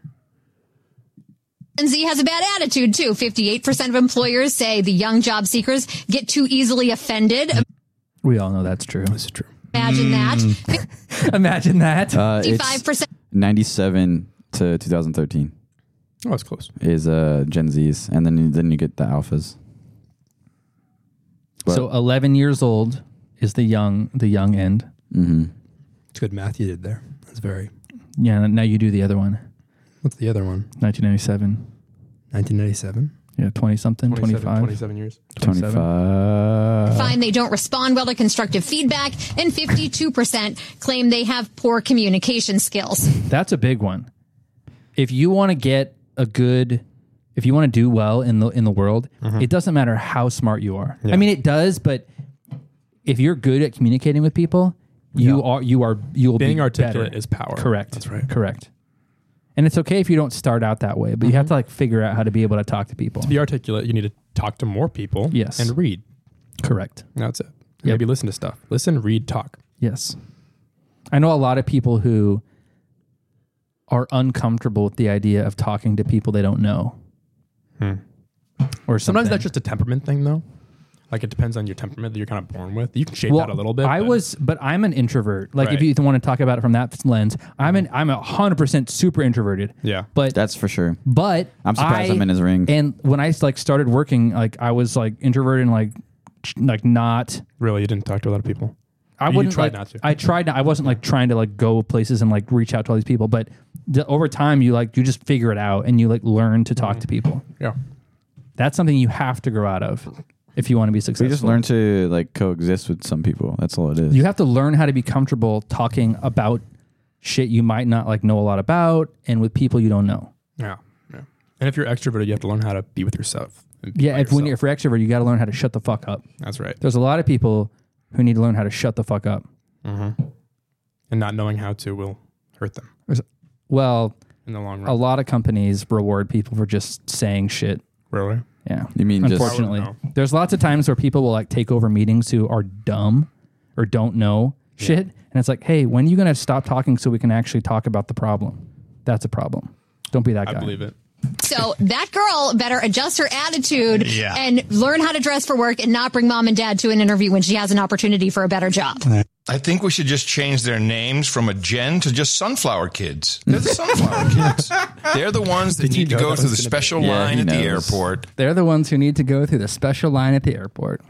Speaker 27: Gen Z has a bad attitude, too. 58% of employers say the young job seekers get too easily offended.
Speaker 6: We all know that's true.
Speaker 5: That's true.
Speaker 27: Imagine
Speaker 5: Mm.
Speaker 6: *laughs*
Speaker 27: that.
Speaker 6: Imagine that.
Speaker 1: Uh, it's
Speaker 27: 55%.
Speaker 1: 97 to 2013
Speaker 5: Oh, it's close.
Speaker 1: is uh, Gen Z's, and then then you get the alphas. But-
Speaker 6: so 11 years old is the young the young end.
Speaker 1: Mm-hmm.
Speaker 5: It's good math you did there. That's very.
Speaker 6: Yeah. Now you do the other one.
Speaker 5: What's the other one?
Speaker 6: 1997.
Speaker 5: 1997.
Speaker 6: Yeah, 20 something, 25.
Speaker 5: 27 years.
Speaker 1: 25.
Speaker 27: find they don't respond well to constructive feedback, and 52% claim they have poor communication skills.
Speaker 6: That's a big one. If you want to get a good if you want to do well in the in the world,
Speaker 5: Mm-hmm.
Speaker 6: it doesn't matter how smart you are. I mean it does, but if you're good at communicating with people, you are you are you will
Speaker 5: Being
Speaker 6: be
Speaker 5: articulate
Speaker 6: better.
Speaker 5: is power.
Speaker 6: Correct.
Speaker 5: That's right.
Speaker 6: Correct. And it's okay if you don't start out that way, but you
Speaker 5: Mm-hmm.
Speaker 6: have to like figure out how to be able to talk to people.
Speaker 5: To be articulate, you need to talk to more people.
Speaker 6: Yes.
Speaker 5: And read.
Speaker 6: Correct.
Speaker 5: That's it. And Maybe listen to stuff. Listen, read, talk.
Speaker 6: Yes. I know a lot of people who are uncomfortable with the idea of talking to people they don't know. Or
Speaker 5: Hmm. Sometimes
Speaker 6: something.
Speaker 5: that's just a temperament thing, though. Like it depends on your temperament that you're kind of born with. You can shape that a little bit.
Speaker 6: I
Speaker 5: but-
Speaker 6: was, but I'm an introvert. Like,
Speaker 5: Right.
Speaker 6: if you want to talk about it from that lens, I'm an, I'm a hundred percent super introverted.
Speaker 5: Yeah.
Speaker 6: But
Speaker 1: That's for sure.
Speaker 6: But
Speaker 1: I'm surprised I'm in his ring.
Speaker 6: And when I like started working, like I was like introverted and like ch- like not.
Speaker 5: Really, you didn't talk to a lot of people.
Speaker 6: I
Speaker 5: You
Speaker 6: wouldn't
Speaker 5: tried
Speaker 6: like,
Speaker 5: not to.
Speaker 6: I tried. Not, I wasn't like trying to like go places and like reach out to all these people. But the, over time, you like you just figure it out and you like learn to talk to people.
Speaker 5: Mm-hmm. Yeah.
Speaker 6: That's something you have to grow out of if you want to be successful.
Speaker 1: We just learn to like coexist with some people. That's all it is.
Speaker 6: you have to learn how to be comfortable talking about shit you might not like know a lot about and with people you don't know.
Speaker 5: Yeah. Yeah. And if you're extroverted, you have to learn how to be with yourself. and be
Speaker 6: Yeah,
Speaker 5: by
Speaker 6: if when
Speaker 5: yourself.
Speaker 6: you're, if you're extrovert, you got to learn how to shut the fuck up.
Speaker 5: That's right.
Speaker 6: There's a lot of people who need to learn how to shut the fuck up.
Speaker 1: Mm-hmm.
Speaker 5: Mm-hmm. And not knowing how to will hurt them
Speaker 6: Well,
Speaker 5: in the long run.
Speaker 6: a lot of companies reward people for just saying shit.
Speaker 5: Really?
Speaker 6: Yeah.
Speaker 1: You mean just-
Speaker 6: unfortunately,
Speaker 5: I wouldn't
Speaker 6: there's lots of times where people will like take over meetings who are dumb or don't know shit, and it's like, hey, when are you gonna stop talking so we can actually talk about the problem? That's a problem. Don't be that guy.
Speaker 5: I believe it.
Speaker 27: So that girl better adjust her attitude
Speaker 14: Yeah.
Speaker 27: and learn how to dress for work and not bring mom and dad to an interview when she has an opportunity for a better job.
Speaker 4: I think we should just change their names from a Gen to just Sunflower Kids. They're the
Speaker 5: *laughs*
Speaker 4: Sunflower Kids. They're the ones that
Speaker 5: Did you
Speaker 4: need to
Speaker 5: know
Speaker 4: go
Speaker 5: that
Speaker 4: through the
Speaker 5: was gonna be-
Speaker 4: special
Speaker 1: Yeah,
Speaker 4: line
Speaker 1: he
Speaker 4: at the
Speaker 1: knows.
Speaker 4: airport.
Speaker 6: They're the ones who need to go through the special line at the airport.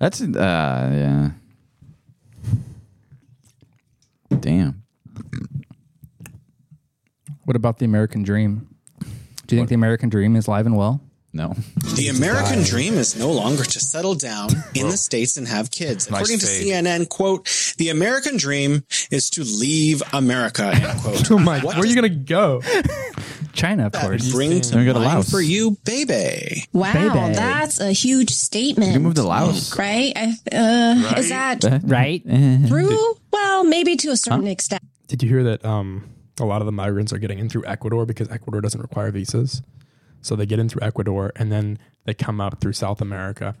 Speaker 1: That's uh yeah. Damn.
Speaker 6: What about the American dream? Do you think the American dream is live and well?
Speaker 1: *laughs* No.
Speaker 20: The American dream is no longer to settle down in the States and have kids.
Speaker 4: Nice
Speaker 20: According to
Speaker 4: fade.
Speaker 20: CNN, quote, the American dream is to leave America, end
Speaker 5: *laughs*
Speaker 20: quote.
Speaker 5: Oh my! Where are you gonna go?
Speaker 6: China, of course.
Speaker 1: Then
Speaker 20: Bring
Speaker 1: we
Speaker 20: to
Speaker 1: go to
Speaker 20: mind
Speaker 1: Laos.
Speaker 20: for you, baby.
Speaker 15: Wow,
Speaker 6: Baby.
Speaker 15: that's a huge statement.
Speaker 1: You move to Laos.
Speaker 15: right? I, uh, Is that
Speaker 6: Right?
Speaker 15: true? Well, maybe to a certain extent.
Speaker 5: Did you hear that? Um, a lot of the migrants are getting in through Ecuador because Ecuador doesn't require visas, so they get in through Ecuador and then they come up through South America.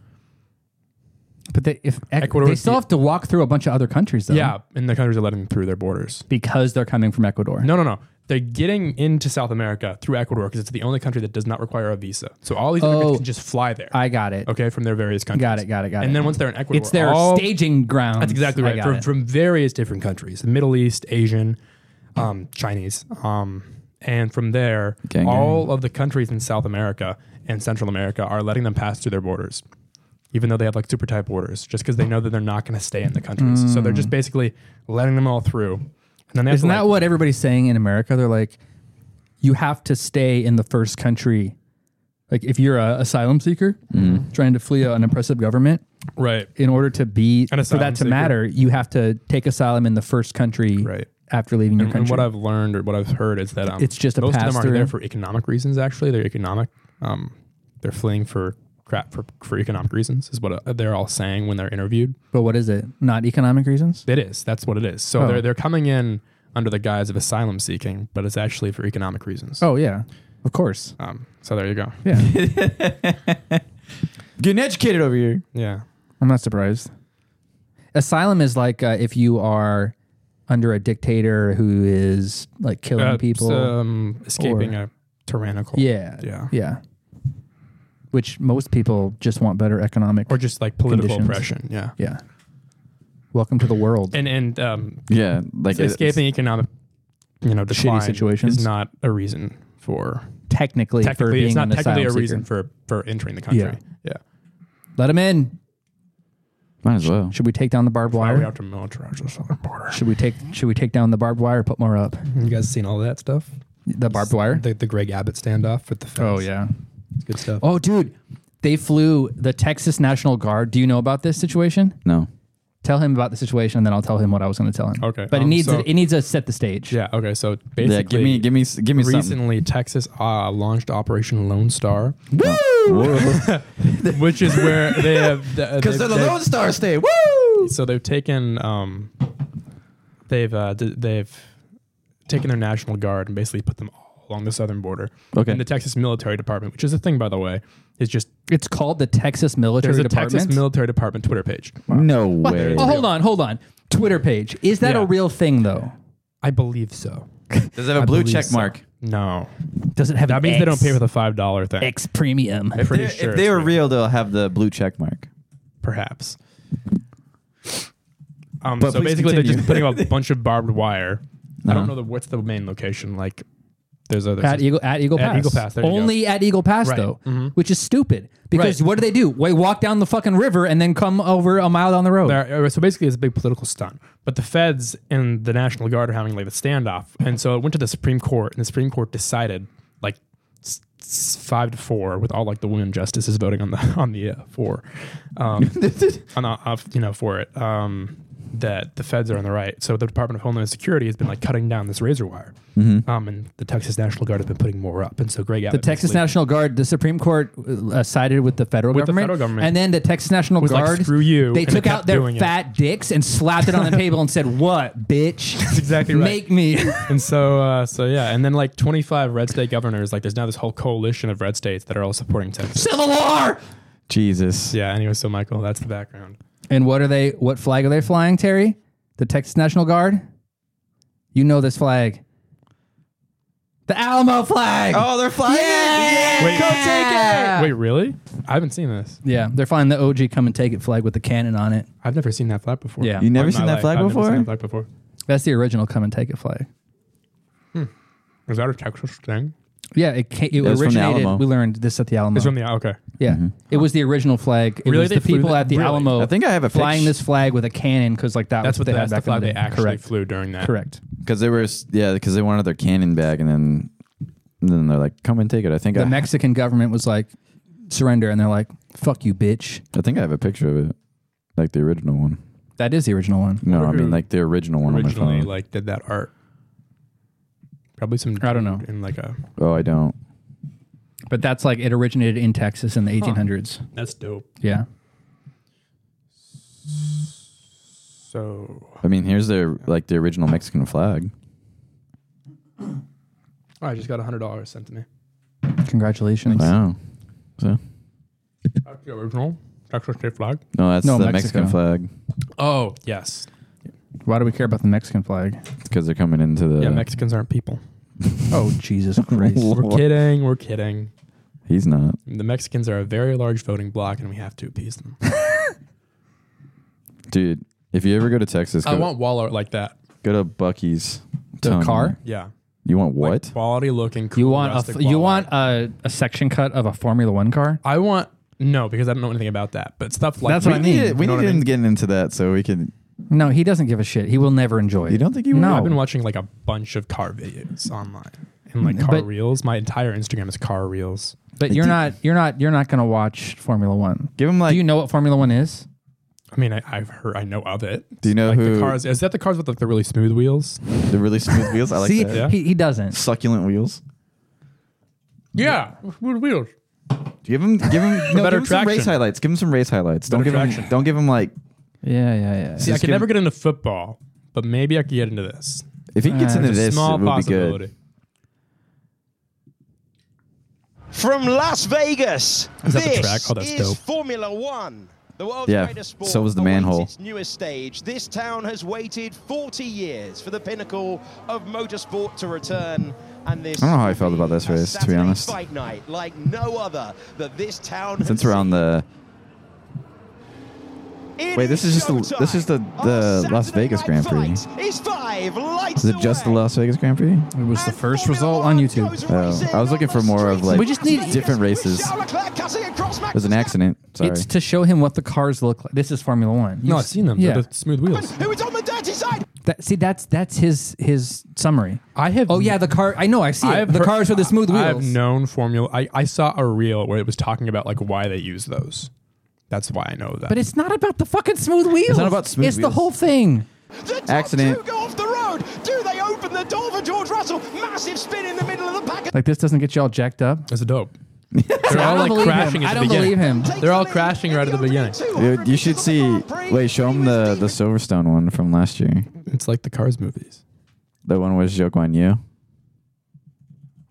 Speaker 6: But they, if
Speaker 5: Ecuador
Speaker 6: they
Speaker 5: is
Speaker 6: still
Speaker 5: the-
Speaker 6: have to walk through a bunch of other countries, though.
Speaker 5: Yeah, and the countries are letting them through their borders.
Speaker 6: because they're coming from Ecuador.
Speaker 5: No, no, no. They're getting into South America through Ecuador because it's the only country that does not require a visa. So all these
Speaker 6: Oh.
Speaker 5: immigrants can just fly there.
Speaker 6: I got it.
Speaker 5: okay, from their various countries.
Speaker 6: Got it. Got it. Got it.
Speaker 5: And then once they're in Ecuador,
Speaker 6: it's their
Speaker 5: all-
Speaker 6: staging ground.
Speaker 5: That's exactly right. From, from various different countries, the Middle East, Asian, um, Chinese. Um, and from there,
Speaker 1: Gang,
Speaker 5: all of the countries in South America and Central America are letting them pass through their borders, even though they have like super tight borders, just because they know that they're not going to stay in the countries. So they're just basically letting them all through. And then they have
Speaker 6: Hmm. Isn't
Speaker 5: to,
Speaker 6: that
Speaker 5: like-
Speaker 6: what everybody's saying in America? They're like, you have to stay in the first country. Like if you're a asylum seeker trying to flee an oppressive government,
Speaker 5: Right.
Speaker 6: in order to be
Speaker 5: An
Speaker 6: for
Speaker 5: asylum
Speaker 6: that to
Speaker 5: seeker.
Speaker 6: matter, you have to take asylum in the first country
Speaker 5: Right.
Speaker 6: after leaving your
Speaker 5: And, and
Speaker 6: country.
Speaker 5: what I've learned or what I've heard is that um,
Speaker 6: It's just a
Speaker 5: most of them are
Speaker 6: pass-through.
Speaker 5: there for economic reasons. Actually, they're economic. Um, they're fleeing for crap for, for economic reasons is what uh, they're all saying when they're interviewed.
Speaker 6: but what is it? Not economic reasons?
Speaker 5: It is. That's what it is. So
Speaker 6: Oh.
Speaker 5: they're they're coming in under the guise of asylum seeking, but it's actually for economic reasons.
Speaker 6: Oh yeah, of course.
Speaker 5: Um, so there you go.
Speaker 6: Yeah,
Speaker 1: *laughs* Getting educated over here.
Speaker 5: Yeah.
Speaker 6: I'm not surprised. Asylum is like uh, if you are under a dictator who is like killing
Speaker 5: Uh,
Speaker 6: people.
Speaker 5: um, escaping a tyrannical.
Speaker 6: yeah,
Speaker 5: Yeah.
Speaker 6: yeah. Which most people just want better economic.
Speaker 5: Or just like political
Speaker 6: Conditions.
Speaker 5: oppression. Yeah.
Speaker 6: yeah, Welcome to the world.
Speaker 5: And and um,
Speaker 1: yeah, like
Speaker 5: it's escaping economic, you know, decline
Speaker 6: situations.
Speaker 5: is not a reason for
Speaker 6: technically, for
Speaker 5: technically it's
Speaker 6: being
Speaker 5: not
Speaker 6: an
Speaker 5: technically a
Speaker 6: asylum
Speaker 5: reason
Speaker 6: seeker.
Speaker 5: for for entering the country.
Speaker 6: Yeah.
Speaker 5: yeah.
Speaker 6: Let him in.
Speaker 1: Might as well.
Speaker 6: Should we take down the barbed
Speaker 5: Why are we out
Speaker 6: wire?
Speaker 5: to militarize the southern border?
Speaker 6: Should we take Should we take down the barbed wire? Put more up.
Speaker 5: You guys seen all that stuff?
Speaker 6: The barbed wire.
Speaker 5: The, the Greg Abbott standoff with the fence.
Speaker 6: oh yeah.
Speaker 5: It's good stuff.
Speaker 6: Oh dude, they flew the Texas National Guard. Do you know about this situation?
Speaker 1: No.
Speaker 6: Tell him about the situation, and then I'll tell him what I was going to tell him.
Speaker 5: Okay,
Speaker 6: But it
Speaker 5: um,
Speaker 6: needs
Speaker 5: so-
Speaker 6: it needs to set the stage.
Speaker 5: Yeah. Okay. So basically,
Speaker 1: Yeah, give me, give me, s- give me something.
Speaker 5: recently Texas uh, launched Operation Lone Star, Uh, *laughs* which is
Speaker 6: *laughs*
Speaker 5: where they have because
Speaker 1: they're the Lone Star State. Woo!
Speaker 5: So they've taken um, they've uh, d- they've taken their national guard and basically put them all along the southern border.
Speaker 1: Okay.
Speaker 5: And the Texas Military Department, which is a thing by the way, is just
Speaker 6: It's called the Texas Military
Speaker 5: there's a
Speaker 6: Department.
Speaker 5: Texas Military Department Twitter page.
Speaker 1: No way.
Speaker 6: oh, hold on, hold on. Twitter page. Is that
Speaker 5: Yeah.
Speaker 6: a real thing though?
Speaker 5: I believe so.
Speaker 1: Does it have a blue
Speaker 5: believe
Speaker 1: check
Speaker 5: so.
Speaker 1: mark?
Speaker 5: No,
Speaker 6: Does it have
Speaker 5: that
Speaker 6: an
Speaker 5: means
Speaker 6: X,
Speaker 5: they don't pay for the five dollar thing.
Speaker 6: X premium?
Speaker 5: I'm pretty
Speaker 1: They're-
Speaker 5: sure
Speaker 1: if they
Speaker 5: it's
Speaker 1: were real,
Speaker 5: real.
Speaker 1: they'll have the blue check mark.
Speaker 5: perhaps. Um,
Speaker 1: But
Speaker 5: so
Speaker 1: please
Speaker 5: basically, they're just putting
Speaker 1: continue.
Speaker 5: up a
Speaker 1: *laughs*
Speaker 5: bunch of barbed wire. I
Speaker 1: Uh-huh.
Speaker 5: don't know the, what's the main location. Like, there's other
Speaker 6: At Eagle at Eagle
Speaker 5: At
Speaker 6: Pass.
Speaker 5: Eagle Pass, there you go.
Speaker 6: Only at Eagle Pass
Speaker 5: Right.
Speaker 6: though,
Speaker 5: Mhm.
Speaker 6: which is stupid. Because
Speaker 5: Right.
Speaker 6: what do they do? They walk down the fucking river and then come over a mile down the road.
Speaker 5: There- so basically, it's a big political stunt. But the feds and the National Guard are having like a standoff, and so it went to the Supreme Court, and the Supreme Court decided like s- s- five to four with all like the women justices voting on the *laughs* on the uh, for,
Speaker 6: *laughs*
Speaker 5: um, on the, of, you know for it um, that the feds are on the right. So the Department of Homeland Security has been like cutting down this razor wire, um, and the Texas National Guard has been putting more up, and so Greg
Speaker 6: Mm-hmm. the
Speaker 5: Abbott
Speaker 6: Texas
Speaker 5: basically-
Speaker 6: National Guard, the Supreme Court uh, sided with the federal
Speaker 5: With the
Speaker 6: government,
Speaker 5: federal government.
Speaker 6: and then the Texas National
Speaker 5: Was like,
Speaker 6: Guard.
Speaker 5: "Screw you,"
Speaker 6: They
Speaker 5: and they
Speaker 6: took out
Speaker 5: kept
Speaker 6: their
Speaker 5: doing it.
Speaker 6: fat dicks and slapped it
Speaker 5: *laughs*
Speaker 6: on the table and said, "What, bitch? *laughs* That's
Speaker 5: exactly right.
Speaker 6: Make me."
Speaker 5: *laughs* and so uh, so yeah and then like 25 red state governors like there's now this whole coalition of red states that are all supporting texas
Speaker 6: Civil War.
Speaker 1: Jesus.
Speaker 5: yeah anyway so michael that's the background
Speaker 6: And what are they? What flag are they flying, Terry? The Texas National Guard. You know this flag. The Alamo flag.
Speaker 1: Oh, they're flying. Yeah.
Speaker 5: Wait.
Speaker 1: Go take
Speaker 6: Yeah.
Speaker 5: wait really i haven't seen this
Speaker 6: Yeah, they're flying the OG come and take it flag with the cannon on it.
Speaker 5: i've never seen that flag before
Speaker 6: Yeah.
Speaker 1: You never
Speaker 5: In my
Speaker 1: seen that
Speaker 5: life,
Speaker 1: flag
Speaker 5: I've never
Speaker 1: before?
Speaker 5: seen that flag before
Speaker 6: That's the original come and take it flag.
Speaker 5: is that a texas thing
Speaker 6: Yeah, it ca- it,
Speaker 1: was from the
Speaker 6: originated.
Speaker 1: Alamo. Mm-hmm.
Speaker 6: We learned this at the Alamo.
Speaker 5: it's from the okay
Speaker 6: Yeah, it was the original flag. It
Speaker 5: Really?
Speaker 6: was
Speaker 5: They
Speaker 6: the
Speaker 5: flew
Speaker 6: people
Speaker 5: the-
Speaker 6: at the
Speaker 5: really?
Speaker 6: Alamo.
Speaker 1: I think I have a
Speaker 6: flying
Speaker 1: pic-
Speaker 6: this flag with a cannon because like that
Speaker 5: that's
Speaker 6: was
Speaker 5: what
Speaker 6: they
Speaker 5: the,
Speaker 6: had
Speaker 5: that's the
Speaker 6: back in
Speaker 5: flag
Speaker 6: the
Speaker 5: they
Speaker 6: day.
Speaker 5: actually
Speaker 6: Correct.
Speaker 5: flew during that
Speaker 6: Correct.
Speaker 1: Because they were, s- yeah, because they wanted their cannon back, and then, and then they're like, "Come and take it." I think
Speaker 6: The
Speaker 1: I,
Speaker 6: Mexican government was like surrender, and they're like, "Fuck you, bitch."
Speaker 1: I think I have a picture of it, like the original one.
Speaker 6: That is the original one.
Speaker 1: No, I
Speaker 5: who
Speaker 1: mean like the original one on my
Speaker 5: originally
Speaker 1: phone.
Speaker 5: like did that art probably some
Speaker 6: I don't know.
Speaker 5: dude in like a
Speaker 1: oh, I don't.
Speaker 6: But that's like it originated in Texas in the 1800s.
Speaker 5: that's dope
Speaker 6: Yeah.
Speaker 5: so
Speaker 1: I mean, here's their like the original Mexican flag.
Speaker 5: oh, i just got a hundred dollars sent to me
Speaker 6: Congratulations.
Speaker 1: Wow. So
Speaker 5: that's the original texas state flag
Speaker 1: no, that's
Speaker 6: No,
Speaker 1: the
Speaker 6: Mexico.
Speaker 1: Mexican flag.
Speaker 5: oh yes
Speaker 6: Why do we care about the Mexican flag?
Speaker 1: because they're coming into the.
Speaker 5: yeah mexicans aren't people
Speaker 6: *laughs* Oh
Speaker 1: *laughs*
Speaker 6: Jesus Christ!
Speaker 5: We're kidding. We're kidding.
Speaker 1: He's not.
Speaker 5: The Mexicans are a very large voting bloc, and we have to appease them.
Speaker 1: Dude, if you ever go to Texas, go,
Speaker 5: I want wall art like that.
Speaker 1: go to Bucky's.
Speaker 6: The
Speaker 1: Tongue.
Speaker 6: car?
Speaker 5: Yeah.
Speaker 1: You want what?
Speaker 5: Quality looking. Cool
Speaker 6: You want a
Speaker 5: rustic
Speaker 6: f- you
Speaker 5: wall
Speaker 6: want
Speaker 5: art.
Speaker 6: a, a section cut of a Formula One car?
Speaker 5: I want no because I don't know anything about that. But stuff like
Speaker 6: That's what I mean.
Speaker 1: we need, we
Speaker 5: You know
Speaker 1: need
Speaker 5: what I
Speaker 1: him
Speaker 5: mean?
Speaker 1: getting into that so we can.
Speaker 6: No, he doesn't give a shit. He will never enjoy it.
Speaker 1: You don't think he would?
Speaker 6: No.
Speaker 5: I've been watching like a bunch of car videos online and like car
Speaker 6: But-
Speaker 5: reels. My entire Instagram is car reels.
Speaker 6: But you're not you're not you're not gonna watch Formula One.
Speaker 1: Give him like.
Speaker 6: Do you know what Formula One is?
Speaker 5: I mean, I, I've heard, I know of it.
Speaker 1: Do you know
Speaker 5: like
Speaker 1: who-
Speaker 5: the cars? Is that the cars with like the really smooth wheels?
Speaker 1: the really smooth wheels. I like
Speaker 6: See,
Speaker 1: that.
Speaker 5: Yeah.
Speaker 6: he, he doesn't.
Speaker 1: Succulent wheels.
Speaker 5: Yeah, smooth wheels.
Speaker 1: Give him, give him, no, give
Speaker 5: Better
Speaker 1: him some race
Speaker 5: traction.
Speaker 1: highlights. Give him some race highlights. Don't
Speaker 5: Better
Speaker 1: give him,
Speaker 5: traction.
Speaker 1: don't give him like.
Speaker 6: Yeah, yeah, yeah.
Speaker 5: See, I
Speaker 1: Just give-
Speaker 5: can never get into football, but maybe I could get into this.
Speaker 1: If he gets
Speaker 6: Uh,
Speaker 1: into
Speaker 5: It's a
Speaker 1: this,
Speaker 5: small
Speaker 1: it would be
Speaker 5: possibility.
Speaker 1: good.
Speaker 13: From Las Vegas,
Speaker 5: Is that the
Speaker 13: this
Speaker 5: track? Oh, that's
Speaker 13: is
Speaker 5: dope.
Speaker 13: Formula One. The world's
Speaker 1: Yeah,
Speaker 13: greatest sport
Speaker 1: so was the
Speaker 13: awaits
Speaker 1: manhole.
Speaker 13: Its newest stage. This town has waited 40 years for the pinnacle of motorsport to return. And this
Speaker 1: I don't know how I
Speaker 13: will
Speaker 1: felt
Speaker 13: be
Speaker 1: about this
Speaker 13: a
Speaker 1: race, to be
Speaker 13: Saturday
Speaker 1: honest.
Speaker 13: Fight night like no other that this town.
Speaker 1: Since
Speaker 13: has
Speaker 1: we're on the
Speaker 13: seen.
Speaker 1: Wait, this is just the, this is the, the Las Vegas Grand Prix. Is it just the Las Vegas Grand Prix? It
Speaker 6: was the first result on YouTube.
Speaker 1: Oh, I was looking for more of like
Speaker 6: We just need-
Speaker 1: different races. It was an accident. Sorry.
Speaker 6: It's to show him what the cars look like. This is Formula One.
Speaker 5: No, I've seen them.
Speaker 6: Yeah.
Speaker 5: They're the smooth wheels.
Speaker 6: That- see, that's that's his his summary.
Speaker 5: I have.
Speaker 6: Oh yeah, the car. I know. I see it.
Speaker 5: I've
Speaker 6: The
Speaker 5: heard-
Speaker 6: cars with the smooth wheels.
Speaker 5: I've known formula. I, I saw a reel where it was talking about like why they use those. That's why I know that.
Speaker 6: But it's not about the fucking smooth wheels.
Speaker 1: It's not about smooth
Speaker 6: It's the
Speaker 1: wheels.
Speaker 6: whole thing.
Speaker 1: accident.
Speaker 6: Like this doesn't get you all jacked up.
Speaker 5: it's
Speaker 6: *laughs*
Speaker 5: dope.
Speaker 6: I
Speaker 5: They're all
Speaker 6: don't
Speaker 5: like
Speaker 6: believe
Speaker 5: crashing
Speaker 6: him.
Speaker 5: at
Speaker 6: I
Speaker 5: the
Speaker 6: don't believe
Speaker 5: beginning.
Speaker 6: him.
Speaker 5: They're all crashing right at the beginning.
Speaker 1: Dude, you should see. Wait, show him the, the Silverstone one from last year.
Speaker 5: It's like the Cars movies.
Speaker 1: The one with Zhou Guan Yu.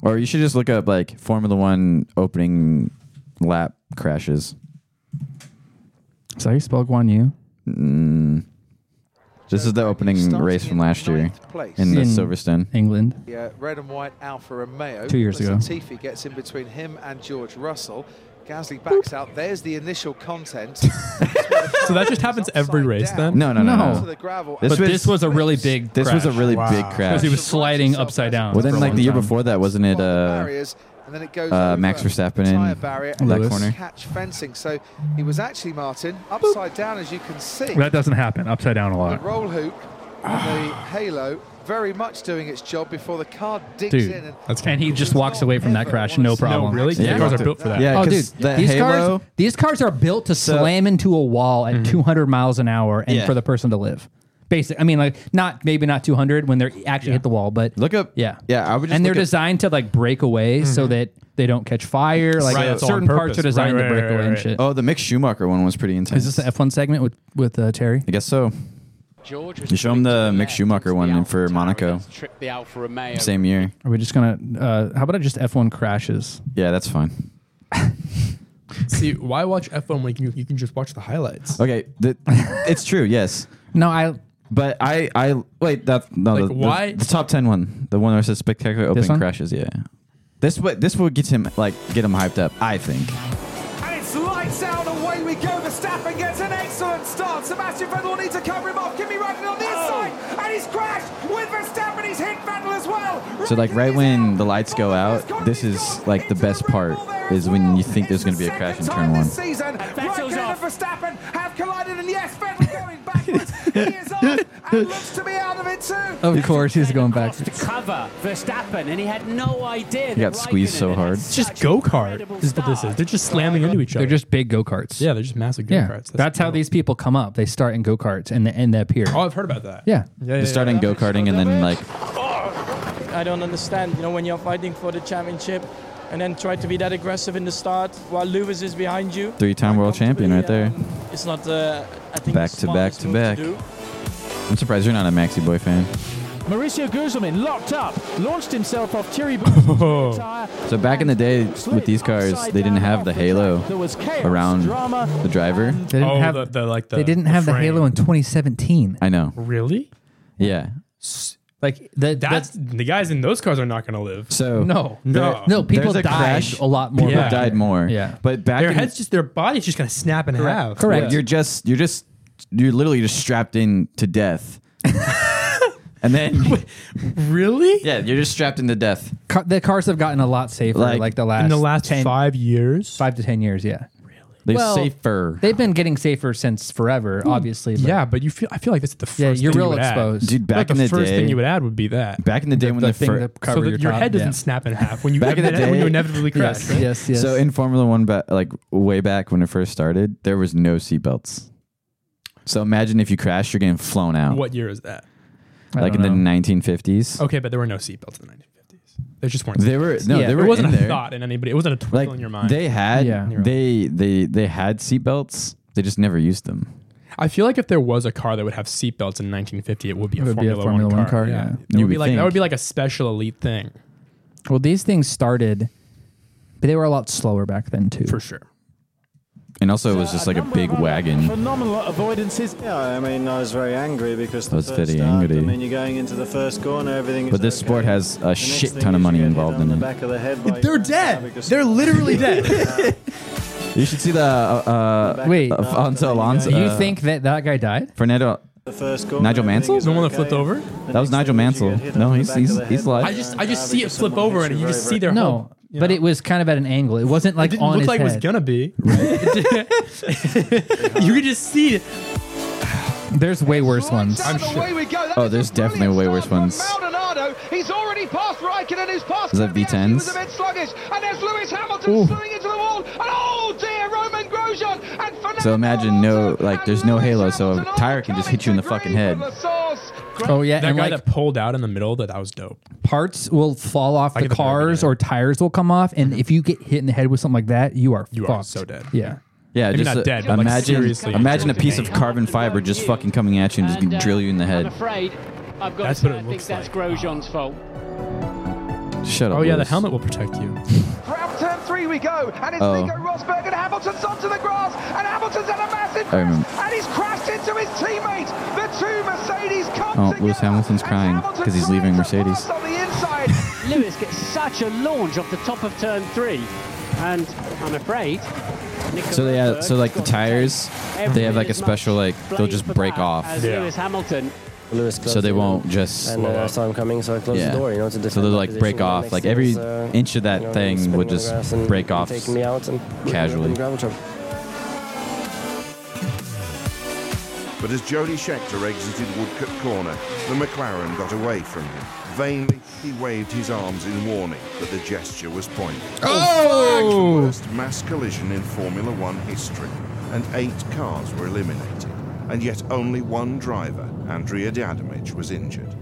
Speaker 1: Or you should just look up like Formula One opening lap crashes.
Speaker 6: Is that how you spell Guan Yu?
Speaker 1: Mm. This is the opening race from last year in the
Speaker 6: In-
Speaker 1: Silverstone.
Speaker 6: England.
Speaker 18: Yeah, uh, red and white Alfa Romeo.
Speaker 6: Two years
Speaker 18: as
Speaker 6: ago.
Speaker 18: Latifi gets in between him and George Russell. Gasly backs out. There's the initial content.
Speaker 6: *laughs*
Speaker 5: So that just happens every race then?
Speaker 1: No, no, no,
Speaker 6: No.
Speaker 1: no.
Speaker 18: To the gravel.
Speaker 1: This
Speaker 6: but
Speaker 1: was-
Speaker 6: this was a really big.
Speaker 1: This was a really
Speaker 5: Wow.
Speaker 1: big
Speaker 6: because
Speaker 1: crash.
Speaker 6: he was sliding upside down.
Speaker 1: Well, then
Speaker 6: for a
Speaker 1: like
Speaker 6: long
Speaker 1: the year
Speaker 6: time.
Speaker 1: before that, wasn't it?
Speaker 18: One of the
Speaker 1: Uh,
Speaker 18: barriers, and then it goes
Speaker 1: uh,
Speaker 18: over
Speaker 1: Max Verstappen
Speaker 18: the tire
Speaker 1: and
Speaker 18: barrier
Speaker 1: that
Speaker 18: and
Speaker 1: corner?
Speaker 18: catch fencing. So he was actually Martin upside down, as you can see.
Speaker 6: That doesn't happen. Upside down a
Speaker 18: The
Speaker 6: lot. Ah.
Speaker 18: roll hoop and the halo very much doing its job before the car digs
Speaker 6: Dude,
Speaker 18: in. And
Speaker 5: That's
Speaker 6: And he just walks away from that crash, no problem.
Speaker 5: really?
Speaker 1: Yeah.
Speaker 5: The cars are built for that.
Speaker 1: Yeah.
Speaker 6: Oh, dude,
Speaker 1: 'cause that
Speaker 6: these
Speaker 1: Halo-
Speaker 6: cars these cars are built to slam into a wall at 200 miles an hour and
Speaker 1: Yeah.
Speaker 6: for the person to live. Basic. I mean, like not maybe not 200 when they're actually hit the wall, but
Speaker 1: look up.
Speaker 6: yeah,
Speaker 1: yeah. I would just
Speaker 6: and they're
Speaker 1: look up-
Speaker 6: designed to like break away so
Speaker 5: Mm-hmm.
Speaker 6: that they don't catch fire. Like
Speaker 5: Right, that's all on
Speaker 6: certain parts
Speaker 5: purpose.
Speaker 6: are designed
Speaker 5: Right, right,
Speaker 6: to break
Speaker 5: right,
Speaker 6: away
Speaker 5: right,
Speaker 6: and
Speaker 5: right.
Speaker 6: shit.
Speaker 1: Oh, the Mick Schumacher one was pretty intense.
Speaker 6: Is this the F1 segment with with uh, Terry?
Speaker 1: I guess so. You show him the Mick Schumacher one in for Monaco,
Speaker 13: Trip the Alfa Romeo.
Speaker 1: same year.
Speaker 6: Are we just gonna? Uh, how about I just F1 crashes?
Speaker 1: Yeah, that's fine.
Speaker 5: See, why watch F1 when you, you can just watch the
Speaker 1: *laughs*
Speaker 5: highlights?
Speaker 1: Okay, the, it's true. Yes,
Speaker 6: No, I.
Speaker 1: but I, I wait. That no,
Speaker 5: Like,
Speaker 1: the,
Speaker 5: why-
Speaker 1: The, the top ten one, the one that says spectacular
Speaker 6: This
Speaker 1: opening
Speaker 6: one?
Speaker 1: crashes. Yeah, this what this will get him like get him hyped up. I think.
Speaker 13: And it's lights out, away we go. Verstappen gets an excellent start. Sebastian Vettel will need to cover him off. Kimi Raikkonen on the inside. And he's crashed with Verstappen. He's hit Vettel as well.
Speaker 1: So like right when the lights go out, this is like the best part is when you think there's gonna be a crash in turn one.
Speaker 13: season. Raikkonen and Verstappen have collided. And yes, Vettel going
Speaker 1: *laughs*
Speaker 13: backwards. he is on and looks to be out of it too.
Speaker 1: Oh.
Speaker 6: Of course, he's going back.
Speaker 13: To cover Verstappen, and he had no idea.
Speaker 1: He got squeezed so hard.
Speaker 5: It's just go kart. Is what this is. They're just slamming into each other.
Speaker 6: They're just big go karts.
Speaker 5: yeah. They're just massive go
Speaker 6: Yeah,
Speaker 5: karts.
Speaker 6: that's, how these people come up. They start in go karts and they end up here.
Speaker 5: Oh, I've heard about that.
Speaker 6: Yeah.
Speaker 5: Yeah. yeah,
Speaker 1: Just starting go karting and then like
Speaker 28: I don't understand. You know, when you're fighting for the championship and then try to be that aggressive in the start while Lewis is behind you.
Speaker 1: three-time world champion right there.
Speaker 28: Um, it's not, uh, I think,
Speaker 1: Back
Speaker 28: the
Speaker 1: to back
Speaker 28: smartest
Speaker 1: to
Speaker 28: move to
Speaker 1: back.
Speaker 28: do.
Speaker 1: I'm surprised you're not a Maxi Boy fan.
Speaker 13: Mauricio Guzman locked up, launched himself off Thierry
Speaker 1: *laughs* So back in the day with these cars, they didn't have the halo around the driver.
Speaker 6: They didn't
Speaker 5: Oh,
Speaker 6: have
Speaker 5: the, the, like the,
Speaker 6: they didn't have the
Speaker 5: frame.
Speaker 6: Halo in 2017.
Speaker 1: I know.
Speaker 5: Really?
Speaker 1: Yeah.
Speaker 6: Like the,
Speaker 5: That's the guys in those cars are not going to live.
Speaker 1: So
Speaker 6: no,
Speaker 5: No.
Speaker 6: no. People
Speaker 1: There's a
Speaker 6: died
Speaker 1: crash.
Speaker 6: a lot more.
Speaker 1: people
Speaker 5: Yeah.
Speaker 1: died more.
Speaker 6: Yeah.
Speaker 1: But back
Speaker 5: Their
Speaker 1: in,
Speaker 5: heads just their body's just going to snap in half.
Speaker 1: But
Speaker 6: Correct.
Speaker 1: You're just you're just you're literally just strapped in to
Speaker 6: *laughs*
Speaker 1: death. and then
Speaker 5: Really?
Speaker 1: yeah, you're just strapped into death.
Speaker 6: Ca- the cars have gotten a lot safer.
Speaker 1: Like,
Speaker 6: Like, the last
Speaker 5: In the last
Speaker 6: 10,
Speaker 5: five years.
Speaker 6: five to ten years. Yeah,
Speaker 1: They're
Speaker 6: Well,
Speaker 1: safer.
Speaker 6: they've been getting safer since forever. Obviously, but
Speaker 5: Hmm. yeah, but you feel I feel like this is the first.
Speaker 6: yeah, you're
Speaker 5: thing
Speaker 6: real
Speaker 5: you would add.
Speaker 1: Dude,
Speaker 6: exposed.
Speaker 5: I feel like
Speaker 1: back in
Speaker 5: the,
Speaker 1: the
Speaker 5: first
Speaker 1: day,
Speaker 5: thing you would add would be that.
Speaker 1: back in the day when the,
Speaker 6: thing
Speaker 1: fir-
Speaker 6: that
Speaker 5: so
Speaker 6: cover
Speaker 5: that
Speaker 6: your,
Speaker 5: your,
Speaker 6: top,
Speaker 5: head doesn't
Speaker 6: yeah.
Speaker 5: snap in half when you
Speaker 1: Back in the
Speaker 5: when
Speaker 1: day-
Speaker 5: you inevitably crash.
Speaker 6: Yes,
Speaker 5: right?
Speaker 6: yes, yes.
Speaker 1: So in Formula One, ba- like way back when it first started, there was no seatbelts. So imagine if you crash, you're getting flown out.
Speaker 5: What year is that?
Speaker 6: I
Speaker 1: like in
Speaker 6: don't know.
Speaker 1: the 1950s.
Speaker 5: Okay, but there were no seatbelts in the 1950s. There just weren't.
Speaker 1: They were
Speaker 5: seatbelts.
Speaker 1: no,
Speaker 6: Yeah,
Speaker 1: they
Speaker 6: it
Speaker 1: were
Speaker 5: It wasn't
Speaker 1: in
Speaker 5: a
Speaker 1: there.
Speaker 5: thought in anybody. It wasn't a twinkle
Speaker 1: Like
Speaker 5: in your mind.
Speaker 1: they had,
Speaker 6: Yeah.
Speaker 1: they they they had seatbelts. They just never used them.
Speaker 5: I feel like if there was a car that would have seatbelts in 1950, it would be a,
Speaker 6: It would be
Speaker 5: Formula,
Speaker 6: a Formula
Speaker 5: One
Speaker 6: One
Speaker 5: car.
Speaker 6: car, yeah.
Speaker 5: That
Speaker 1: You
Speaker 5: would
Speaker 1: would
Speaker 5: be like that
Speaker 1: think.
Speaker 5: would be like a special elite thing
Speaker 6: well, these things started, but they were a lot slower back then too.
Speaker 5: for sure.
Speaker 1: And also, it was just like a big wagon.
Speaker 13: Phenomenal avoidances.
Speaker 15: Yeah, I mean, I was very angry because the
Speaker 1: I was
Speaker 15: first
Speaker 1: very
Speaker 15: start,
Speaker 1: angry.
Speaker 15: I mean, you're going into the first corner, everything. is
Speaker 1: But this
Speaker 15: okay.
Speaker 1: sport has a
Speaker 15: The next
Speaker 1: shit
Speaker 15: thing
Speaker 1: ton
Speaker 15: is
Speaker 1: of
Speaker 15: you
Speaker 1: money
Speaker 15: get hit
Speaker 1: involved
Speaker 15: on
Speaker 1: in
Speaker 15: the
Speaker 1: it.
Speaker 15: Back of the head by your
Speaker 13: They're
Speaker 1: *laughs*
Speaker 15: own car
Speaker 13: dead.
Speaker 15: because-
Speaker 13: They're literally dead.
Speaker 1: You should see the uh, uh,
Speaker 6: Wait.
Speaker 1: Alfonso Alonso.
Speaker 6: You think that that guy died?
Speaker 1: Fernando?
Speaker 23: The first goal.
Speaker 1: Nigel
Speaker 23: everything
Speaker 1: Mansell?
Speaker 23: is okay.
Speaker 1: That was Nigel Mansell. No, he's he's, he's live.
Speaker 5: I just I just see it flip over and you just see their
Speaker 6: No,
Speaker 5: whole- you
Speaker 6: but
Speaker 5: know?
Speaker 6: it was kind of at an angle. It wasn't like
Speaker 5: it didn't
Speaker 6: on
Speaker 5: look
Speaker 6: his
Speaker 5: like it was
Speaker 6: head.
Speaker 5: gonna be. you could just see it.
Speaker 6: There's way worse ones.
Speaker 1: I'm
Speaker 17: sure. Away we go. That
Speaker 1: Oh,
Speaker 17: is a
Speaker 1: there's definitely
Speaker 17: brilliant
Speaker 1: way
Speaker 17: start
Speaker 1: worse
Speaker 17: from
Speaker 1: ones.
Speaker 17: Maldonado. He's already past Raikkonen, who's past.
Speaker 1: Is that
Speaker 17: Kvyat. He was
Speaker 1: V10s?
Speaker 17: a bit sluggish, and there's Lewis Hamilton slewing into the wall. And oh dear, Roman Grosjean and Fernando.
Speaker 1: So imagine no like there's no halo, so a tire can just hit you in the fucking head.
Speaker 6: Oh yeah,
Speaker 5: that
Speaker 6: and
Speaker 5: guy
Speaker 6: like
Speaker 5: that pulled out in the middle. That that was dope.
Speaker 6: parts will fall off
Speaker 5: I
Speaker 6: the
Speaker 5: get the very
Speaker 6: cars or tires will come off, and if you get hit in the head with something like that, you are
Speaker 5: You are
Speaker 6: fucked.
Speaker 5: so dead.
Speaker 6: Yeah.
Speaker 1: Yeah,
Speaker 5: Maybe
Speaker 1: just
Speaker 5: not
Speaker 1: uh,
Speaker 5: dead, but, like,
Speaker 1: imagine
Speaker 5: seriously
Speaker 1: imagine a
Speaker 5: injured.
Speaker 1: piece of carbon fiber just fucking coming at you and just gonna drill you in the
Speaker 17: uh,
Speaker 1: head.
Speaker 13: afraid. I've got
Speaker 5: That's
Speaker 13: to say,
Speaker 5: what it
Speaker 13: I think
Speaker 5: looks
Speaker 13: that's
Speaker 5: like.
Speaker 13: Grosjean's fault.
Speaker 1: Shut up.
Speaker 5: Oh yeah, the
Speaker 1: Lewis.
Speaker 5: helmet will protect you.
Speaker 17: Round turn three we go, and it's
Speaker 1: Oh.
Speaker 17: Nico Rosberg and Hamilton's onto the grass, and Hamilton's had a massive
Speaker 1: I remember.
Speaker 17: crash, and he's crashed into his teammate. The two Mercedes come
Speaker 1: Oh,
Speaker 17: together.
Speaker 1: Lewis Hamilton's crying because he's leaving Mercedes.
Speaker 17: On the
Speaker 1: *laughs*
Speaker 17: inside,
Speaker 13: Lewis gets such a launch off the top of turn three, and I'm afraid. Nico
Speaker 1: So they
Speaker 13: Rosberg
Speaker 1: have, so like
Speaker 13: has
Speaker 1: the
Speaker 13: got to
Speaker 1: tires,
Speaker 13: take
Speaker 1: they have like
Speaker 13: every
Speaker 1: a special like
Speaker 13: much
Speaker 1: they'll
Speaker 13: blame
Speaker 1: just
Speaker 13: for
Speaker 1: break
Speaker 13: that
Speaker 1: off,
Speaker 13: As
Speaker 1: so
Speaker 13: Lewis Hamilton
Speaker 19: Lewis closed
Speaker 1: they
Speaker 19: the
Speaker 1: won't
Speaker 19: door.
Speaker 1: just
Speaker 19: And uh, I saw him coming, so I closed
Speaker 1: yeah.
Speaker 19: the door. You know, to
Speaker 1: so
Speaker 19: defend
Speaker 1: they'll
Speaker 19: my
Speaker 1: like
Speaker 19: position.
Speaker 1: break
Speaker 19: The
Speaker 1: off,
Speaker 19: next
Speaker 1: like
Speaker 19: thing
Speaker 1: every
Speaker 19: was, uh,
Speaker 1: inch of that
Speaker 19: you know,
Speaker 1: thing
Speaker 19: spinning
Speaker 1: would
Speaker 19: on the grass
Speaker 1: just
Speaker 19: and
Speaker 1: break off.
Speaker 19: Taking me out and *laughs*
Speaker 1: casually.
Speaker 19: In gravel trouble.
Speaker 21: But as Jody Scheckter exited Woodcut Corner, the McLaren got away from him. Vainly, he waved his arms in warning, but the gesture was pointless.
Speaker 4: Oh!
Speaker 21: The worst mass collision in Formula One history, and eight cars were eliminated. And yet only one driver, Andrea Damage, was injured.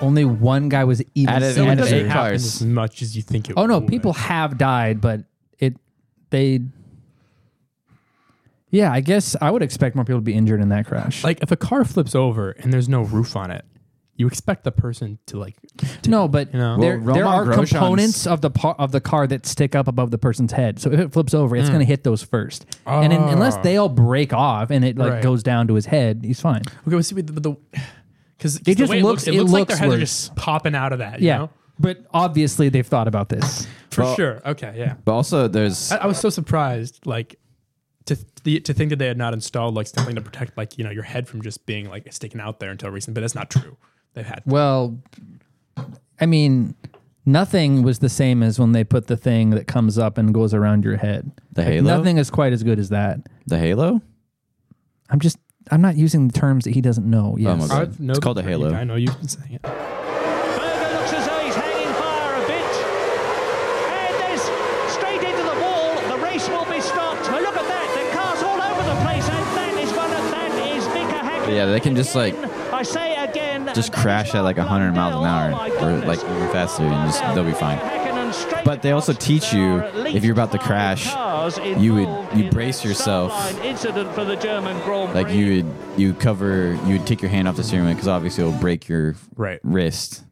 Speaker 6: Only one guy was even
Speaker 1: Out of-
Speaker 6: so
Speaker 1: out
Speaker 6: it
Speaker 1: of
Speaker 6: doesn't
Speaker 1: eight
Speaker 6: happen.
Speaker 1: cars.
Speaker 5: As much as you think it.
Speaker 6: Oh no,
Speaker 5: would.
Speaker 6: people have died, but it they. Yeah, I guess I would expect more people to be injured in that crash.
Speaker 5: Like if a car flips over and there's no roof on it, you expect the person to like.
Speaker 6: no, but
Speaker 5: you know?
Speaker 6: there,
Speaker 5: Well,
Speaker 6: there
Speaker 5: Roman
Speaker 6: are
Speaker 5: Grosjean's-
Speaker 6: components of the par- of the car that stick up above the person's head. So if it flips over,
Speaker 1: Hmm.
Speaker 6: it's
Speaker 5: Mm.
Speaker 6: going to hit those first. And in, unless
Speaker 5: Ah.
Speaker 6: they all break off and it like
Speaker 5: Right.
Speaker 6: goes down to his head, he's fine.
Speaker 5: Okay, but see, but the, but the because
Speaker 6: It just looks-
Speaker 5: it
Speaker 6: it
Speaker 5: looks, like their
Speaker 6: looks
Speaker 5: heads are
Speaker 6: worse.
Speaker 5: just popping out of that. You
Speaker 6: Yeah,
Speaker 5: know?
Speaker 6: but obviously they've thought about this.
Speaker 5: *laughs* for
Speaker 1: Well-
Speaker 5: sure. Okay, yeah.
Speaker 1: But also there's
Speaker 5: I, I was so surprised, like to th- the, to think that they had not installed like something to protect, like you know, your head from just being like sticking out there until recently. But that's not true. They've had
Speaker 6: Well, I mean, nothing was the same as when they put the thing that comes up and goes around your head.
Speaker 1: The
Speaker 6: Like,
Speaker 1: halo?
Speaker 6: Nothing is quite as good as that.
Speaker 1: the halo.
Speaker 6: I'm just. I'm not using the terms that he doesn't know. Yes.
Speaker 1: Oh my god, it's called a halo.
Speaker 5: I know you've been saying it.
Speaker 13: Berger looks as though he's hanging fire a bit. And there's straight into the wall. The race will be stopped. But look at that. The car's all over the place. And that is one of that is Mika
Speaker 1: But
Speaker 13: Hakkinen.
Speaker 1: yeah, they can just like
Speaker 13: I say again.
Speaker 1: just crash at like 100 miles an hour or like even faster, and just they'll be fine. But they also teach you if you're about to crash, you would you brace yourself.
Speaker 13: Incident for the German Grand Prix.
Speaker 1: Like you would you cover you would take your hand off the steering wheel because obviously it'll break your
Speaker 5: right.
Speaker 1: wrist.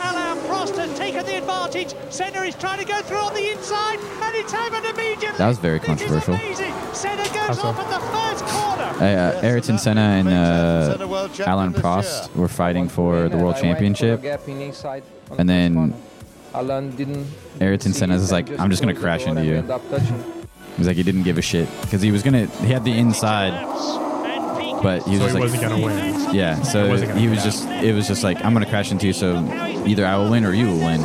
Speaker 13: Alain Prost has taken the advantage. Senna is trying to go through on the inside, and it's happened immediately.
Speaker 1: That was very
Speaker 13: This
Speaker 1: controversial.
Speaker 13: Is amazing. Senna goes
Speaker 1: Awesome.
Speaker 13: off at the first corner.
Speaker 1: Uh, uh, Ayrton Senna and uh, Alan Prost were fighting for the world championship, and then
Speaker 29: Alan didn't.
Speaker 1: Ayrton Senna is like, "I'm just gonna crash into you." He's like, he didn't give a shit because he was gonna he had the inside, but he was just
Speaker 5: So he
Speaker 1: like,
Speaker 5: wasn't gonna win.
Speaker 1: Yeah, so
Speaker 5: He wasn't gonna
Speaker 1: he was
Speaker 5: win.
Speaker 1: just it was just like, I'm gonna crash into you, so either I will win or you will win.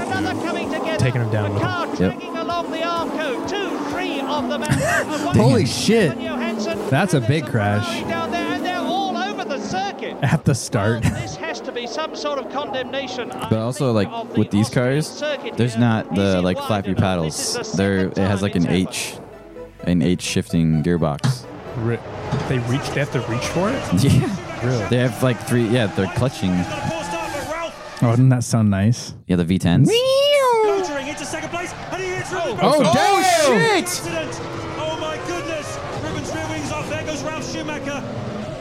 Speaker 5: Taking him down. With him.
Speaker 1: Yep.
Speaker 13: Along the Arco, two, three of the man.
Speaker 6: Holy shit.
Speaker 13: Johansson
Speaker 6: That's a big crash
Speaker 13: down there, and they're all over the circuit.
Speaker 6: *laughs* at the start.
Speaker 13: This has to be some sort of condemnation.
Speaker 1: *laughs* But also like with these cars, there's not the like flappy paddles. There it has like an H, an H shifting
Speaker 6: *laughs*
Speaker 1: gearbox.
Speaker 5: Re- they reach. They have to reach for it.
Speaker 1: *laughs* Yeah,
Speaker 5: Really?
Speaker 1: They have like three. Yeah, they're clutching.
Speaker 6: Oh, doesn't that sound nice?
Speaker 1: Yeah, the V10s.
Speaker 29: Filtering into second place, and he hits Ruben.
Speaker 6: Oh, oh, damn shit!
Speaker 29: Incident. Oh my goodness! Ruben's rear wings off. There goes Ralph Schumacher,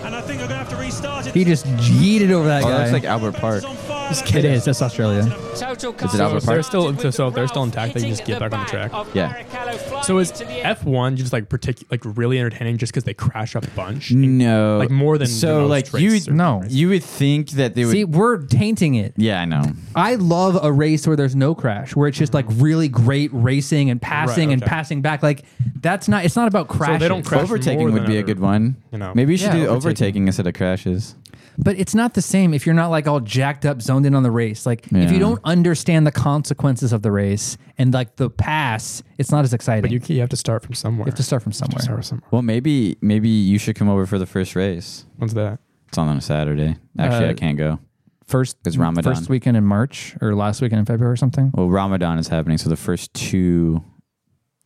Speaker 29: and I think they're going to have to restart it.
Speaker 6: He just yeeted over that
Speaker 1: Oh,
Speaker 6: guy.
Speaker 1: that's like Albert Park.
Speaker 6: Just kidding. It is. That's Australia.
Speaker 5: Total
Speaker 1: Is it Albert
Speaker 5: they're
Speaker 1: Park?
Speaker 5: still so, so they're still intact. They can just get back on the track.
Speaker 1: Yeah.
Speaker 5: So is F one just like particular like really entertaining just because they crash a bunch?
Speaker 1: No,
Speaker 5: Like more than the
Speaker 1: so.
Speaker 5: most
Speaker 1: Like
Speaker 5: race
Speaker 1: you,
Speaker 5: circuit
Speaker 1: no, you would think that they would.
Speaker 6: See, we're tainting it.
Speaker 1: yeah, I know.
Speaker 6: I love a race where there's no crash, where it's just like
Speaker 1: Mm-hmm.
Speaker 6: really great racing and passing and
Speaker 5: okay.
Speaker 6: passing back. Like that's not. It's not about crashing.
Speaker 5: don't crash more
Speaker 1: Overtaking would
Speaker 5: than
Speaker 1: be a
Speaker 5: ever,
Speaker 1: good one.
Speaker 5: you know.
Speaker 1: Maybe you should
Speaker 6: Yeah,
Speaker 1: do overtaking.
Speaker 6: overtaking.
Speaker 1: instead of crashes.
Speaker 6: But it's not the same if you're not like all jacked up, zoned in on the race. Like if
Speaker 1: Yeah.
Speaker 6: you don't understand the consequences of the race and like the pass, it's not as exciting.
Speaker 5: But you,
Speaker 6: you
Speaker 5: you have to start from somewhere. You
Speaker 6: have to start from somewhere.
Speaker 5: start from somewhere.
Speaker 1: Well, maybe maybe you should come over for the first race.
Speaker 5: What's that?
Speaker 1: It's on on a Saturday. Actually,
Speaker 6: Uh,
Speaker 1: I can't go.
Speaker 6: First,
Speaker 1: It's Ramadan.
Speaker 6: Mm-hmm. First weekend in March or last weekend in February or something,
Speaker 1: Well, Ramadan is happening, so the first two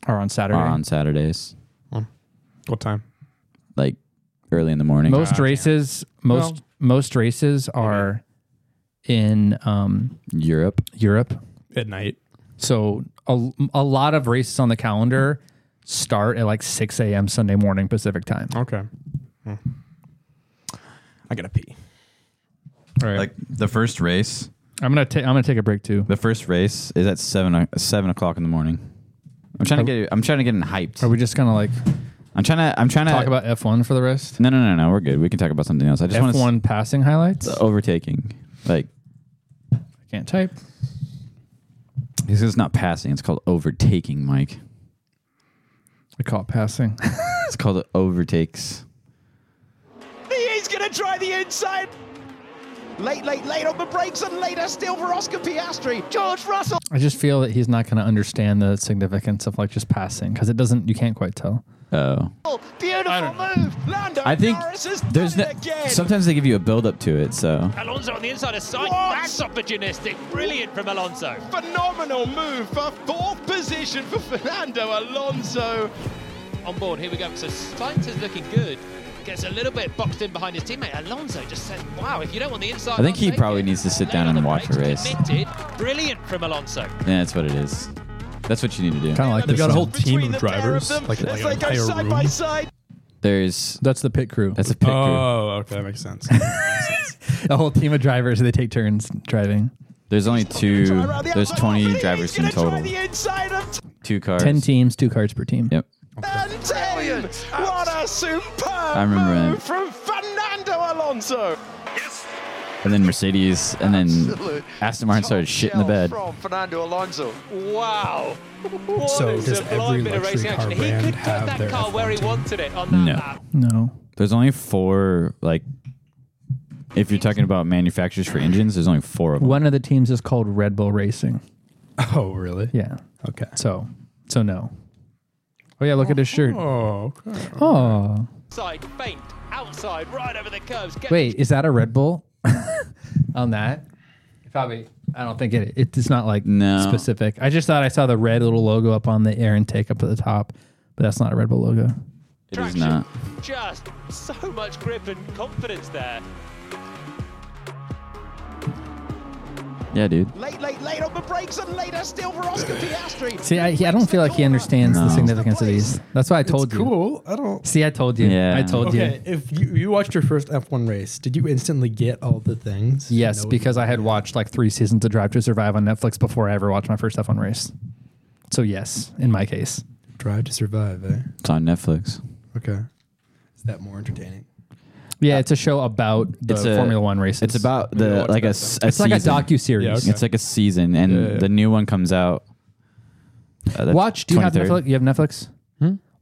Speaker 6: or on Saturday.
Speaker 1: are on Saturdays,
Speaker 5: What time?
Speaker 1: like early in the morning. Uh,
Speaker 6: most races, most
Speaker 5: Well-
Speaker 6: most races are in um,
Speaker 1: Europe.
Speaker 6: Europe.
Speaker 5: At night.
Speaker 6: So a, a lot of races on the calendar start at like 6 a.m. Sunday morning Pacific time.
Speaker 5: Okay. Hmm. I gotta pee.
Speaker 6: All right.
Speaker 1: Like the first race,
Speaker 6: I'm gonna take I'm gonna take a break too.
Speaker 1: the first race is at seven o- seven o'clock in the morning. I'm trying to get I'm trying to get in hyped.
Speaker 6: Are we just gonna like
Speaker 1: I'm trying to I'm trying to
Speaker 6: talk about F1 for the rest?
Speaker 1: No, no, no, no. We're good. We can talk about something else. I just want
Speaker 6: F1 passing highlights.
Speaker 1: to overtaking. Like
Speaker 6: I can't type.
Speaker 1: this is not passing. It's called overtaking, Mike.
Speaker 6: I call it passing.
Speaker 1: *laughs* It's called overtakes.
Speaker 13: He's going to try the inside. Late, late, late on the brakes and later still for Oscar Piastri. George Russell.
Speaker 6: I just feel that he's not gonna understand the significance of like just passing because it doesn't. You can't quite tell.
Speaker 1: Oh,
Speaker 13: Beautiful move. Lando
Speaker 1: I think
Speaker 13: Norris has
Speaker 1: there's
Speaker 13: done
Speaker 1: no,
Speaker 13: it again.
Speaker 1: sometimes they give you a build up to it. So
Speaker 13: Alonso on the inside of sight. That's opportunistic. Brilliant from Alonso. Phenomenal move for fourth position for Fernando Alonso. On board, here we go. So Sainz is looking good. Gets a little bit boxed in behind his teammate. Alonso just said, wow, if you don't want the inside.
Speaker 1: I think
Speaker 13: I'll
Speaker 1: he
Speaker 13: take
Speaker 1: probably
Speaker 13: it."
Speaker 1: needs to sit
Speaker 13: Lay
Speaker 1: down
Speaker 13: on
Speaker 1: and
Speaker 13: the
Speaker 1: watch a
Speaker 13: brakes,
Speaker 1: race.
Speaker 13: committed. Brilliant from Alonso.
Speaker 1: Yeah, that's what it is. That's what you need to do.
Speaker 6: Kind of like
Speaker 5: They've
Speaker 6: this.
Speaker 5: got a whole
Speaker 6: one.
Speaker 5: team of drivers, like, like an entire room.
Speaker 13: side.
Speaker 1: There's
Speaker 6: That's the pit crew.
Speaker 1: that's a picture.
Speaker 13: Uh,
Speaker 5: Oh, okay, that
Speaker 1: *laughs*
Speaker 5: makes sense.
Speaker 6: a whole team of drivers. They take turns driving.
Speaker 1: There's only two.
Speaker 13: Around the
Speaker 1: There's
Speaker 13: outside.
Speaker 1: 20
Speaker 13: He's
Speaker 1: drivers in
Speaker 13: gonna try
Speaker 1: total.
Speaker 13: the inside of
Speaker 1: Two cars.
Speaker 6: Ten teams, two cards per team.
Speaker 1: Yep.
Speaker 13: And ten. What a superb
Speaker 1: I remember that.
Speaker 13: move from Fernando Alonso.
Speaker 1: And then Mercedes, and then
Speaker 30: Absolute
Speaker 1: Aston Martin started shit in the bed.
Speaker 30: From Fernando Alonso.
Speaker 13: Wow. *laughs* What
Speaker 5: So
Speaker 13: a
Speaker 5: does
Speaker 13: sublime
Speaker 5: every
Speaker 13: bit of
Speaker 5: luxury
Speaker 13: racing
Speaker 5: car
Speaker 13: action. He
Speaker 5: brand
Speaker 13: could put
Speaker 5: have
Speaker 13: that
Speaker 5: their
Speaker 13: car
Speaker 5: F1
Speaker 13: where he
Speaker 5: team?
Speaker 13: wanted it on that
Speaker 1: No.
Speaker 13: lap.
Speaker 6: No.
Speaker 1: There's only four, like, if you're talking about manufacturers for engines, there's only four of them.
Speaker 6: One of the teams is called Red Bull Racing.
Speaker 5: oh, really?
Speaker 6: Yeah.
Speaker 5: Okay.
Speaker 6: So, so no. Oh yeah, look at his shirt.
Speaker 5: Oh, okay.
Speaker 6: Oh.
Speaker 13: Side faint, outside, right over the curves. Get
Speaker 6: Wait, is that a Red Bull? *laughs* On that? Probably. I don't think it, it. It's not like
Speaker 1: No.
Speaker 6: specific. I just thought I saw the red little logo up on the air intake up at the top, but that's not a Red Bull logo.
Speaker 1: It is not.
Speaker 13: Just so much grip and confidence there.
Speaker 1: Yeah, dude.
Speaker 13: Late, late, late on the brakes and later still for Oscar Piastri.
Speaker 6: See, I, he- I don't feel like he understands the
Speaker 1: No.
Speaker 6: significance of these. That's why I told you.
Speaker 5: Cool. I don't.
Speaker 6: See, I told you.
Speaker 1: Yeah.
Speaker 6: I told
Speaker 5: Okay,
Speaker 6: you.
Speaker 5: if you, you watched your first F1 race, did you instantly get all the things?
Speaker 6: Yes,
Speaker 5: Know-
Speaker 6: because I had watched like three seasons of Drive to Survive on Netflix before I ever watched my first F1 race. So yes, in my case.
Speaker 5: Drive to Survive, eh?
Speaker 1: It's on Netflix.
Speaker 5: Okay. Is that more entertaining?
Speaker 6: Yeah, it's a show about the
Speaker 1: It's a-
Speaker 6: Formula One races.
Speaker 1: It's about the, like, a, s- a
Speaker 6: it's like a
Speaker 1: season.
Speaker 6: docu series.
Speaker 5: Yeah, okay.
Speaker 1: It's like a season, and
Speaker 5: Yeah, yeah.
Speaker 1: the new one comes out. uh, that's
Speaker 6: Watch. Do you have
Speaker 1: 23rd.
Speaker 6: Netflix? You have Netflix.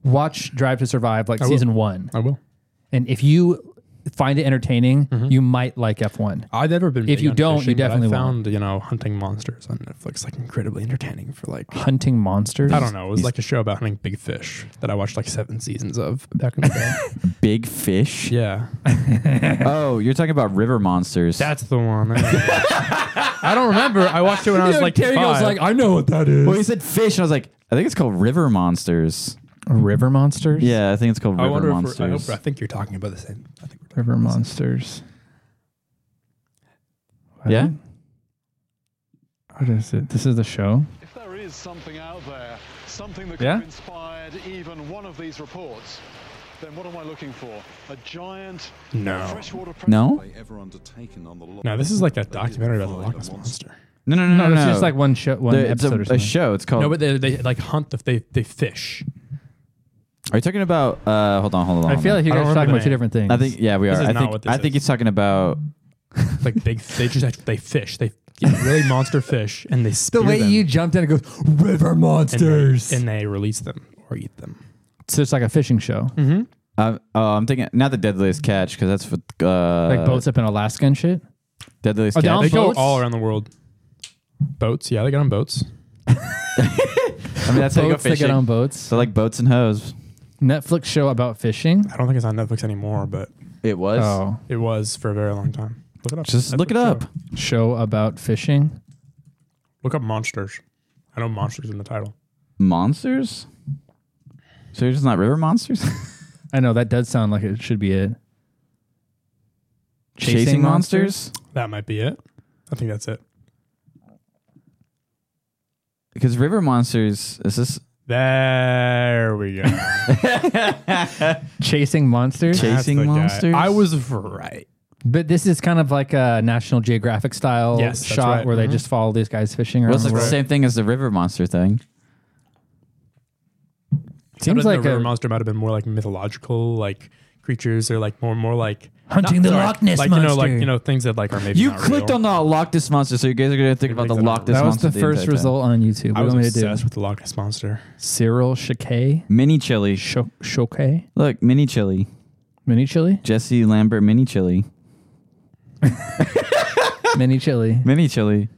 Speaker 6: Watch Drive to Survive, like
Speaker 5: will.
Speaker 6: season one,
Speaker 5: Hmm? I will. Mm-hmm.
Speaker 6: and if you find it entertaining, you might like F one.
Speaker 5: I've never been.
Speaker 6: If
Speaker 5: big
Speaker 6: you
Speaker 5: on
Speaker 6: don't,
Speaker 5: fishing,
Speaker 6: you
Speaker 5: but
Speaker 6: definitely
Speaker 5: I
Speaker 6: won't.
Speaker 5: found you know hunting monsters on Netflix like incredibly entertaining for like
Speaker 6: Hunting monsters.
Speaker 5: I don't know. It was like a show about hunting big fish that I watched like seven seasons of back in the
Speaker 6: *laughs*
Speaker 5: day.
Speaker 1: Big Fish.
Speaker 5: yeah,
Speaker 1: Oh, you're talking about river monsters.
Speaker 5: that's the one. I don't remember. I watched it when I was like
Speaker 6: Terry
Speaker 5: five.
Speaker 6: goes like, I know what that is.
Speaker 1: well, you said fish, and I was like, I think it's called river monsters.
Speaker 6: River monsters.
Speaker 1: Yeah, I think it's called
Speaker 5: I
Speaker 1: river
Speaker 5: wonder
Speaker 1: monsters.
Speaker 5: if we're, I, hope, I think you're talking about the same. I think we're talking
Speaker 6: River
Speaker 5: about the same.
Speaker 6: monsters.
Speaker 1: yeah.
Speaker 6: What is it? This is the show.
Speaker 7: If there is something out there, something that could
Speaker 6: Yeah?
Speaker 7: have inspired even one of these reports, then what am I looking for? A giant
Speaker 5: No.
Speaker 7: freshwater
Speaker 1: No?
Speaker 7: ever undertaken on the Loch
Speaker 5: No, this is like a documentary about the Loch Ness monster.
Speaker 1: No, no, no, no, no.
Speaker 6: it's just like one show, one
Speaker 1: The- it's a-
Speaker 6: episode or
Speaker 1: a
Speaker 6: something.
Speaker 1: show. It's called-
Speaker 5: No, but they, they like hunt if they they fish.
Speaker 1: Are you talking about? Uh, hold on, hold on.
Speaker 6: I
Speaker 1: hold
Speaker 6: feel
Speaker 1: on.
Speaker 6: like you
Speaker 5: I don't
Speaker 6: guys are talking
Speaker 5: remember
Speaker 6: about two
Speaker 5: the
Speaker 6: different things.
Speaker 1: I think yeah, we are.
Speaker 5: This is
Speaker 1: I
Speaker 5: not
Speaker 1: think
Speaker 5: what this
Speaker 1: I think
Speaker 5: is.
Speaker 1: he's talking about.
Speaker 5: Like they they just like, they fish. They get really monster fish and they
Speaker 6: the
Speaker 5: spear
Speaker 6: way
Speaker 5: them
Speaker 6: you jumped in and goes river
Speaker 5: and they-
Speaker 6: monsters.
Speaker 5: and they release them or eat them.
Speaker 6: so it's like a fishing show, mm-hmm.
Speaker 1: Uh, oh, I'm thinking not the deadliest catch because that's for uh,
Speaker 6: like boats up in Alaska and shit.
Speaker 1: Deadliest
Speaker 6: Are they
Speaker 1: catch.
Speaker 6: on
Speaker 5: They go
Speaker 6: boats?
Speaker 5: all around the world. Boats, yeah, they got on boats.
Speaker 1: *laughs* I mean, that's how you go
Speaker 6: Boats that
Speaker 1: fishing.
Speaker 6: get on boats.
Speaker 1: So like boats and hoes.
Speaker 6: Netflix show about fishing.
Speaker 5: I don't think it's on Netflix anymore, but
Speaker 1: It was.
Speaker 6: Oh,
Speaker 5: it was for a very long time. Look it up.
Speaker 1: Just
Speaker 5: Netflix
Speaker 1: look it up.
Speaker 5: show.
Speaker 6: show about fishing.
Speaker 5: Look up monsters. I know monsters in the title.
Speaker 1: Monsters. So you're just not river monsters.
Speaker 6: *laughs* I know that does sound like it should be it.
Speaker 1: Chasing, monsters.
Speaker 5: That might be it. I think that's it.
Speaker 1: Because river monsters is this
Speaker 5: There we go.
Speaker 6: *laughs* Chasing monsters.
Speaker 5: That's the
Speaker 1: chasing
Speaker 5: guy.
Speaker 1: monsters.
Speaker 5: I was right.
Speaker 6: But this is kind of like a National Geographic style
Speaker 5: Yes, that's
Speaker 6: shot
Speaker 5: right.
Speaker 6: where they
Speaker 5: Mhm.
Speaker 6: just follow these guys fishing around
Speaker 1: Well, it's
Speaker 6: the
Speaker 1: like the
Speaker 6: world.
Speaker 1: same thing as the river monster thing.
Speaker 6: Seems
Speaker 5: But I think
Speaker 6: like
Speaker 5: the river
Speaker 6: a-
Speaker 5: monster might have been more like mythological, like creatures, or like more more like
Speaker 6: Hunting the
Speaker 5: sorry,
Speaker 6: Loch Ness
Speaker 5: like, You know, like
Speaker 6: monster.
Speaker 5: you know things that like are maybe
Speaker 1: You
Speaker 5: not
Speaker 1: clicked
Speaker 5: real.
Speaker 1: on the Loch Ness monster, so you guys are gonna think about the
Speaker 5: Everything's not
Speaker 1: Loch
Speaker 5: real.
Speaker 1: Ness
Speaker 6: That was
Speaker 1: monster.
Speaker 6: the first
Speaker 1: entire time.
Speaker 6: result on YouTube. What
Speaker 5: I
Speaker 6: do you
Speaker 5: was
Speaker 6: want me to do?
Speaker 5: obsessed with the Loch Ness monster.
Speaker 6: Cyril Chakay,
Speaker 1: Mini chili.
Speaker 6: Chokay,
Speaker 1: Look, mini chili.
Speaker 6: mini chili,
Speaker 1: Jesse Lambert mini chili.
Speaker 6: *laughs* mini chili.
Speaker 1: Mini chili.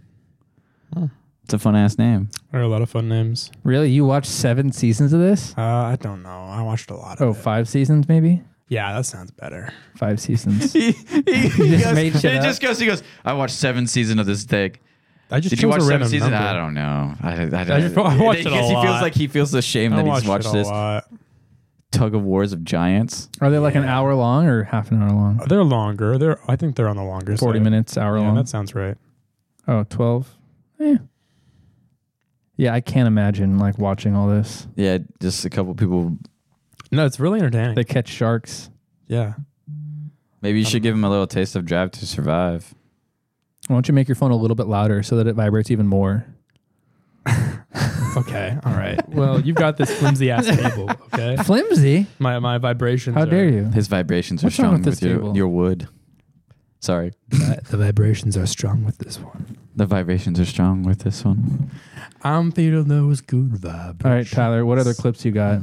Speaker 1: It's a fun ass name.
Speaker 5: There are a lot of fun names.
Speaker 6: Really, you watched seven seasons of this?
Speaker 5: Uh, I don't know. I watched a lot of.
Speaker 6: Oh,
Speaker 5: it.
Speaker 6: five seasons maybe.
Speaker 5: yeah, that sounds better.
Speaker 6: Five
Speaker 5: *laughs*
Speaker 6: seasons.
Speaker 1: he, he, he
Speaker 6: just made shit
Speaker 1: he
Speaker 6: up.
Speaker 1: just goes. He goes. I watched seven season of this thing.
Speaker 5: I just
Speaker 1: Did you watch
Speaker 5: chose a
Speaker 1: seven
Speaker 5: random
Speaker 1: season?
Speaker 5: number.
Speaker 1: I don't know. I, I, I,
Speaker 5: I just- I watched it a
Speaker 1: because he feels
Speaker 5: lot.
Speaker 1: like he feels ashamed
Speaker 5: I
Speaker 1: that he's
Speaker 5: watched it
Speaker 1: watched
Speaker 5: a
Speaker 1: this
Speaker 5: lot.
Speaker 1: tug of wars of giants.
Speaker 6: Are they like an hour long or half an hour long?
Speaker 5: They're longer. They're I think they're on the longer.
Speaker 6: 40
Speaker 5: side.
Speaker 6: minutes, hour
Speaker 5: Yeah,
Speaker 6: long.
Speaker 5: That sounds right.
Speaker 6: Oh, 12? Yeah. Yeah, I can't imagine like watching all this.
Speaker 1: Yeah, just a couple people.
Speaker 5: No, it's really entertaining.
Speaker 6: They catch sharks.
Speaker 5: yeah.
Speaker 1: Maybe you should give him a little taste of Drive to Survive.
Speaker 6: Why don't you make your phone a little bit louder so that it vibrates even more?
Speaker 5: Okay. All
Speaker 6: *laughs*
Speaker 5: right. Well, you've got this flimsy ass table. Okay.
Speaker 6: Flimsy?
Speaker 5: My my vibrations.
Speaker 6: How
Speaker 5: are-
Speaker 6: dare you?
Speaker 1: His vibrations
Speaker 6: What's
Speaker 1: are
Speaker 6: wrong
Speaker 1: strong
Speaker 6: with
Speaker 1: with,
Speaker 6: this
Speaker 1: your,
Speaker 6: table?
Speaker 1: your wood. Sorry,
Speaker 5: The vibrations are strong with this one.
Speaker 1: the vibrations are strong with this one.
Speaker 5: I'm feeling those good vibes.
Speaker 6: All right, Tyler, what other clips you
Speaker 5: *sighs*
Speaker 6: got?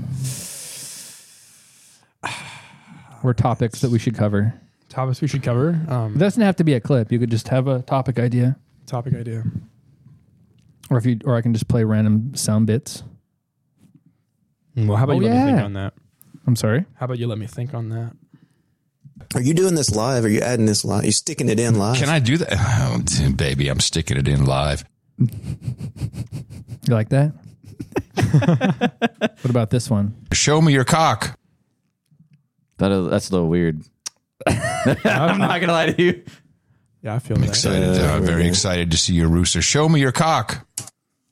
Speaker 6: Or topics that we should cover.
Speaker 5: Topics we should cover. Um,
Speaker 6: It doesn't have to be a clip. You could just have a topic idea.
Speaker 5: topic idea.
Speaker 6: Or if you or I can just play random sound bits.
Speaker 5: Well, how about
Speaker 6: Oh,
Speaker 5: you let me think
Speaker 6: yeah.
Speaker 5: on that?
Speaker 6: I'm sorry.
Speaker 5: How about you let me think on that?
Speaker 8: Are you doing this live? Are you adding this live? Are you sticking it in live?
Speaker 4: Can I do that? *laughs* Oh, t- baby, I'm sticking it in live.
Speaker 6: You like that?
Speaker 5: *laughs*
Speaker 6: what about this one?
Speaker 4: Show me your cock.
Speaker 1: That is, that's a little weird. *laughs* I'm not gonna lie to you.
Speaker 5: Yeah, I feel
Speaker 4: I'm
Speaker 5: that.
Speaker 4: excited. uh, very excited to see your rooster. Show me your cock.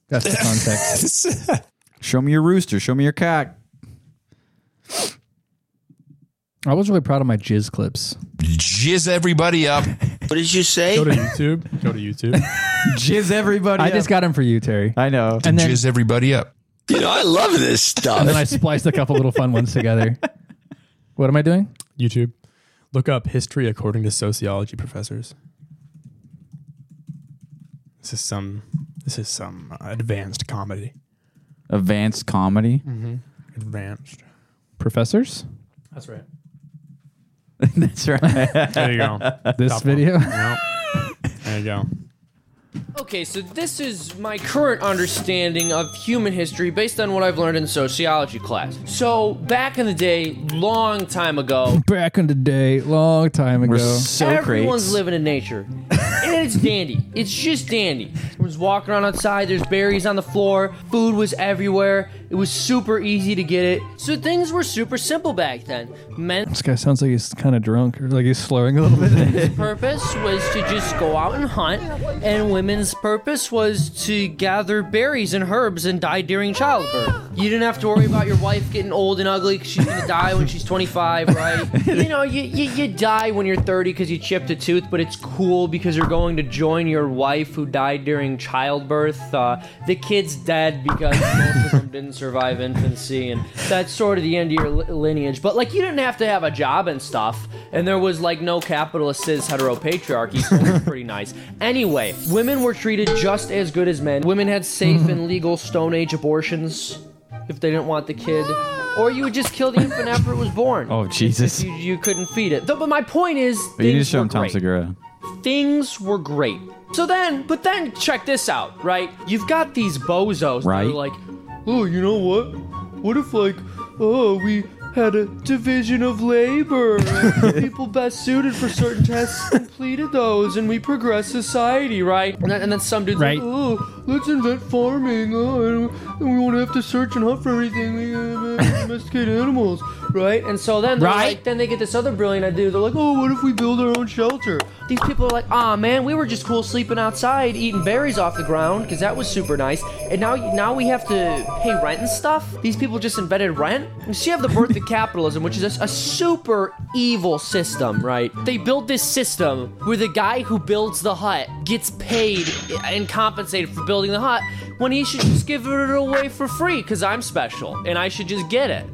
Speaker 6: That's the context.
Speaker 1: *laughs* Show me your rooster. Show me your cock.
Speaker 6: I was really proud of my jizz clips.
Speaker 4: Jizz everybody up.
Speaker 2: *laughs* What did you say?
Speaker 5: Go to YouTube. Go to
Speaker 2: *laughs*
Speaker 5: YouTube.
Speaker 1: Jizz everybody.
Speaker 6: I just got him for you, Terry.
Speaker 1: I know.
Speaker 6: And then,
Speaker 4: Jizz everybody up.
Speaker 2: You know, I love this
Speaker 6: and then I
Speaker 2: stuff.
Speaker 6: spliced a couple little fun
Speaker 1: *laughs*
Speaker 6: ones together. What am I doing?
Speaker 5: YouTube. Look up history according to sociology professors. This is some. This is some advanced comedy.
Speaker 1: Advanced comedy.
Speaker 5: Advanced.
Speaker 6: Professors?
Speaker 5: Mm-hmm. That's *laughs* right.
Speaker 1: That's right.
Speaker 5: There you go.
Speaker 6: This
Speaker 5: Top one.
Speaker 6: video?
Speaker 5: Yep. There you go.
Speaker 9: Okay, so this is my current understanding of human history based on what I've learned in sociology class. So, back in the day, long time ago,
Speaker 6: Back in the day, long time ago.
Speaker 1: We're so great.
Speaker 9: Everyone's living in nature. and
Speaker 1: *laughs*
Speaker 9: it's dandy. It's just dandy. Everyone's walking around outside. There's berries on the floor. Food was everywhere.
Speaker 23: It was super easy to get it. So things were super simple back then. Men
Speaker 6: This guy sounds like he's kind of drunk or like he's slurring a little
Speaker 1: *laughs*
Speaker 6: bit.
Speaker 23: purpose was to just go out and hunt, and women's purpose was to gather berries and herbs and die during childbirth. You didn't have to worry about your wife getting old and ugly because she's gonna die when she's 25, right? You know, you, you, you die when you're 30 because you chipped a tooth, but it's cool because you're going to join your wife who died during childbirth. Uh, the kid's dead because most
Speaker 1: *laughs*
Speaker 23: of them didn't survive infancy, and that's sort of the end of your li- lineage. But like, you didn't have to have a job and stuff, and there was like no capitalist cis heteropatriarchy,
Speaker 1: *laughs*
Speaker 23: so it was pretty nice. Anyway, women were treated just as good as men. Women had safe
Speaker 1: Mm-hmm.
Speaker 23: and legal Stone Age abortions if they didn't want the kid. Or you would just kill the infant after it was born.
Speaker 1: Oh, Jesus.
Speaker 23: You, you couldn't feed it. Though, but my point is,
Speaker 1: But you need
Speaker 23: things
Speaker 1: to show
Speaker 23: were
Speaker 1: him Tom
Speaker 23: great
Speaker 1: Segura.
Speaker 23: things were great. So then, but then check this out, right? You've got these bozos
Speaker 1: Right.
Speaker 23: that are like, oh, you know what? What if like, oh, we had a division of labor. and People best suited for certain tasks completed those, and we progress society, right? And then, and then some dude's
Speaker 6: Right.
Speaker 23: like, oh, let's invent farming. Oh, and we won't have to search and hunt for everything. We uh, domesticate animals, right? And so then, they're
Speaker 6: Right.
Speaker 23: like, then they get this other brilliant idea. They're like, oh, what if we build our own shelter? These people are like, ah, man, we were just cool sleeping outside, eating berries off the ground, because that was super nice. And now, now we have to pay rent and stuff. These people just invented rent. And so you have the birth of *laughs* capitalism, which is a, a super evil system, right? They build this system where the guy who builds the hut gets paid and compensated for building the hut when he should just give it away for free, because I'm special and I should just get it.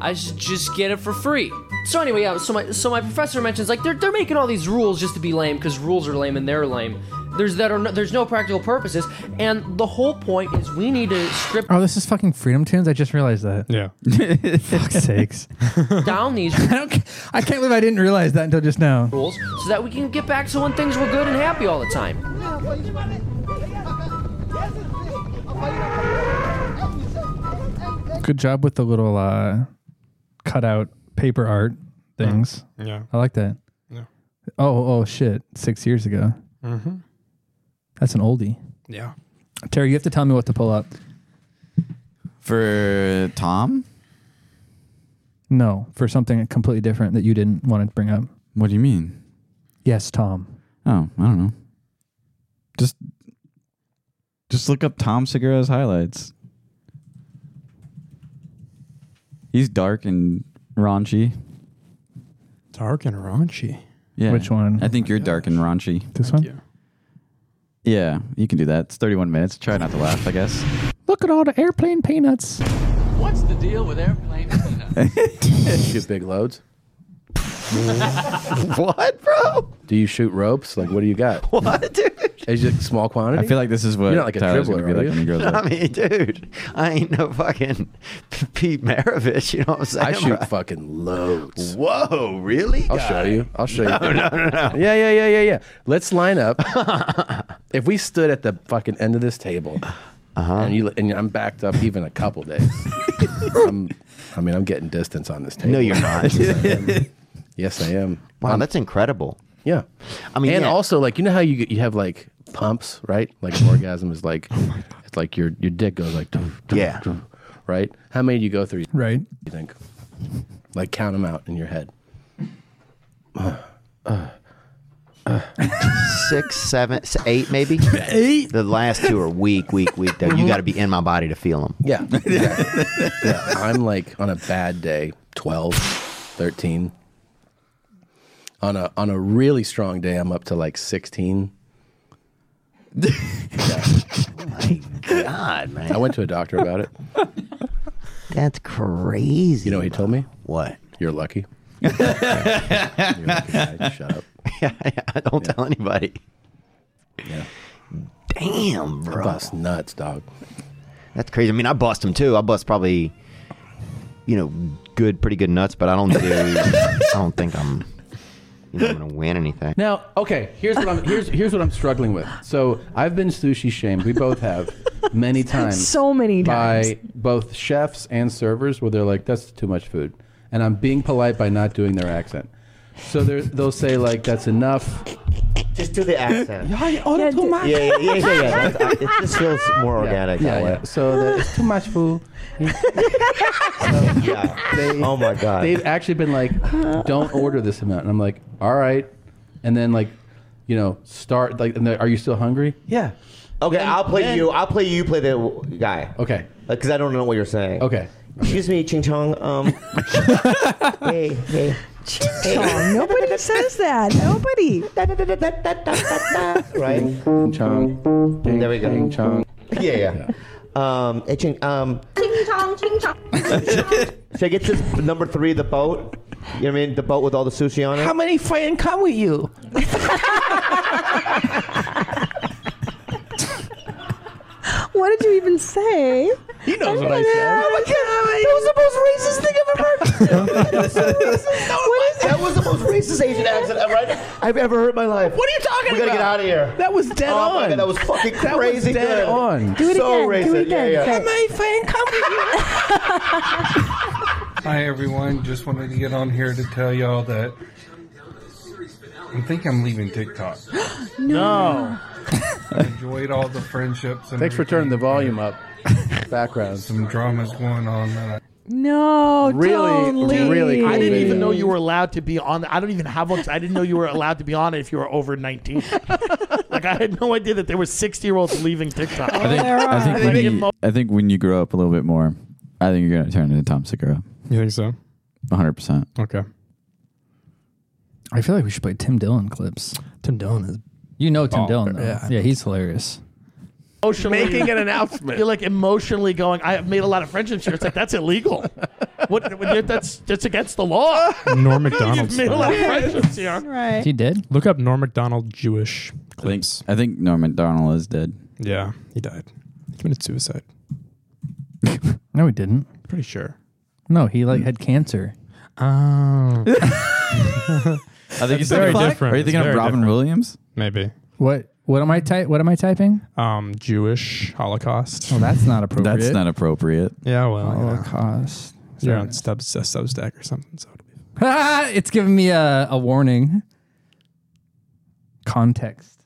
Speaker 23: I should just get it for free. So anyway, yeah. So my so my professor mentions like they're they're making all these rules just to be lame because rules are lame and they're lame. There's that are no, there's no practical purposes, and the whole point is we need to
Speaker 6: *laughs*
Speaker 23: strip
Speaker 6: oh, this is fucking Freedom Tunes. I just realized that.
Speaker 5: Yeah.
Speaker 1: *laughs*
Speaker 6: Fuck's sakes.
Speaker 23: down these
Speaker 6: I don't. I can't believe I didn't realize that until just now.
Speaker 23: rules so that we can get back to when things were good and happy all the time.
Speaker 6: Good job with the little uh, cutout paper art things.
Speaker 5: Mm. Yeah.
Speaker 6: I like that.
Speaker 5: Yeah.
Speaker 6: Oh, oh shit! Six years ago.
Speaker 5: Mm-hmm.
Speaker 6: That's an oldie.
Speaker 5: Yeah.
Speaker 6: Terry, you have to tell me what to pull up.
Speaker 1: For Tom?
Speaker 6: No, for something completely different that you didn't want to bring up.
Speaker 1: What do you mean?
Speaker 6: Yes, Tom.
Speaker 1: Oh, I don't know. Just just look up Tom Segura's highlights. He's dark and raunchy.
Speaker 5: Dark and raunchy.
Speaker 1: Yeah.
Speaker 6: Which one?
Speaker 1: I think you're dark and raunchy.
Speaker 6: This one.
Speaker 1: Yeah, you can do that. It's 31 minutes. Try not to laugh, I guess.
Speaker 6: *laughs* Look at all the airplane peanuts.
Speaker 31: What's the deal with airplane
Speaker 2: *laughs*
Speaker 31: peanuts?
Speaker 10: Shoot big loads.
Speaker 2: What, bro?
Speaker 10: Do you shoot ropes? Like, what do you got?
Speaker 2: *laughs* What, dude?
Speaker 10: Is it small quantity?
Speaker 1: I feel like this is what
Speaker 10: You're not like a
Speaker 1: Tyler's
Speaker 10: dribbler,
Speaker 1: gonna be
Speaker 10: are
Speaker 1: like
Speaker 10: you?
Speaker 1: when he
Speaker 2: *laughs*
Speaker 1: grows up.
Speaker 2: I mean, dude, I ain't no fucking *laughs* Pete Maravich. You know what I'm saying?
Speaker 10: I shoot
Speaker 2: bro?
Speaker 10: fucking loads.
Speaker 2: Whoa, really?
Speaker 10: I'll
Speaker 2: guy?
Speaker 10: show you. I'll show you.
Speaker 2: No, no, no, no.
Speaker 10: Yeah, yeah, yeah, yeah, yeah. Let's line up. if we stood at the fucking end of this table,
Speaker 2: Uh-huh.
Speaker 10: and you and I'm backed up even a couple days, I'm, I mean, I'm getting distance on this table.
Speaker 2: No, you're not.
Speaker 10: Yes, I am.
Speaker 2: wow, that's incredible.
Speaker 10: Yeah.
Speaker 2: I mean,
Speaker 10: and
Speaker 2: yeah.
Speaker 10: also like you know how you get- you have like pumps, right? Like an orgasm is like it's like your your dick goes like doof, doof,
Speaker 2: Oh Yeah.
Speaker 10: doof, right? How many do you go through? You
Speaker 6: Right.
Speaker 10: think? Like count them out in your head.
Speaker 2: Six, seven, s-
Speaker 1: *laughs*
Speaker 2: eight, maybe. Eight. The last two are weak, weak, weak. Though you got to be in my body to feel them.
Speaker 10: Yeah. yeah. *laughs* Yeah. I'm like on a bad day, 12, 13. On a on a really strong day, I'm up to like 16.
Speaker 2: *laughs* Oh God, man,
Speaker 10: I went to a doctor about it.
Speaker 2: that's crazy.
Speaker 10: You know what he told me?
Speaker 2: what?
Speaker 10: You're
Speaker 2: *laughs*
Speaker 10: lucky. You're lucky, guy. Shut up.
Speaker 2: yeah, *laughs* yeah, don't tell anybody.
Speaker 10: Yeah.
Speaker 2: Damn, bro.
Speaker 10: Bust nuts, dog.
Speaker 2: That's crazy. I mean, I bust them too. I bust probably, you know, good, pretty good nuts, but I don't do. I don't think I'm, you know, I'm gonna win anything.
Speaker 10: Now, okay, here's what I'm here's here's what I'm struggling with. So I've been sushi shamed. We both have many times.
Speaker 19: *laughs* So many times.
Speaker 10: by both chefs and servers where they're like, "That's too much food," and I'm being polite by not doing their accent. So they're- they'll say like, "That's enough,"
Speaker 2: Just do the accent.
Speaker 10: Yeah, automatic.
Speaker 2: Yeah, yeah, yeah, yeah. yeah. That- It just feels more organic
Speaker 10: yeah,
Speaker 2: that way.
Speaker 10: yeah. So the, it's too much food.
Speaker 2: Yeah. *laughs* oh my god.
Speaker 10: They've actually been like, "Don't order this amount," and I'm like, "All right," and then like, you know, start like, and they're, "Are you still hungry?"
Speaker 2: Yeah. Okay, I'll play
Speaker 10: then-
Speaker 2: you. I'll play you. Play the w- guy.
Speaker 10: Okay.
Speaker 2: Because I don't know what you're saying.
Speaker 10: Okay.
Speaker 2: Excuse me, Ching Chong. *laughs* Um. hey, hey. Ching
Speaker 23: Chong. Nobody says that. Nobody.
Speaker 2: Right.
Speaker 10: Ching chong. Ching,
Speaker 2: There we go.
Speaker 10: Ching chong.
Speaker 2: Yeah, yeah. Um. Hey, Ching. Um.
Speaker 23: *laughs* Ching chong, ching chong.
Speaker 2: Should I get this number three, the boat? You know what I mean? The boat with all the sushi on it.
Speaker 10: How many friends come with you?
Speaker 23: What did you even say? He knows what I said. Oh my god, that was the most racist thing I've ever heard.
Speaker 10: *laughs*
Speaker 2: That was the most racist Asian accent
Speaker 23: *laughs*
Speaker 2: ever I- I've ever heard in my life.
Speaker 10: What are you talking
Speaker 2: We gotta
Speaker 10: about?
Speaker 2: get out of here.
Speaker 10: That was dead
Speaker 2: oh My
Speaker 10: on.
Speaker 2: God, that was fucking
Speaker 10: That was
Speaker 2: crazy.
Speaker 10: dead
Speaker 2: good.
Speaker 10: on.
Speaker 2: Do it
Speaker 23: again,
Speaker 2: so Racist.
Speaker 23: do it again,
Speaker 2: Yeah, yeah.
Speaker 23: say
Speaker 10: many friends come with you?
Speaker 15: Hi everyone, just wanted to get on here to tell y'all that I think I'm leaving TikTok.
Speaker 12: No.
Speaker 15: I enjoyed all the friendships. And
Speaker 12: Thanks for turning the
Speaker 15: *laughs*
Speaker 12: volume up. Background.
Speaker 15: Some dramas going on uh, that
Speaker 23: No, don't leave.
Speaker 10: cool
Speaker 13: I didn't
Speaker 10: video.
Speaker 13: even know you were allowed to be on. I don't even have one. I didn't know you were allowed to be on it if you were
Speaker 12: *laughs*
Speaker 13: over nineteen. like I had no idea that there were sixty-year-olds leaving TikTok.
Speaker 1: I think, I, think when you, I think when you grow up a little bit more, I think you're going to turn into Tom Segura.
Speaker 5: You think so? Oh,
Speaker 1: 100%.
Speaker 5: Okay.
Speaker 6: I feel like we should play Tim Dillon clips.
Speaker 5: Tim Dillon is
Speaker 6: You know Tim
Speaker 5: Oh,
Speaker 6: Dillon, though.
Speaker 5: yeah.
Speaker 6: Yeah. he's hilarious.
Speaker 13: emotionally
Speaker 12: Making an announcement.
Speaker 13: You're like emotionally going. I have made a lot of friendships here. It's like that's illegal. what? what- That's that's against the law.
Speaker 5: *laughs* Norm McDonald.
Speaker 13: You've made a lot of
Speaker 5: style.
Speaker 13: friendships here.
Speaker 23: Right.
Speaker 6: He did?
Speaker 5: Look up Norm McDonald Jewish clips.
Speaker 1: I think Norm MacDonald is dead.
Speaker 5: Yeah, he died. He committed suicide.
Speaker 6: *laughs* No, he didn't.
Speaker 5: Pretty sure.
Speaker 6: No, he like had cancer.
Speaker 5: *laughs* Oh.
Speaker 1: I think
Speaker 5: That's very different.
Speaker 1: Are you
Speaker 5: It's
Speaker 1: thinking of
Speaker 5: very
Speaker 1: Robin
Speaker 5: different.
Speaker 1: Williams?
Speaker 5: Maybe.
Speaker 6: What? What am I type? What am I typing?
Speaker 5: Um, Jewish Holocaust.
Speaker 6: Oh, that's not appropriate.
Speaker 1: That's not appropriate.
Speaker 5: Yeah, well, you know.
Speaker 6: Holocaust.
Speaker 5: You're on Stub, uh, Substack or something. So it'll be
Speaker 6: Ah, *laughs* it's giving me a, a warning. Context.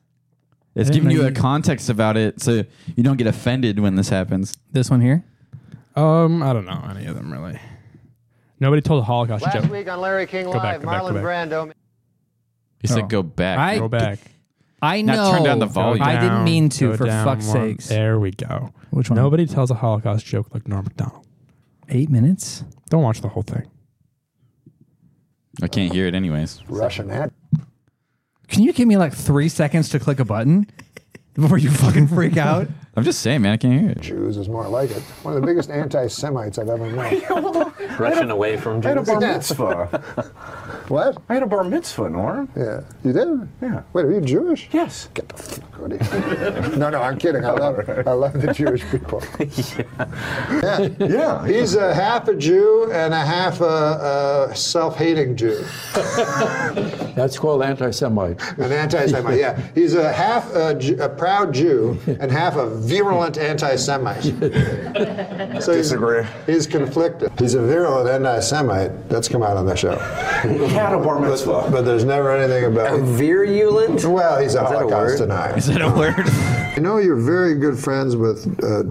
Speaker 1: It's
Speaker 6: I didn't
Speaker 1: giving
Speaker 6: know
Speaker 1: you a
Speaker 6: you-
Speaker 1: context about it so you don't get offended when this happens.
Speaker 6: This one here.
Speaker 5: um, I don't know any of them really. Nobody told the Holocaust
Speaker 13: Last
Speaker 5: joke.
Speaker 13: week on Larry King
Speaker 5: Go back,
Speaker 13: Live,
Speaker 5: go back, go
Speaker 13: Marlon Brando.
Speaker 1: He
Speaker 6: Oh.
Speaker 1: said, go back.
Speaker 6: I-
Speaker 5: Go back.
Speaker 6: I know.
Speaker 1: Now turn down the volume.
Speaker 6: I didn't mean
Speaker 5: Go
Speaker 6: to. For
Speaker 5: down
Speaker 6: fuck's
Speaker 5: one.
Speaker 6: sakes.
Speaker 5: There we go.
Speaker 6: Which one?
Speaker 5: Nobody tells a Holocaust joke like Norm Macdonald.
Speaker 6: Eight minutes.
Speaker 5: Don't watch the whole thing.
Speaker 1: I can't hear it anyways.
Speaker 6: Can you give me like three seconds to click a button before you fucking
Speaker 5: *laughs*
Speaker 6: freak out?
Speaker 1: I'm just saying, man, I can't hear it.
Speaker 32: Jews is more like it. One of the biggest anti-Semites I've ever known.
Speaker 20: *laughs* Russian away from
Speaker 32: I had a
Speaker 20: Jews.
Speaker 32: bar
Speaker 20: *laughs*
Speaker 32: mitzvah. what?
Speaker 20: I had a bar mitzvah, Norm.
Speaker 32: Yeah, you did.
Speaker 20: Yeah.
Speaker 32: Wait, are you Jewish?
Speaker 20: Yes.
Speaker 32: Get the fuck out of here. *laughs* no, no, I'm kidding. I love, I love the Jewish
Speaker 20: *laughs*
Speaker 32: people. yeah. yeah, He's a half a Jew and a half a, uh self-hating
Speaker 20: *laughs*
Speaker 32: Jew,
Speaker 20: That's called
Speaker 32: *laughs*
Speaker 20: anti-Semite.
Speaker 32: an anti-Semite. Yeah, he's a half a, Ju- a proud Jew and half a virulent
Speaker 20: *laughs*
Speaker 32: anti-Semite. So he's, he's conflicted. He's a virulent anti-Semite. That's come out on the show.
Speaker 20: He had a bar mitzvah.
Speaker 32: But there's never anything about
Speaker 20: Virulent?
Speaker 32: Well, he's a
Speaker 20: that a
Speaker 32: Holocaust
Speaker 20: word?
Speaker 32: denier.
Speaker 1: Is that a word?
Speaker 32: *laughs* I know you're very good friends with uh,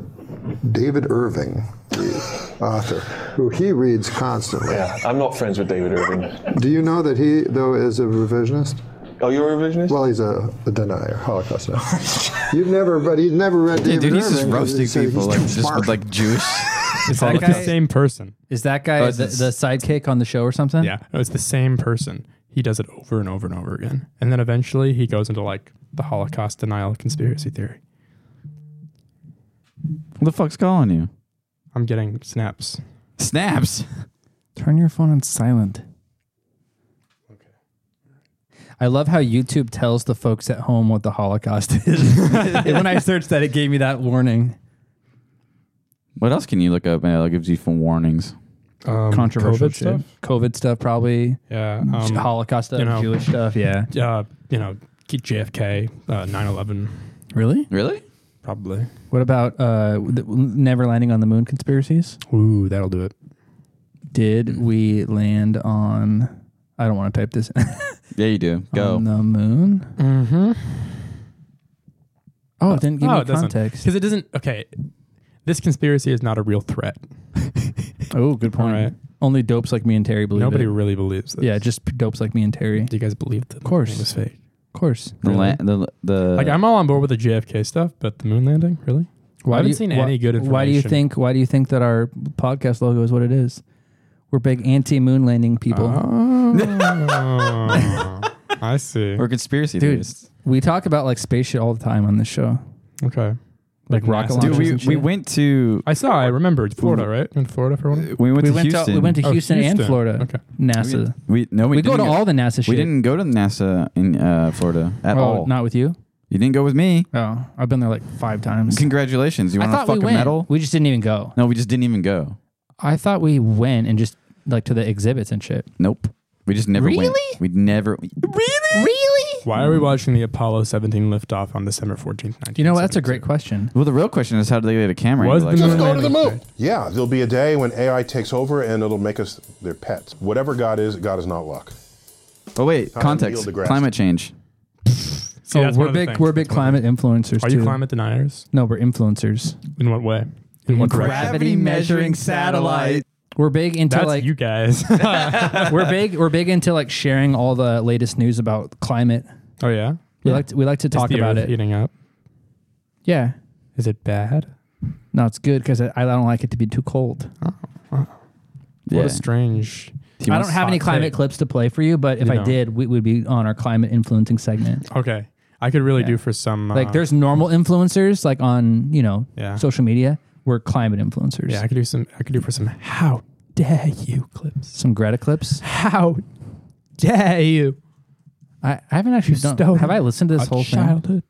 Speaker 32: David Irving, the author, who he reads constantly.
Speaker 20: Yeah, I'm not friends *laughs* with David Irving.
Speaker 32: Do you know that he, though, is a revisionist?
Speaker 20: Oh, you're a revisionist?
Speaker 32: Well, he's a, a denier, Holocaust denier. *laughs* You've never, but he's never read
Speaker 1: Yeah,
Speaker 32: David
Speaker 1: dude, he's just
Speaker 32: Irving 'cause he
Speaker 1: roasting
Speaker 32: said he's
Speaker 1: people like
Speaker 32: too
Speaker 1: just
Speaker 32: smart.
Speaker 1: with like Jewish.
Speaker 32: *laughs*
Speaker 5: It's
Speaker 6: that
Speaker 5: all
Speaker 6: guy-
Speaker 5: the same person.
Speaker 6: Is that guy
Speaker 1: Oh,
Speaker 6: the,
Speaker 1: it's-
Speaker 6: the sidekick on the show or something?
Speaker 5: Yeah, no, it's the same person. He does it over and over and over again, and then eventually he goes into like the Holocaust denial conspiracy theory.
Speaker 1: Who the fuck's calling you?
Speaker 5: I'm getting snaps.
Speaker 1: Snaps.
Speaker 6: Turn your phone on silent. I love how YouTube tells the folks at home what the Holocaust *laughs* is. And when I searched that, it gave me that warning.
Speaker 1: What else can you look up? Man, that gives you some warnings.
Speaker 5: Um,
Speaker 6: Controversial
Speaker 5: COVID
Speaker 6: shit. COVID stuff, probably.
Speaker 5: Yeah, um,
Speaker 6: Holocaust stuff,
Speaker 5: you know-
Speaker 6: Jewish stuff. Yeah.
Speaker 5: Uh, you know, keep JFK, uh, 9/11,
Speaker 6: Really?
Speaker 1: Really?
Speaker 5: probably.
Speaker 6: What about uh, the never landing on the moon conspiracies?
Speaker 5: Ooh, that'll do it. Mm.
Speaker 6: Did we land on? I don't want to type this.
Speaker 1: *laughs* Yeah, you do. Go.
Speaker 6: On the moon.
Speaker 5: Mm-hmm.
Speaker 6: Oh, it didn't give me context.
Speaker 5: Because it doesn't. Okay, this conspiracy is not a
Speaker 6: *laughs*
Speaker 5: real threat.
Speaker 6: Oh, good point. Only dopes like me and Terry believe
Speaker 5: Nobody
Speaker 6: it.
Speaker 5: really believes this.
Speaker 6: Yeah, just p- dopes like me and Terry. Do
Speaker 5: you guys believe that? Of
Speaker 6: course,
Speaker 5: was fake.
Speaker 6: Of course.
Speaker 1: The la- the the
Speaker 5: Like I'm all on board with the JFK stuff, but the moon landing, really? I
Speaker 6: do
Speaker 5: haven't
Speaker 6: you-
Speaker 5: seen
Speaker 6: why-
Speaker 5: any good information.
Speaker 6: Why do you think? Why do you think that our podcast logo is what it is? We're big anti-moon landing people. *laughs*
Speaker 5: Oh, *laughs* I see.
Speaker 1: We're conspiracy
Speaker 6: Dude,
Speaker 1: theorists.
Speaker 6: we talk about like space shit all the time on this show.
Speaker 5: Okay.
Speaker 6: Like, rocket
Speaker 1: Dude,
Speaker 6: launches.
Speaker 1: we,
Speaker 6: and
Speaker 1: we
Speaker 6: shit.
Speaker 1: went to
Speaker 5: I saw. I remember it's Florida, right? In Florida for one.
Speaker 1: we went
Speaker 6: We
Speaker 1: to
Speaker 6: went to-
Speaker 1: Houston.
Speaker 6: we went to Oh, Houston and Houston. Florida.
Speaker 1: Okay.
Speaker 6: NASA.
Speaker 1: We, no, we,
Speaker 6: We go
Speaker 1: didn't
Speaker 6: to all the NASA
Speaker 1: We
Speaker 6: shit.
Speaker 1: didn't go to NASA in uh, Florida at
Speaker 6: Oh,
Speaker 1: all.
Speaker 6: Not with you.
Speaker 1: You didn't go with me.
Speaker 6: Oh, I've been there like five times.
Speaker 1: Congratulations! You
Speaker 6: I
Speaker 1: want
Speaker 6: thought
Speaker 1: a fucking
Speaker 6: we went.
Speaker 1: medal?
Speaker 6: We just didn't even go.
Speaker 1: No, we just didn't even go.
Speaker 6: I thought we went and just like to the exhibits and shit.
Speaker 1: Nope. We just never went.
Speaker 6: Really?
Speaker 1: We never.
Speaker 6: Really?
Speaker 5: Why are we watching the Apollo 17 liftoff on December 14th, 19th?
Speaker 6: You know what? That's a great question.
Speaker 1: Well, the real question is how do they get a camera?
Speaker 5: Was
Speaker 1: into that?
Speaker 5: the moon Let's go to the landing moon.
Speaker 15: Yeah, there'll be a day when AI takes over and it'll make us their pets. Whatever God is, God is not luck.
Speaker 1: Oh wait,
Speaker 15: Tom
Speaker 1: context.
Speaker 15: Neil deGrasse.
Speaker 1: Climate change.
Speaker 5: See,
Speaker 6: oh,
Speaker 5: that's one
Speaker 6: we're
Speaker 5: of the
Speaker 6: big.
Speaker 5: things.
Speaker 6: We're big
Speaker 5: That's one of
Speaker 6: climate influencers.
Speaker 5: Are you
Speaker 6: too.
Speaker 5: climate deniers?
Speaker 6: No, we're influencers.
Speaker 5: In what way? In what
Speaker 6: Gravity measuring satellite. We're big into
Speaker 5: That's
Speaker 6: like
Speaker 5: you guys. *laughs*
Speaker 6: *laughs* we're big. We're big into like sharing all the latest news about climate.
Speaker 5: Oh yeah.
Speaker 6: We like to, we like to
Speaker 5: Is
Speaker 6: talk
Speaker 5: the
Speaker 6: about
Speaker 5: Earth
Speaker 6: it.
Speaker 5: Heating up.
Speaker 6: Yeah.
Speaker 5: Is it bad?
Speaker 6: No, it's good because I, I don't like it to be too cold.
Speaker 5: Oh, What
Speaker 6: Yeah.
Speaker 5: a strange.
Speaker 6: I don't have any climate clips to play for you, but if
Speaker 5: You
Speaker 6: I
Speaker 5: know. Oh,
Speaker 6: did, we would be on our climate influencing segment.
Speaker 5: Okay, I could really
Speaker 6: Yeah.
Speaker 5: do for some.
Speaker 6: like
Speaker 5: uh,
Speaker 6: there's normal influencers like on you know
Speaker 5: Yeah.
Speaker 6: social media. We're climate influencers.
Speaker 5: Yeah, I could do some. I could do for some. How dare you clips?
Speaker 6: Some Greta clips.
Speaker 5: How dare you?
Speaker 6: I, I haven't actually done.
Speaker 5: stole
Speaker 6: Have I listened to this
Speaker 5: a
Speaker 6: whole
Speaker 5: childhood.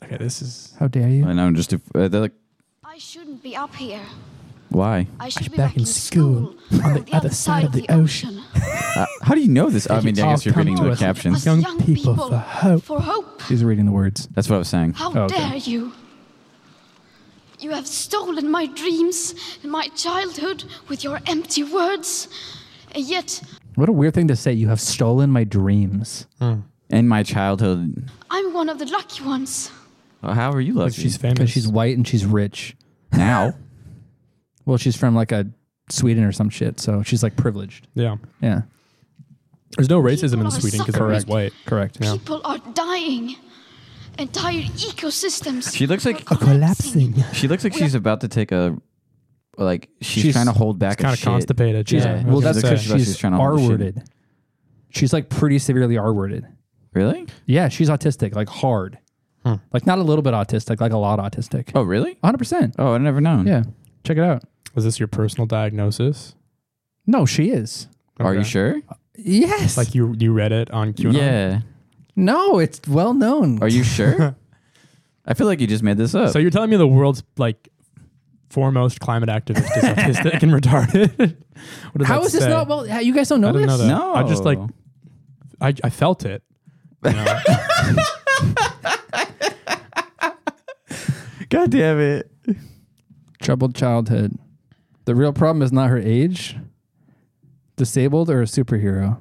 Speaker 5: thing? Okay, this is.
Speaker 6: How dare you?
Speaker 1: I know. Just if, uh, they're like,
Speaker 13: I shouldn't be up here.
Speaker 1: why?
Speaker 13: I should be back, in school,
Speaker 1: *laughs*
Speaker 13: on the other side of the ocean.
Speaker 1: Uh, how do you know this? I mean, I guess you're reading the captions.
Speaker 6: Young
Speaker 13: Young
Speaker 6: people
Speaker 13: people
Speaker 6: for hope. Oh,
Speaker 13: For hope.
Speaker 6: He's reading the words.
Speaker 1: That's what I was saying.
Speaker 13: How dare you? You have stolen my dreams and my childhood with your empty words. And yet,
Speaker 6: What a weird thing to say. You have stolen my dreams.
Speaker 1: In my childhood,
Speaker 13: I'm one of the lucky ones.
Speaker 1: Well, how are you lucky?
Speaker 6: she's famous. Because she's white and she's rich.
Speaker 1: Now?
Speaker 6: *laughs* well, she's from like a Sweden or some shit, so she's like privileged.
Speaker 5: Yeah.
Speaker 6: Yeah.
Speaker 5: There's no racism
Speaker 13: People
Speaker 5: in
Speaker 13: are
Speaker 5: Sweden because
Speaker 13: suffering.
Speaker 5: everyone's white.
Speaker 6: Correct.
Speaker 5: Yeah.
Speaker 13: People are dying. Entire ecosystems.
Speaker 1: She looks like
Speaker 13: are collapsing.
Speaker 1: She looks like she's about to take a. Like she's,
Speaker 6: She's-
Speaker 1: trying to hold back.
Speaker 6: she's kinda
Speaker 1: a shit.
Speaker 6: constipated, yeah. Yeah. Well,
Speaker 1: She
Speaker 6: that's
Speaker 1: looks like
Speaker 6: 'cause
Speaker 1: about-
Speaker 6: she's
Speaker 1: hold a shit.
Speaker 6: R-worded. She's like pretty severely R worded.
Speaker 1: Really?
Speaker 6: Yeah, she's autistic, like hard. Like not a little bit autistic, like a lot autistic.
Speaker 1: Oh, really?
Speaker 6: 100%.
Speaker 1: Oh, I never known.
Speaker 6: Yeah. Check it out.
Speaker 5: Was this your personal diagnosis?
Speaker 6: No, she is.
Speaker 1: Are you sure?
Speaker 6: Yes.
Speaker 5: Like you you read it on QAnon.
Speaker 1: Yeah.
Speaker 6: No, it's well known.
Speaker 1: Are you
Speaker 6: *laughs*
Speaker 5: *laughs*
Speaker 1: sure? I feel like you just made this up.
Speaker 5: So you're telling me the world's like foremost climate activist is autistic and *laughs* retarded? What does
Speaker 6: How
Speaker 5: that
Speaker 6: is this
Speaker 5: say?
Speaker 6: not well? You guys don't know
Speaker 5: I didn't
Speaker 6: this?
Speaker 5: know that. I just like I I felt it. you know?
Speaker 1: God damn it.
Speaker 6: Troubled childhood. The real problem is not her age, disabled, or a superhero.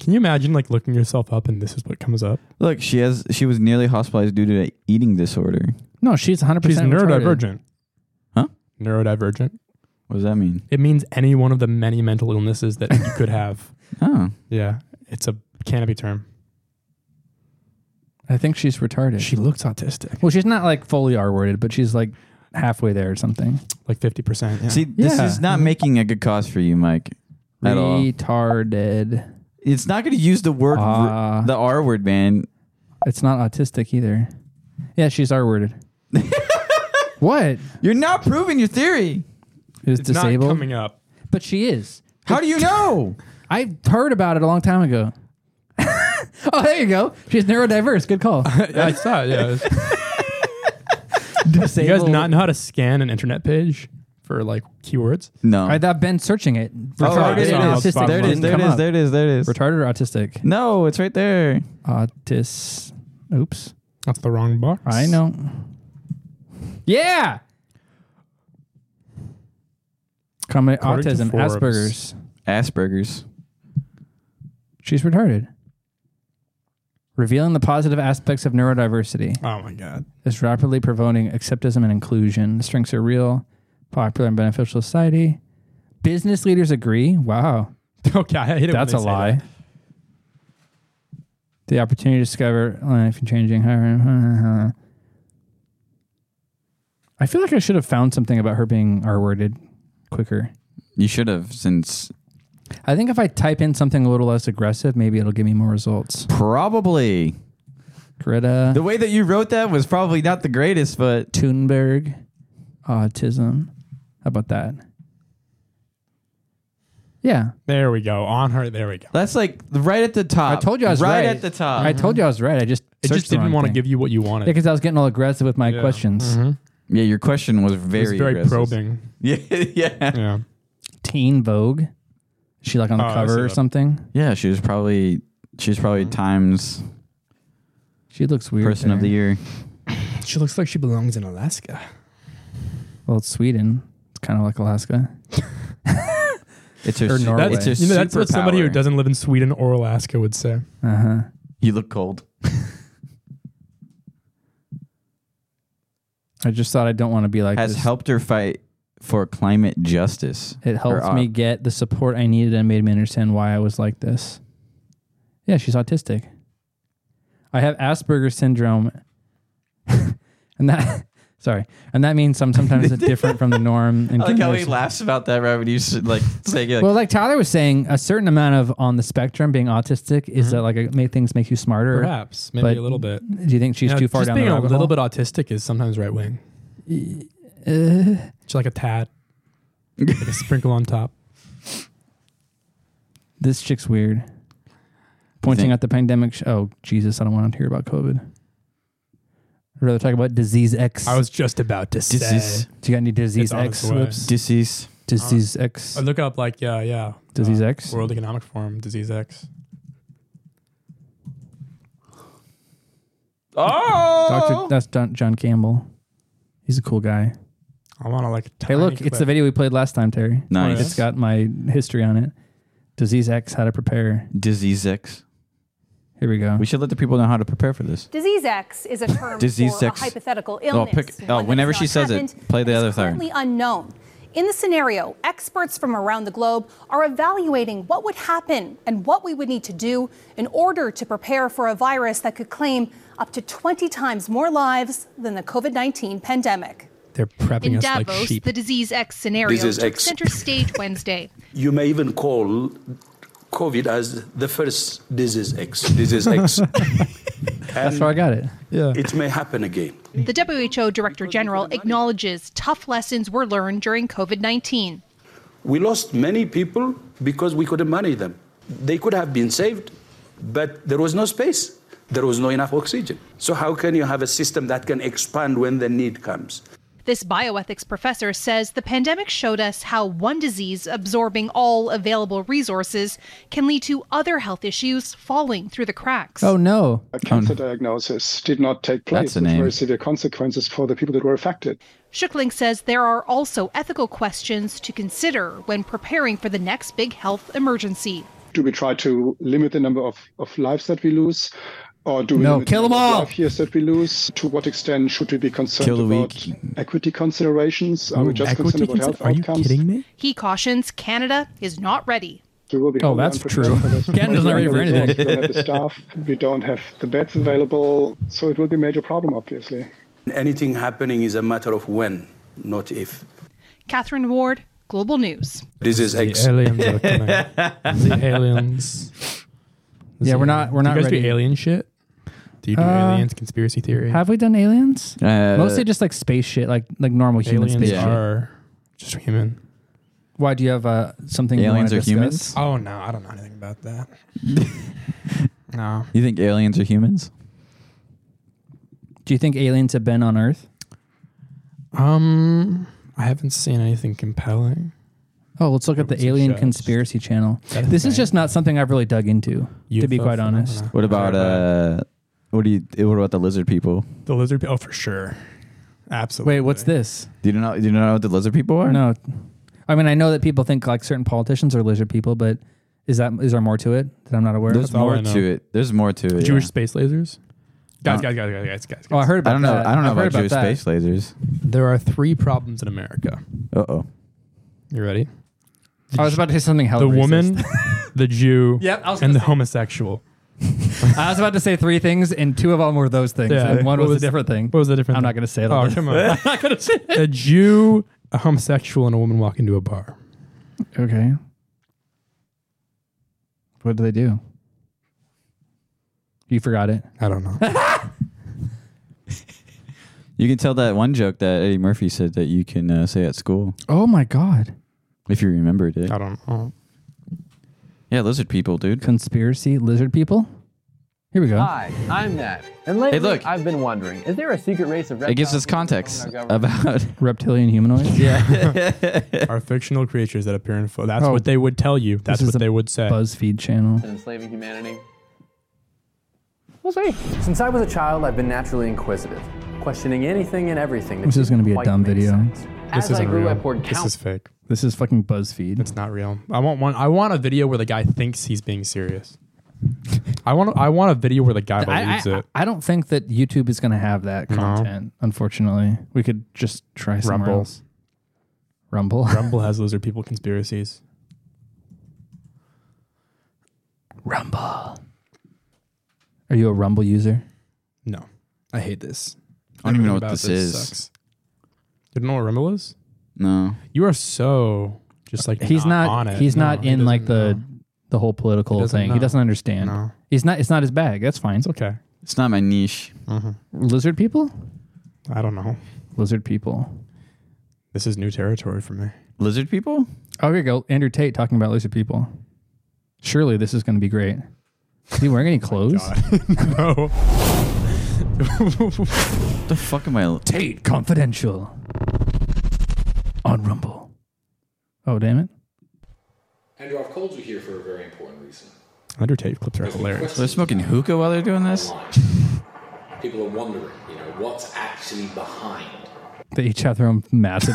Speaker 5: Can you imagine like looking yourself up and this is what comes up?
Speaker 1: Look, she has. She was nearly hospitalized due to an eating disorder.
Speaker 6: No, she's 100%
Speaker 5: She's
Speaker 6: retarded.
Speaker 5: neurodivergent.
Speaker 1: Huh?
Speaker 5: Neurodivergent.
Speaker 1: What does that mean?
Speaker 5: It means any one of the many mental illnesses that you could have.
Speaker 1: *laughs* Oh.
Speaker 5: Yeah. It's a canopy term.
Speaker 6: I think she's retarded. She
Speaker 5: looks autistic.
Speaker 6: Well, she's not like fully R worded, but she's like halfway there or something.
Speaker 5: Like 50%.
Speaker 1: See, this
Speaker 6: Yeah.
Speaker 1: is not making a good cause for you, Mike. At all.
Speaker 6: Retarded.
Speaker 1: It's not going to use the word,
Speaker 6: Ah.
Speaker 1: the R word, man.
Speaker 6: It's not autistic either. Yeah, she's
Speaker 1: *laughs*
Speaker 6: R worded. what?
Speaker 1: You're not proving your theory.
Speaker 6: Is
Speaker 5: It's
Speaker 6: disabled?
Speaker 5: not coming up.
Speaker 6: But she is.
Speaker 1: How do you know?
Speaker 6: I heard about it a long
Speaker 1: *laughs*
Speaker 6: time ago. oh, there you go. She's neurodiverse. Good call.
Speaker 5: I saw it. *laughs* Yeah. It was- *laughs* you guys
Speaker 6: Disabled.
Speaker 5: not know how to scan an internet page for like keywords?
Speaker 1: No.
Speaker 6: I, I've been searching it.
Speaker 5: Oh,
Speaker 6: Retarded
Speaker 5: there it
Speaker 6: and
Speaker 5: is.
Speaker 6: autistic
Speaker 5: There it is,
Speaker 6: didn't
Speaker 5: there it
Speaker 6: come
Speaker 5: is,
Speaker 6: up.
Speaker 1: there it is. There it is.
Speaker 6: Retarded or autistic?
Speaker 1: No, it's right there.
Speaker 6: Autis. Oops.
Speaker 5: That's the wrong box.
Speaker 6: I know. Yeah. Comment
Speaker 5: According to
Speaker 6: autism,
Speaker 5: Forbes.
Speaker 6: Asperger's.
Speaker 1: Asperger's.
Speaker 6: She's retarded. Revealing the positive aspects of neurodiversity.
Speaker 5: Oh my God.
Speaker 6: Is rapidly promoting acceptism and inclusion. The strengths are real, popular, and beneficial to society. Business leaders agree. Wow.
Speaker 5: *laughs* Okay, I hate it when
Speaker 6: That's
Speaker 5: they
Speaker 6: a
Speaker 5: say
Speaker 6: lie. The opportunity to discover life and changing. her. I feel like I should have found something about her being R worded quicker.
Speaker 1: You should have since
Speaker 6: I think if I type in something a little less aggressive, maybe it'll give me more results.
Speaker 1: Probably.
Speaker 6: Greta.
Speaker 1: the way that you wrote that was probably not the greatest, but
Speaker 6: Thunberg. Autism. How about that? Yeah.
Speaker 5: There we go. On her. There we go.
Speaker 1: That's like right at the top.
Speaker 6: I told you I was right.
Speaker 1: at the top.
Speaker 6: I told you I was right. I Oh, just
Speaker 5: It just didn't want to give you what you wanted.
Speaker 6: because I was getting all aggressive with my
Speaker 5: Yeah.
Speaker 6: questions.
Speaker 5: Mhm.
Speaker 1: Yeah, your question was very
Speaker 5: it's very
Speaker 1: aggressive.
Speaker 5: probing.
Speaker 1: Yeah, *laughs* yeah.
Speaker 5: Yeah.
Speaker 6: *laughs* Teen Vogue. Is she like on the
Speaker 1: Oh, I see
Speaker 6: cover or
Speaker 1: that.
Speaker 6: something? Mm-hmm.
Speaker 1: Yeah, she was probably she was probably Times
Speaker 6: She looks weird.
Speaker 1: person of the
Speaker 6: there.
Speaker 1: year.
Speaker 5: She looks like she belongs in Alaska.
Speaker 6: Well, it's Sweden. It's kind of like Alaska.
Speaker 1: *laughs* It's her
Speaker 6: Or
Speaker 1: su-
Speaker 6: Norway.
Speaker 1: it's her
Speaker 5: You know, that's what somebody who
Speaker 1: superpower.
Speaker 5: doesn't live in Sweden or Alaska would say.
Speaker 6: Uh huh.
Speaker 1: You look cold.
Speaker 6: I just thought I don't want to be like
Speaker 1: Has
Speaker 6: this.
Speaker 1: helped her fight for climate justice.
Speaker 6: It helped
Speaker 1: Her, uh,
Speaker 6: me get the support I needed and made me understand why I was like this. Yeah, she's autistic. I have Asperger's syndrome. *laughs* and that *laughs* sorry. And that means I'm sometimes different from
Speaker 1: *laughs*
Speaker 6: the norm
Speaker 1: I
Speaker 6: and
Speaker 1: like how he
Speaker 6: there's-
Speaker 1: laughs about that right when you s-
Speaker 6: *laughs*
Speaker 1: like saying it.
Speaker 6: well, like Tyler was saying, a certain amount of on the spectrum being autistic is
Speaker 1: Mm-hmm.
Speaker 6: that like it make things make you smarter.
Speaker 5: Perhaps, maybe
Speaker 6: But
Speaker 5: a little bit.
Speaker 6: Do you think she's
Speaker 5: You know,
Speaker 6: too far
Speaker 5: just
Speaker 6: down
Speaker 5: Being
Speaker 6: the
Speaker 5: a
Speaker 6: rabbit hole?
Speaker 5: little bit autistic is sometimes right wing.
Speaker 6: Uh,
Speaker 5: She's like a tad, like a sprinkle
Speaker 6: *laughs*
Speaker 5: on top.
Speaker 6: this chick's weird. Pointing
Speaker 1: think-
Speaker 6: at the pandemic. Sh- oh Jesus, I don't want to hear about COVID. I'd rather talk about disease X.
Speaker 5: I was just about to say.
Speaker 1: Disease.
Speaker 6: Do you got any disease
Speaker 5: It's on
Speaker 6: X
Speaker 5: its way.
Speaker 6: slips?
Speaker 1: Disease.
Speaker 6: Disease
Speaker 5: Uh,
Speaker 6: X.
Speaker 5: I look up like yeah, yeah. Uh,
Speaker 6: Disease X?
Speaker 5: World Economic Forum, disease X. Oh.
Speaker 6: Doctor, that's Don, John Campbell. He's a cool guy.
Speaker 5: I want to like. a
Speaker 6: Hey, look,
Speaker 5: tiny
Speaker 6: it's the
Speaker 5: clip.
Speaker 6: video we played last time, Terry.
Speaker 1: Nice.
Speaker 6: It's got my history on it. Disease X, how to prepare.
Speaker 1: Disease X.
Speaker 6: Here we go.
Speaker 1: We should let the people know how to prepare for this.
Speaker 17: Disease X is a term
Speaker 1: Disease
Speaker 17: for
Speaker 1: X.
Speaker 17: a hypothetical
Speaker 1: Oh,
Speaker 17: illness.
Speaker 1: pick, oh
Speaker 17: one
Speaker 1: whenever
Speaker 17: that's
Speaker 1: she
Speaker 17: not
Speaker 1: says it,
Speaker 17: happened,
Speaker 1: play the other third.
Speaker 17: currently unknown. In the scenario, experts from around the globe are evaluating what would happen and what we would need to do in order to prepare for a virus that could claim up to 20 times more lives than the COVID 19 pandemic.
Speaker 5: They're prepping
Speaker 17: In
Speaker 5: us like
Speaker 17: Davos,
Speaker 5: sheep.
Speaker 17: the
Speaker 19: Disease X scenario
Speaker 20: Disease
Speaker 19: took
Speaker 20: X.
Speaker 19: center
Speaker 20: *laughs*
Speaker 19: stage Wednesday.
Speaker 20: You may even call COVID as the first disease X.
Speaker 5: *laughs*
Speaker 20: Disease X.
Speaker 6: That's where I got it.
Speaker 5: Yeah.
Speaker 20: It may happen again.
Speaker 19: The WHO Director General acknowledges tough lessons were learned during COVID 19.
Speaker 20: We lost many people because we couldn't manage them. They could have been saved, but there was no space. There was no enough oxygen. So, how can you have a system that can expand when the need comes?
Speaker 19: This bioethics professor says the pandemic showed us how one disease absorbing all available resources can lead to other health issues falling through the cracks.
Speaker 6: Oh, no.
Speaker 21: A cancer diagnosis did not take
Speaker 1: That's
Speaker 21: place,
Speaker 1: the
Speaker 21: with
Speaker 1: name.
Speaker 21: very severe consequences for the people that were affected.
Speaker 19: Schuckling says there are also ethical questions to consider when preparing for the next big health emergency.
Speaker 21: Do we try to limit the number of, of lives that we lose? Or do we
Speaker 6: No,
Speaker 21: limit
Speaker 6: kill
Speaker 21: the
Speaker 6: 'em
Speaker 21: number of
Speaker 6: all.
Speaker 21: life years that we lose? To what extent should we be concerned
Speaker 1: Kill the
Speaker 21: about equity considerations? Are we just concerned about health outcomes?
Speaker 5: me?
Speaker 19: He cautions Canada is not ready.
Speaker 21: We will be
Speaker 6: Oh,
Speaker 21: wholly
Speaker 6: that's
Speaker 21: unprepared
Speaker 6: true. *laughs*
Speaker 21: for this.
Speaker 6: Canada's not ready for
Speaker 21: We
Speaker 6: anything.
Speaker 21: don't have the staff. We don't have the beds available, so it will be a major problem, obviously.
Speaker 20: Anything happening is a matter of when, not if.
Speaker 19: Catherine Ward, Global News.
Speaker 20: Disease X.
Speaker 5: The aliens
Speaker 20: *laughs*
Speaker 5: are
Speaker 6: *laughs*
Speaker 5: coming. the aliens.
Speaker 6: Yeah, we're not- we're
Speaker 5: Do
Speaker 6: not
Speaker 5: You guys
Speaker 6: ready.
Speaker 5: do alien shit. Do you do
Speaker 6: Uh,
Speaker 5: aliens conspiracy theory?
Speaker 6: Have we done aliens?
Speaker 1: Uh,
Speaker 6: Mostly just like space shit, like like normal human
Speaker 5: aliens
Speaker 6: space shit.
Speaker 5: are just human.
Speaker 6: Why do you have uh, something you
Speaker 1: Aliens
Speaker 6: wanna
Speaker 1: are humans?
Speaker 6: discuss?
Speaker 5: Oh no, I don't know anything about
Speaker 6: *laughs*
Speaker 5: that. no.
Speaker 1: You think aliens are humans?
Speaker 6: Do you think aliens have been on Earth?
Speaker 5: Um, I haven't seen anything compelling.
Speaker 6: Oh, let's look at the Alien Conspiracy Channel.
Speaker 5: that a
Speaker 6: This is
Speaker 5: thing?
Speaker 6: just not something I've really dug into, to be
Speaker 5: UFO
Speaker 6: quite
Speaker 5: phenomena.
Speaker 6: honest.
Speaker 1: What about uh? What do you? What about the lizard people?
Speaker 5: The lizard. pe- Oh, for sure. Absolutely.
Speaker 6: Wait, what's this?
Speaker 1: Do you know? Do you know what the lizard people are?
Speaker 6: No. I mean, I know that people think like certain politicians are lizard people, but Is that is there more to it that I'm not aware
Speaker 1: There's
Speaker 6: of? That's all
Speaker 1: more
Speaker 6: I know.
Speaker 1: to it. There's more to it.
Speaker 6: Jewish
Speaker 1: yeah. Uh,
Speaker 6: space lasers?
Speaker 5: Guys, guys, guys, guys, guys, guys.
Speaker 6: Oh, I heard about
Speaker 1: I don't know.
Speaker 6: that.
Speaker 1: I don't know
Speaker 6: I've
Speaker 1: about,
Speaker 6: heard about
Speaker 1: Jewish
Speaker 6: that.
Speaker 1: space lasers.
Speaker 5: There are three problems in America.
Speaker 1: Uh oh.
Speaker 5: You ready?
Speaker 6: I was about to say something hella
Speaker 5: The
Speaker 6: racist. *laughs*
Speaker 5: woman, the Jew,
Speaker 6: Yep, I was
Speaker 5: and
Speaker 6: gonna
Speaker 5: the
Speaker 6: say-
Speaker 5: homosexual.
Speaker 6: I was about to say three things, and two of them were those things,
Speaker 5: Yeah.
Speaker 6: and one
Speaker 5: What
Speaker 6: was,
Speaker 5: was-
Speaker 6: a different thing.
Speaker 5: What was the difference?
Speaker 6: I'm not going to say it.
Speaker 5: Oh,
Speaker 6: on *laughs*
Speaker 5: come
Speaker 6: this.
Speaker 5: on. A Jew, a homosexual, and a woman walk into a bar.
Speaker 6: okay. What do they do? You forgot it.
Speaker 5: I don't know.
Speaker 1: You can tell that one joke that Eddie Murphy said that you can uh, say at school
Speaker 6: *laughs* oh my god.
Speaker 1: if you remembered it.
Speaker 5: I don't know.
Speaker 1: Yeah, lizard people, dude.
Speaker 6: Conspiracy lizard people. Here we go.
Speaker 4: Hi, I'm Nat. And lately,
Speaker 1: Hey, look.
Speaker 4: I've been wondering, is there a secret race of reptiles?
Speaker 1: It gives us
Speaker 4: who control
Speaker 1: context
Speaker 4: our government?
Speaker 1: about
Speaker 6: *laughs*
Speaker 1: *laughs*
Speaker 6: reptilian humanoids.
Speaker 5: *laughs* are fictional creatures that appear in photos. That's
Speaker 6: Oh.
Speaker 5: what they would tell you. That's
Speaker 6: This is
Speaker 5: what
Speaker 6: a
Speaker 5: they would say.
Speaker 6: *laughs* BuzzFeed channel.
Speaker 4: enslaving humanity. We'll see. Since I was a child, I've been naturally inquisitive, questioning anything and everything. that
Speaker 6: This is going to be a
Speaker 4: quite
Speaker 6: dumb
Speaker 4: make
Speaker 6: video.
Speaker 4: sense. As I grew, I poured
Speaker 5: This is
Speaker 4: countless
Speaker 5: fake.
Speaker 6: This is fucking BuzzFeed. It's
Speaker 5: not real. I want one. I want a video where the guy thinks he's being serious. I want. I want a video where the guy believes
Speaker 6: I, I,
Speaker 5: it.
Speaker 6: I don't think that YouTube is going to have that
Speaker 5: No.
Speaker 6: content. Unfortunately, we could just try somewhere
Speaker 5: Rumble.
Speaker 6: else. Rumble.
Speaker 5: Rumble has lizard people conspiracies.
Speaker 6: Rumble. Are you a Rumble user?
Speaker 5: No, I hate this.
Speaker 1: I don't even know
Speaker 5: Everything
Speaker 1: what
Speaker 5: about
Speaker 1: this is.
Speaker 5: Sucks. You don't know what Rumble is?
Speaker 1: No.
Speaker 5: You *laughs* are so just like
Speaker 6: he's not.
Speaker 5: on it.
Speaker 6: He's
Speaker 5: No,
Speaker 6: not
Speaker 5: he
Speaker 6: in
Speaker 5: doesn't
Speaker 6: like the
Speaker 5: know.
Speaker 6: the whole political
Speaker 5: He doesn't
Speaker 6: thing.
Speaker 5: know.
Speaker 6: He doesn't understand.
Speaker 5: No.
Speaker 6: He's not. It's not his bag. That's fine. It's
Speaker 5: okay.
Speaker 1: It's not my niche.
Speaker 6: Lizard people.
Speaker 5: I don't know.
Speaker 6: Lizard people.
Speaker 5: This is new territory for me.
Speaker 1: Lizard people.
Speaker 6: Oh, here you go. Andrew Tate talking about lizard people. Surely this is going to be great. Is he
Speaker 5: *laughs*
Speaker 6: wearing any clothes?
Speaker 5: Oh no.
Speaker 1: *laughs* the fuck am I?
Speaker 6: Tate confidential on Rumble. Oh damn it!
Speaker 7: Andrew, I've called you here for a very important reason.
Speaker 5: Undertale clips are hilarious.
Speaker 1: They're smoking hookah while they're doing this.
Speaker 7: People are wondering, you know, what's actually behind
Speaker 6: They each have their own massive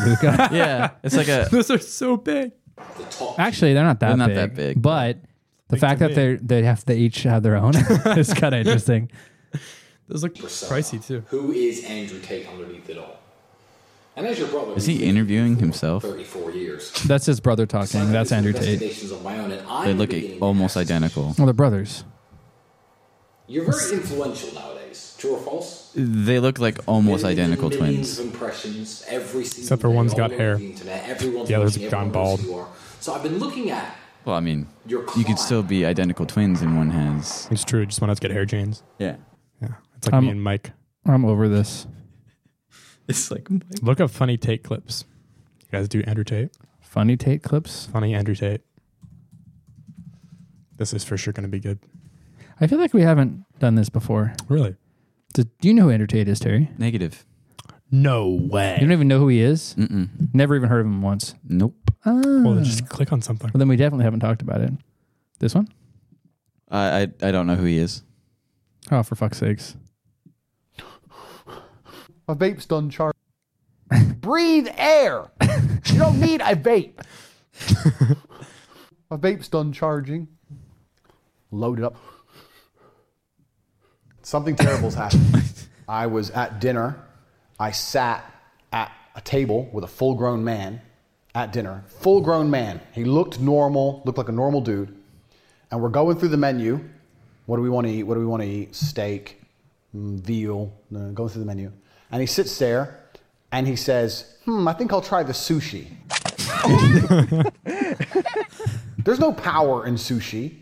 Speaker 1: *laughs*
Speaker 6: hookah.
Speaker 5: *laughs* Those are so big.
Speaker 6: *laughs* Actually, they're not that
Speaker 1: They're not
Speaker 6: big,
Speaker 1: that big.
Speaker 6: But the fact that they they have they each have their
Speaker 5: *laughs*
Speaker 6: own is kind of interesting.
Speaker 5: Those look pricey too.
Speaker 7: Who is Andrew Tate underneath it all? And as your brother,
Speaker 1: Is
Speaker 7: we've
Speaker 1: he
Speaker 7: been
Speaker 1: interviewing
Speaker 7: for
Speaker 1: himself?
Speaker 7: 34 years.
Speaker 6: That's his brother talking.
Speaker 7: I've
Speaker 6: That's
Speaker 7: done
Speaker 6: Andrew Tate.
Speaker 7: investigations on my own, and I'm
Speaker 1: They look
Speaker 7: beginning to
Speaker 1: almost identical.
Speaker 6: Well, they're brothers.
Speaker 7: You're very influential nowadays. True or false?
Speaker 1: They look like almost
Speaker 7: Millions and
Speaker 1: identical
Speaker 7: millions
Speaker 1: twins.
Speaker 7: Of impressions every single
Speaker 1: Except for
Speaker 7: day,
Speaker 1: one's
Speaker 7: all
Speaker 1: got
Speaker 7: over
Speaker 1: hair.
Speaker 7: The, internet. Everyone's
Speaker 1: The other's
Speaker 7: watching,
Speaker 1: gone
Speaker 7: everyone knows
Speaker 1: bald.
Speaker 7: who you are. So I've been looking at
Speaker 1: Well, I mean,
Speaker 7: Your
Speaker 1: you could still be identical twins, and one has.
Speaker 5: It's true. Just one has good hair genes.
Speaker 1: Yeah.
Speaker 5: Yeah. It's like
Speaker 6: I'm-
Speaker 5: me and Mike.
Speaker 6: I'm over
Speaker 5: *laughs*
Speaker 6: this.
Speaker 1: It's like
Speaker 5: look up funny Tate clips. You guys do Andrew Tate.
Speaker 6: Funny Tate clips.
Speaker 5: Funny Andrew Tate. This is for sure going to be good.
Speaker 6: I feel like we haven't done this before.
Speaker 5: Really?
Speaker 6: Do, do you know who Andrew Tate is, Terry?
Speaker 1: Negative.
Speaker 5: No way.
Speaker 6: You don't even know who he is.
Speaker 1: Mm-mm.
Speaker 6: Never even heard of him once.
Speaker 1: Nope.
Speaker 6: Oh.
Speaker 5: Well, then just click on something.
Speaker 6: Well, then we definitely haven't talked about it. This one?
Speaker 1: I, I I don't know who he is.
Speaker 6: Oh, for fuck's sakes!
Speaker 8: My vape's done charged. Breathe air. you don't need a *laughs* vape. My vape's done charging. Load it up.
Speaker 9: Something terrible's happened. I was at dinner. I sat at a table with a full grown man at dinner. Full grown man. He looked normal, looked like a normal dude. And we're going through the menu. What do we want to eat? What do we want to eat? Steak, mm, veal, no, no, going through the menu. And he sits there and he says, Hmm, I think I'll try the sushi. *laughs* There's no power in sushi.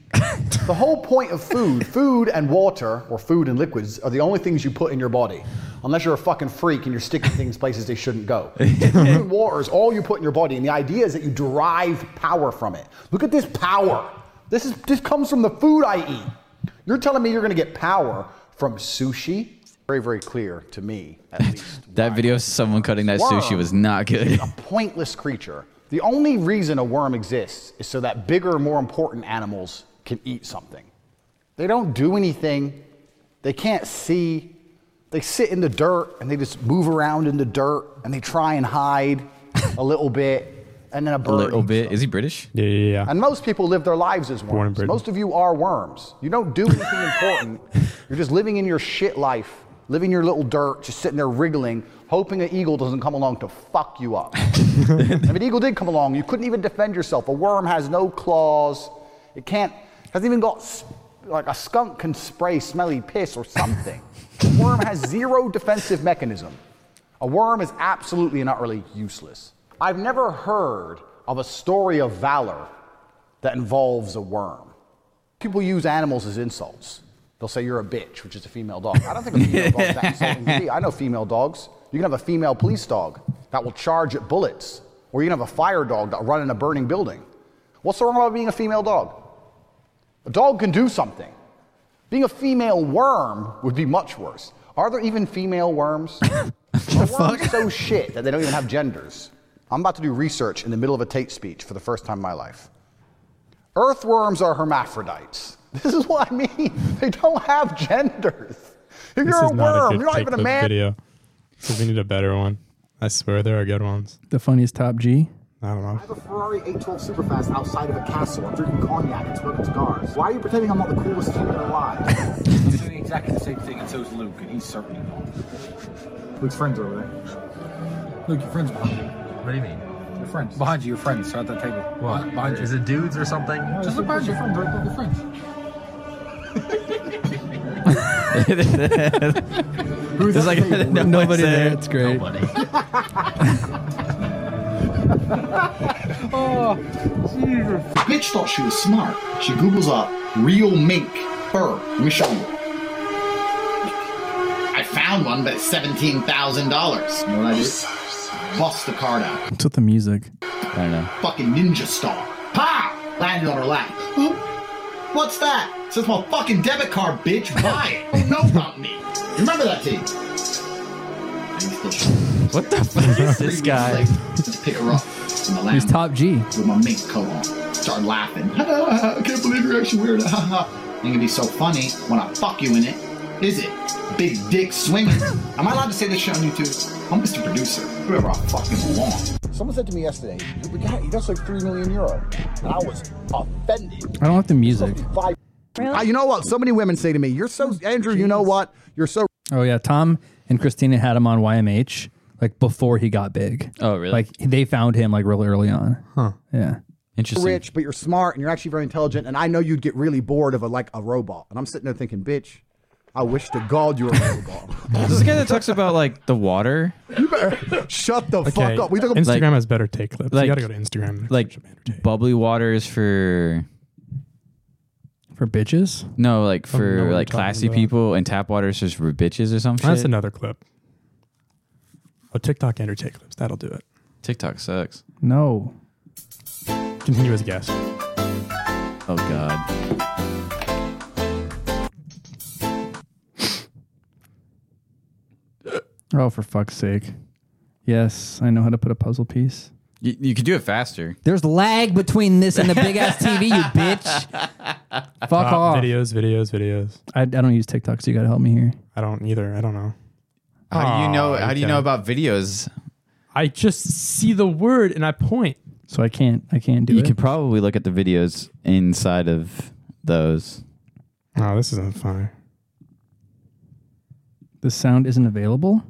Speaker 9: the whole point of food, food and water, or food and liquids, are the only things you put in your body. Unless you're a fucking freak and you're sticking things places they shouldn't go. food and water is all you put in your body, and the idea is that you derive power from it. Look at this power. This is this comes from the food I eat. You're telling me you're gonna get power from sushi? Very, very clear to me, at least.
Speaker 1: That video of someone cutting that sushi was not good.
Speaker 9: A pointless creature. The only reason a worm exists is so that bigger, more important animals can eat something. They don't do anything. They can't see. They sit in the dirt and they just move around in the dirt and they try and hide a little bit. and then a
Speaker 1: *laughs* A
Speaker 9: bird.
Speaker 1: little bit. Is he British?
Speaker 5: Yeah, yeah, yeah.
Speaker 9: And most people live their lives as
Speaker 1: Born in
Speaker 9: worms.
Speaker 1: Britain.
Speaker 9: Most of you are worms. You don't do anything important. You're just living in your shit life, living your little dirt, just sitting there wriggling, hoping an eagle doesn't come along to fuck you up. if an eagle did come along, you couldn't even defend yourself. A worm has no claws. It can't, hasn't even got, s- like a skunk can spray smelly piss or something. a worm has zero defensive mechanism. A worm is absolutely and utterly useless. I've never heard of a story of valor that involves a worm. People use animals as insults. They'll say you're a bitch, which is a female dog. I don't think a female dog is that insulting to me. I know female dogs. You can have a female police dog that will charge at bullets, or you can have a fire dog that'll run in a burning building. What's so wrong about being a female dog? A dog can do something. Being a female worm would be much worse. Are there even female
Speaker 5: *laughs*
Speaker 9: worms? Are worms so shit that they don't even have genders? I'm about to do research in the middle of a Tate speech for the first time in my life. Earthworms are hermaphrodites. *laughs* This is what I mean. They don't have genders. If
Speaker 5: This
Speaker 9: you're a
Speaker 5: is not
Speaker 9: worm,
Speaker 5: good
Speaker 9: you're not
Speaker 5: take
Speaker 9: even a
Speaker 5: the
Speaker 9: man.
Speaker 5: Video. So we need a better one. I swear there are good ones.
Speaker 6: The funniest top G.
Speaker 5: I don't know.
Speaker 9: a Ferrari 812 Superfast outside of a castle. I'm drinking cognac and smoking cigars. Why are you pretending I'm not the coolest human alive?
Speaker 13: *laughs* He's doing exactly the same thing, and so is Luke, and he's certainly not. Luke's friends over there. Luke, your friends behind you. What do you mean? Your friends. Behind you, your friends are at that table. What? Behind you. Is it dudes or something? Just
Speaker 1: *laughs*
Speaker 13: look behind your friends, right? Look, your friends.
Speaker 1: There's
Speaker 6: *laughs*
Speaker 1: like no
Speaker 6: Nobody
Speaker 1: one's
Speaker 6: there. It's great.
Speaker 13: Oh, Jesus.
Speaker 33: Bitch thought she was smart. She Googles up real mink fur. Let me show you. I found one, but it's seventeen thousand dollars. You know what I did? Bust the card out.
Speaker 6: What's with the music?
Speaker 1: I don't know.
Speaker 33: Fucking ninja star. Pa! Landed on her lap. Huh? What's that? Says my fucking debit card, bitch. Buy it. Don't know about me. Remember that thing?
Speaker 1: What the fuck is
Speaker 33: this guy? Pick her up. in the
Speaker 6: He's
Speaker 33: Lambo
Speaker 6: top G.
Speaker 33: with my mink coat on. Start laughing. *laughs* I can't believe you're actually wearing it. *laughs* Ain't gonna be so funny when I fuck you in it. Is it? Big dick swinging. Am I allowed to say this shit on YouTube? I'm Mr. Producer. Whoever I fucking want. Someone said to me yesterday, "You got- that's like 3 million euro. And I was offended.
Speaker 6: I don't like the music.
Speaker 33: Five. Ah, you know what? So many women say to me, you're so, Andrew, you know what? You're so
Speaker 6: Oh yeah, Tom and Christina had him on YMH like before he got big.
Speaker 1: Oh, really?
Speaker 6: Like they found him like really early on. Huh. Yeah.
Speaker 9: rich, but you're smart and you're actually very intelligent. And I know you'd get really bored of a like a robot. And I'm sitting there thinking, bitch, I wish to God you were a robot.
Speaker 1: This is the guy that talks about like the water.
Speaker 9: *laughs* You better shut the fuck up. We
Speaker 1: *laughs*
Speaker 9: took a
Speaker 5: Instagram has better take clips.
Speaker 1: like-
Speaker 5: you gotta go to Instagram.
Speaker 1: Like bubbly water is for
Speaker 6: for bitches.
Speaker 1: No, like
Speaker 5: I don't know
Speaker 1: for like
Speaker 5: what you're talking
Speaker 1: classy
Speaker 5: about.
Speaker 1: people, and tap water is just for bitches or something.
Speaker 5: That's another clip. Oh, TikTok and or take clips. That'll do it.
Speaker 1: TikTok sucks.
Speaker 6: No.
Speaker 5: Continue as a guest.
Speaker 1: Oh God.
Speaker 6: Oh, for fuck's sake. Yes, I know how to put a puzzle piece.
Speaker 1: You, you could do it faster.
Speaker 6: There's lag between this and the big ass *laughs* TV,
Speaker 1: *laughs*
Speaker 6: you bitch. Fuck
Speaker 1: Uh,
Speaker 5: Top
Speaker 6: off.
Speaker 5: Ah, Videos, videos, videos.
Speaker 6: I, I don't use TikTok, so you gotta help me here. Oh,
Speaker 5: I don't either. I don't know.
Speaker 1: How do you know?
Speaker 5: Aw,
Speaker 1: How do you
Speaker 5: Ah, okay.
Speaker 1: know about videos?
Speaker 5: I just see the word and I point.
Speaker 6: So I can't. I can't do
Speaker 1: you
Speaker 6: it.
Speaker 1: could probably look at the videos inside of those.
Speaker 5: Oh, this isn't funny.
Speaker 6: The sound isn't available.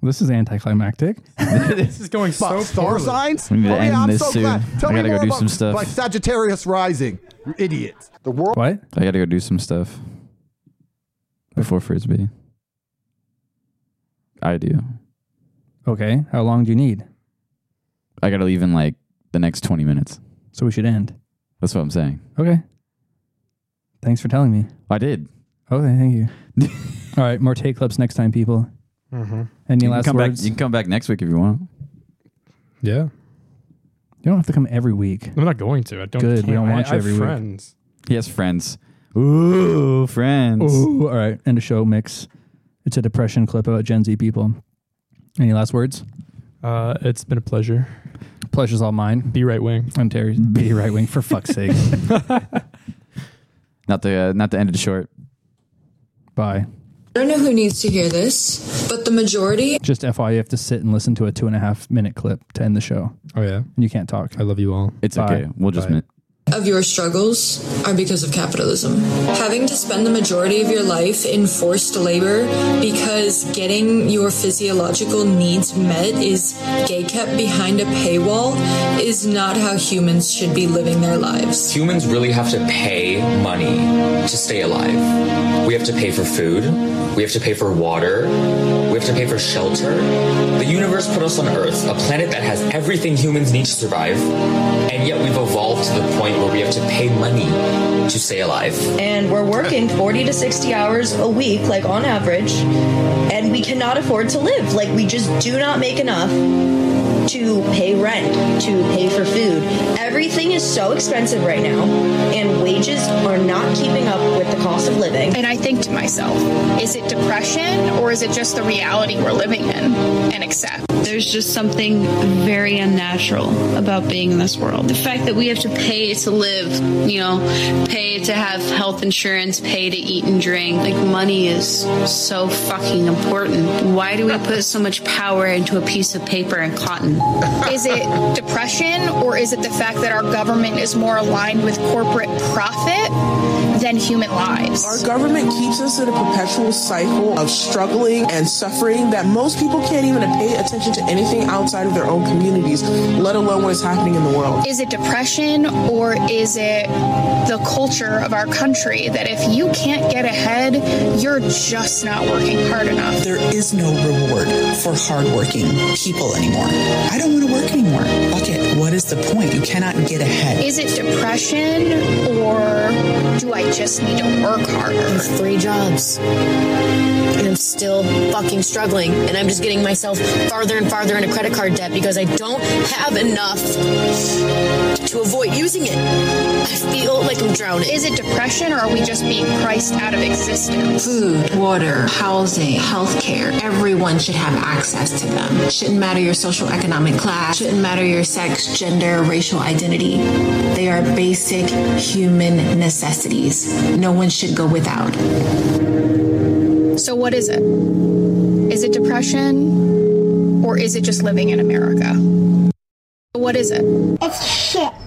Speaker 6: This is anticlimactic.
Speaker 5: this is going
Speaker 9: Fuck, star signs?
Speaker 6: We need to
Speaker 9: oh,
Speaker 6: end
Speaker 9: yeah, I'm
Speaker 6: this
Speaker 9: so
Speaker 6: soon.
Speaker 9: glad. Tell
Speaker 1: I
Speaker 9: me
Speaker 1: gotta go
Speaker 9: more
Speaker 1: do
Speaker 9: about,
Speaker 1: some stuff.
Speaker 9: Like Sagittarius rising. You idiots. The world.
Speaker 6: What?
Speaker 1: I got to go do some stuff before frisbee. I do.
Speaker 6: Okay. How long do you need?
Speaker 1: I got to leave in like the next twenty minutes.
Speaker 6: So we should end.
Speaker 1: That's what I'm saying.
Speaker 6: Okay. Thanks for telling me.
Speaker 1: I did.
Speaker 6: Okay. Thank you.
Speaker 1: *laughs*
Speaker 6: All right. More take clips next time, people.
Speaker 5: Mm-hmm.
Speaker 6: Any
Speaker 1: you can
Speaker 6: last
Speaker 1: come
Speaker 6: words?
Speaker 1: Back, you can come back next week if you want.
Speaker 5: Yeah.
Speaker 6: You don't have to come every week.
Speaker 5: I'm not going to. I don't.
Speaker 6: Good. We
Speaker 5: care.
Speaker 6: don't want
Speaker 5: I,
Speaker 6: you
Speaker 5: I have
Speaker 6: every week.
Speaker 5: friends.
Speaker 1: He has friends. Ooh, friends.
Speaker 6: Ooh, all right. End of show mix. It's a depression clip about Gen Z people. Any last words?
Speaker 5: Uh, it's been a pleasure.
Speaker 6: Pleasure's all mine.
Speaker 5: Be right wing.
Speaker 6: I'm Terry. Be right wing for fuck's
Speaker 5: *laughs*
Speaker 6: sake.
Speaker 1: Not the uh, not the end of the short.
Speaker 6: Bye.
Speaker 34: don't know who needs to hear this, but the majority
Speaker 6: Just FYI, you have to sit and listen to a two and a half minute clip to end the show.
Speaker 35: Oh yeah, and
Speaker 6: you can't talk.
Speaker 35: I love you all.
Speaker 1: It's
Speaker 6: Bye.
Speaker 1: okay. We'll just.
Speaker 6: Bye.
Speaker 1: Min-
Speaker 34: of your struggles are because of capitalism. Having to spend the majority of your life in forced labor because getting your physiological needs met is gay kept behind a paywall is not how humans should be living their lives.
Speaker 26: Humans really have to pay money to stay alive. We have to pay for food. We have to pay for water. We have to pay for shelter. The universe put us on Earth, a planet that has everything humans need to survive, and yet we've evolved to the point where we have to pay money to stay alive.
Speaker 21: and we're working 40 to 60 hours a week, like on average, and we cannot afford to live. Like, we just do not make enough to pay rent, to pay for food. Everything is so expensive right now, and wages are not keeping up with the cost of living.
Speaker 29: And I think to myself, is it depression or is it just the reality we're living in and accept?
Speaker 36: There's just something very unnatural about being in this world. The fact that we have to pay to live, you know, pay to have health insurance, pay to eat and drink. Like, money is so fucking important. Why do we put so much power into a piece of paper and cotton?
Speaker 29: Is it depression or is it the fact that our government is more aligned with corporate profit than human lives?
Speaker 5: Our government keeps us in a perpetual cycle of struggling and suffering that most people can't even pay attention to anything outside of their own communities, let alone what is happening in the world.
Speaker 29: Is it depression or is it the culture of our country that if you can't get ahead, you're just not working hard enough?
Speaker 13: There is no reward for hardworking people anymore. I don't want to work anymore. Fuck it. What is the point? You cannot get ahead.
Speaker 29: Is it depression or do I just need to work harder?
Speaker 37: I have three jobs. And I'm still fucking struggling. And I'm just getting myself farther and farther into credit card debt because I don't have enough to avoid using it. I feel like I'm drowning.
Speaker 29: Is it depression or are we just being priced out of existence?
Speaker 37: Food, water, housing, healthcare. Everyone should have access to them. Shouldn't matter your social economic class, shouldn't matter your sex, gender, racial identity. They are basic human necessities. No one should go without.
Speaker 29: So, what is it? Is it depression or is it just living in America? What is it?
Speaker 38: It's shit.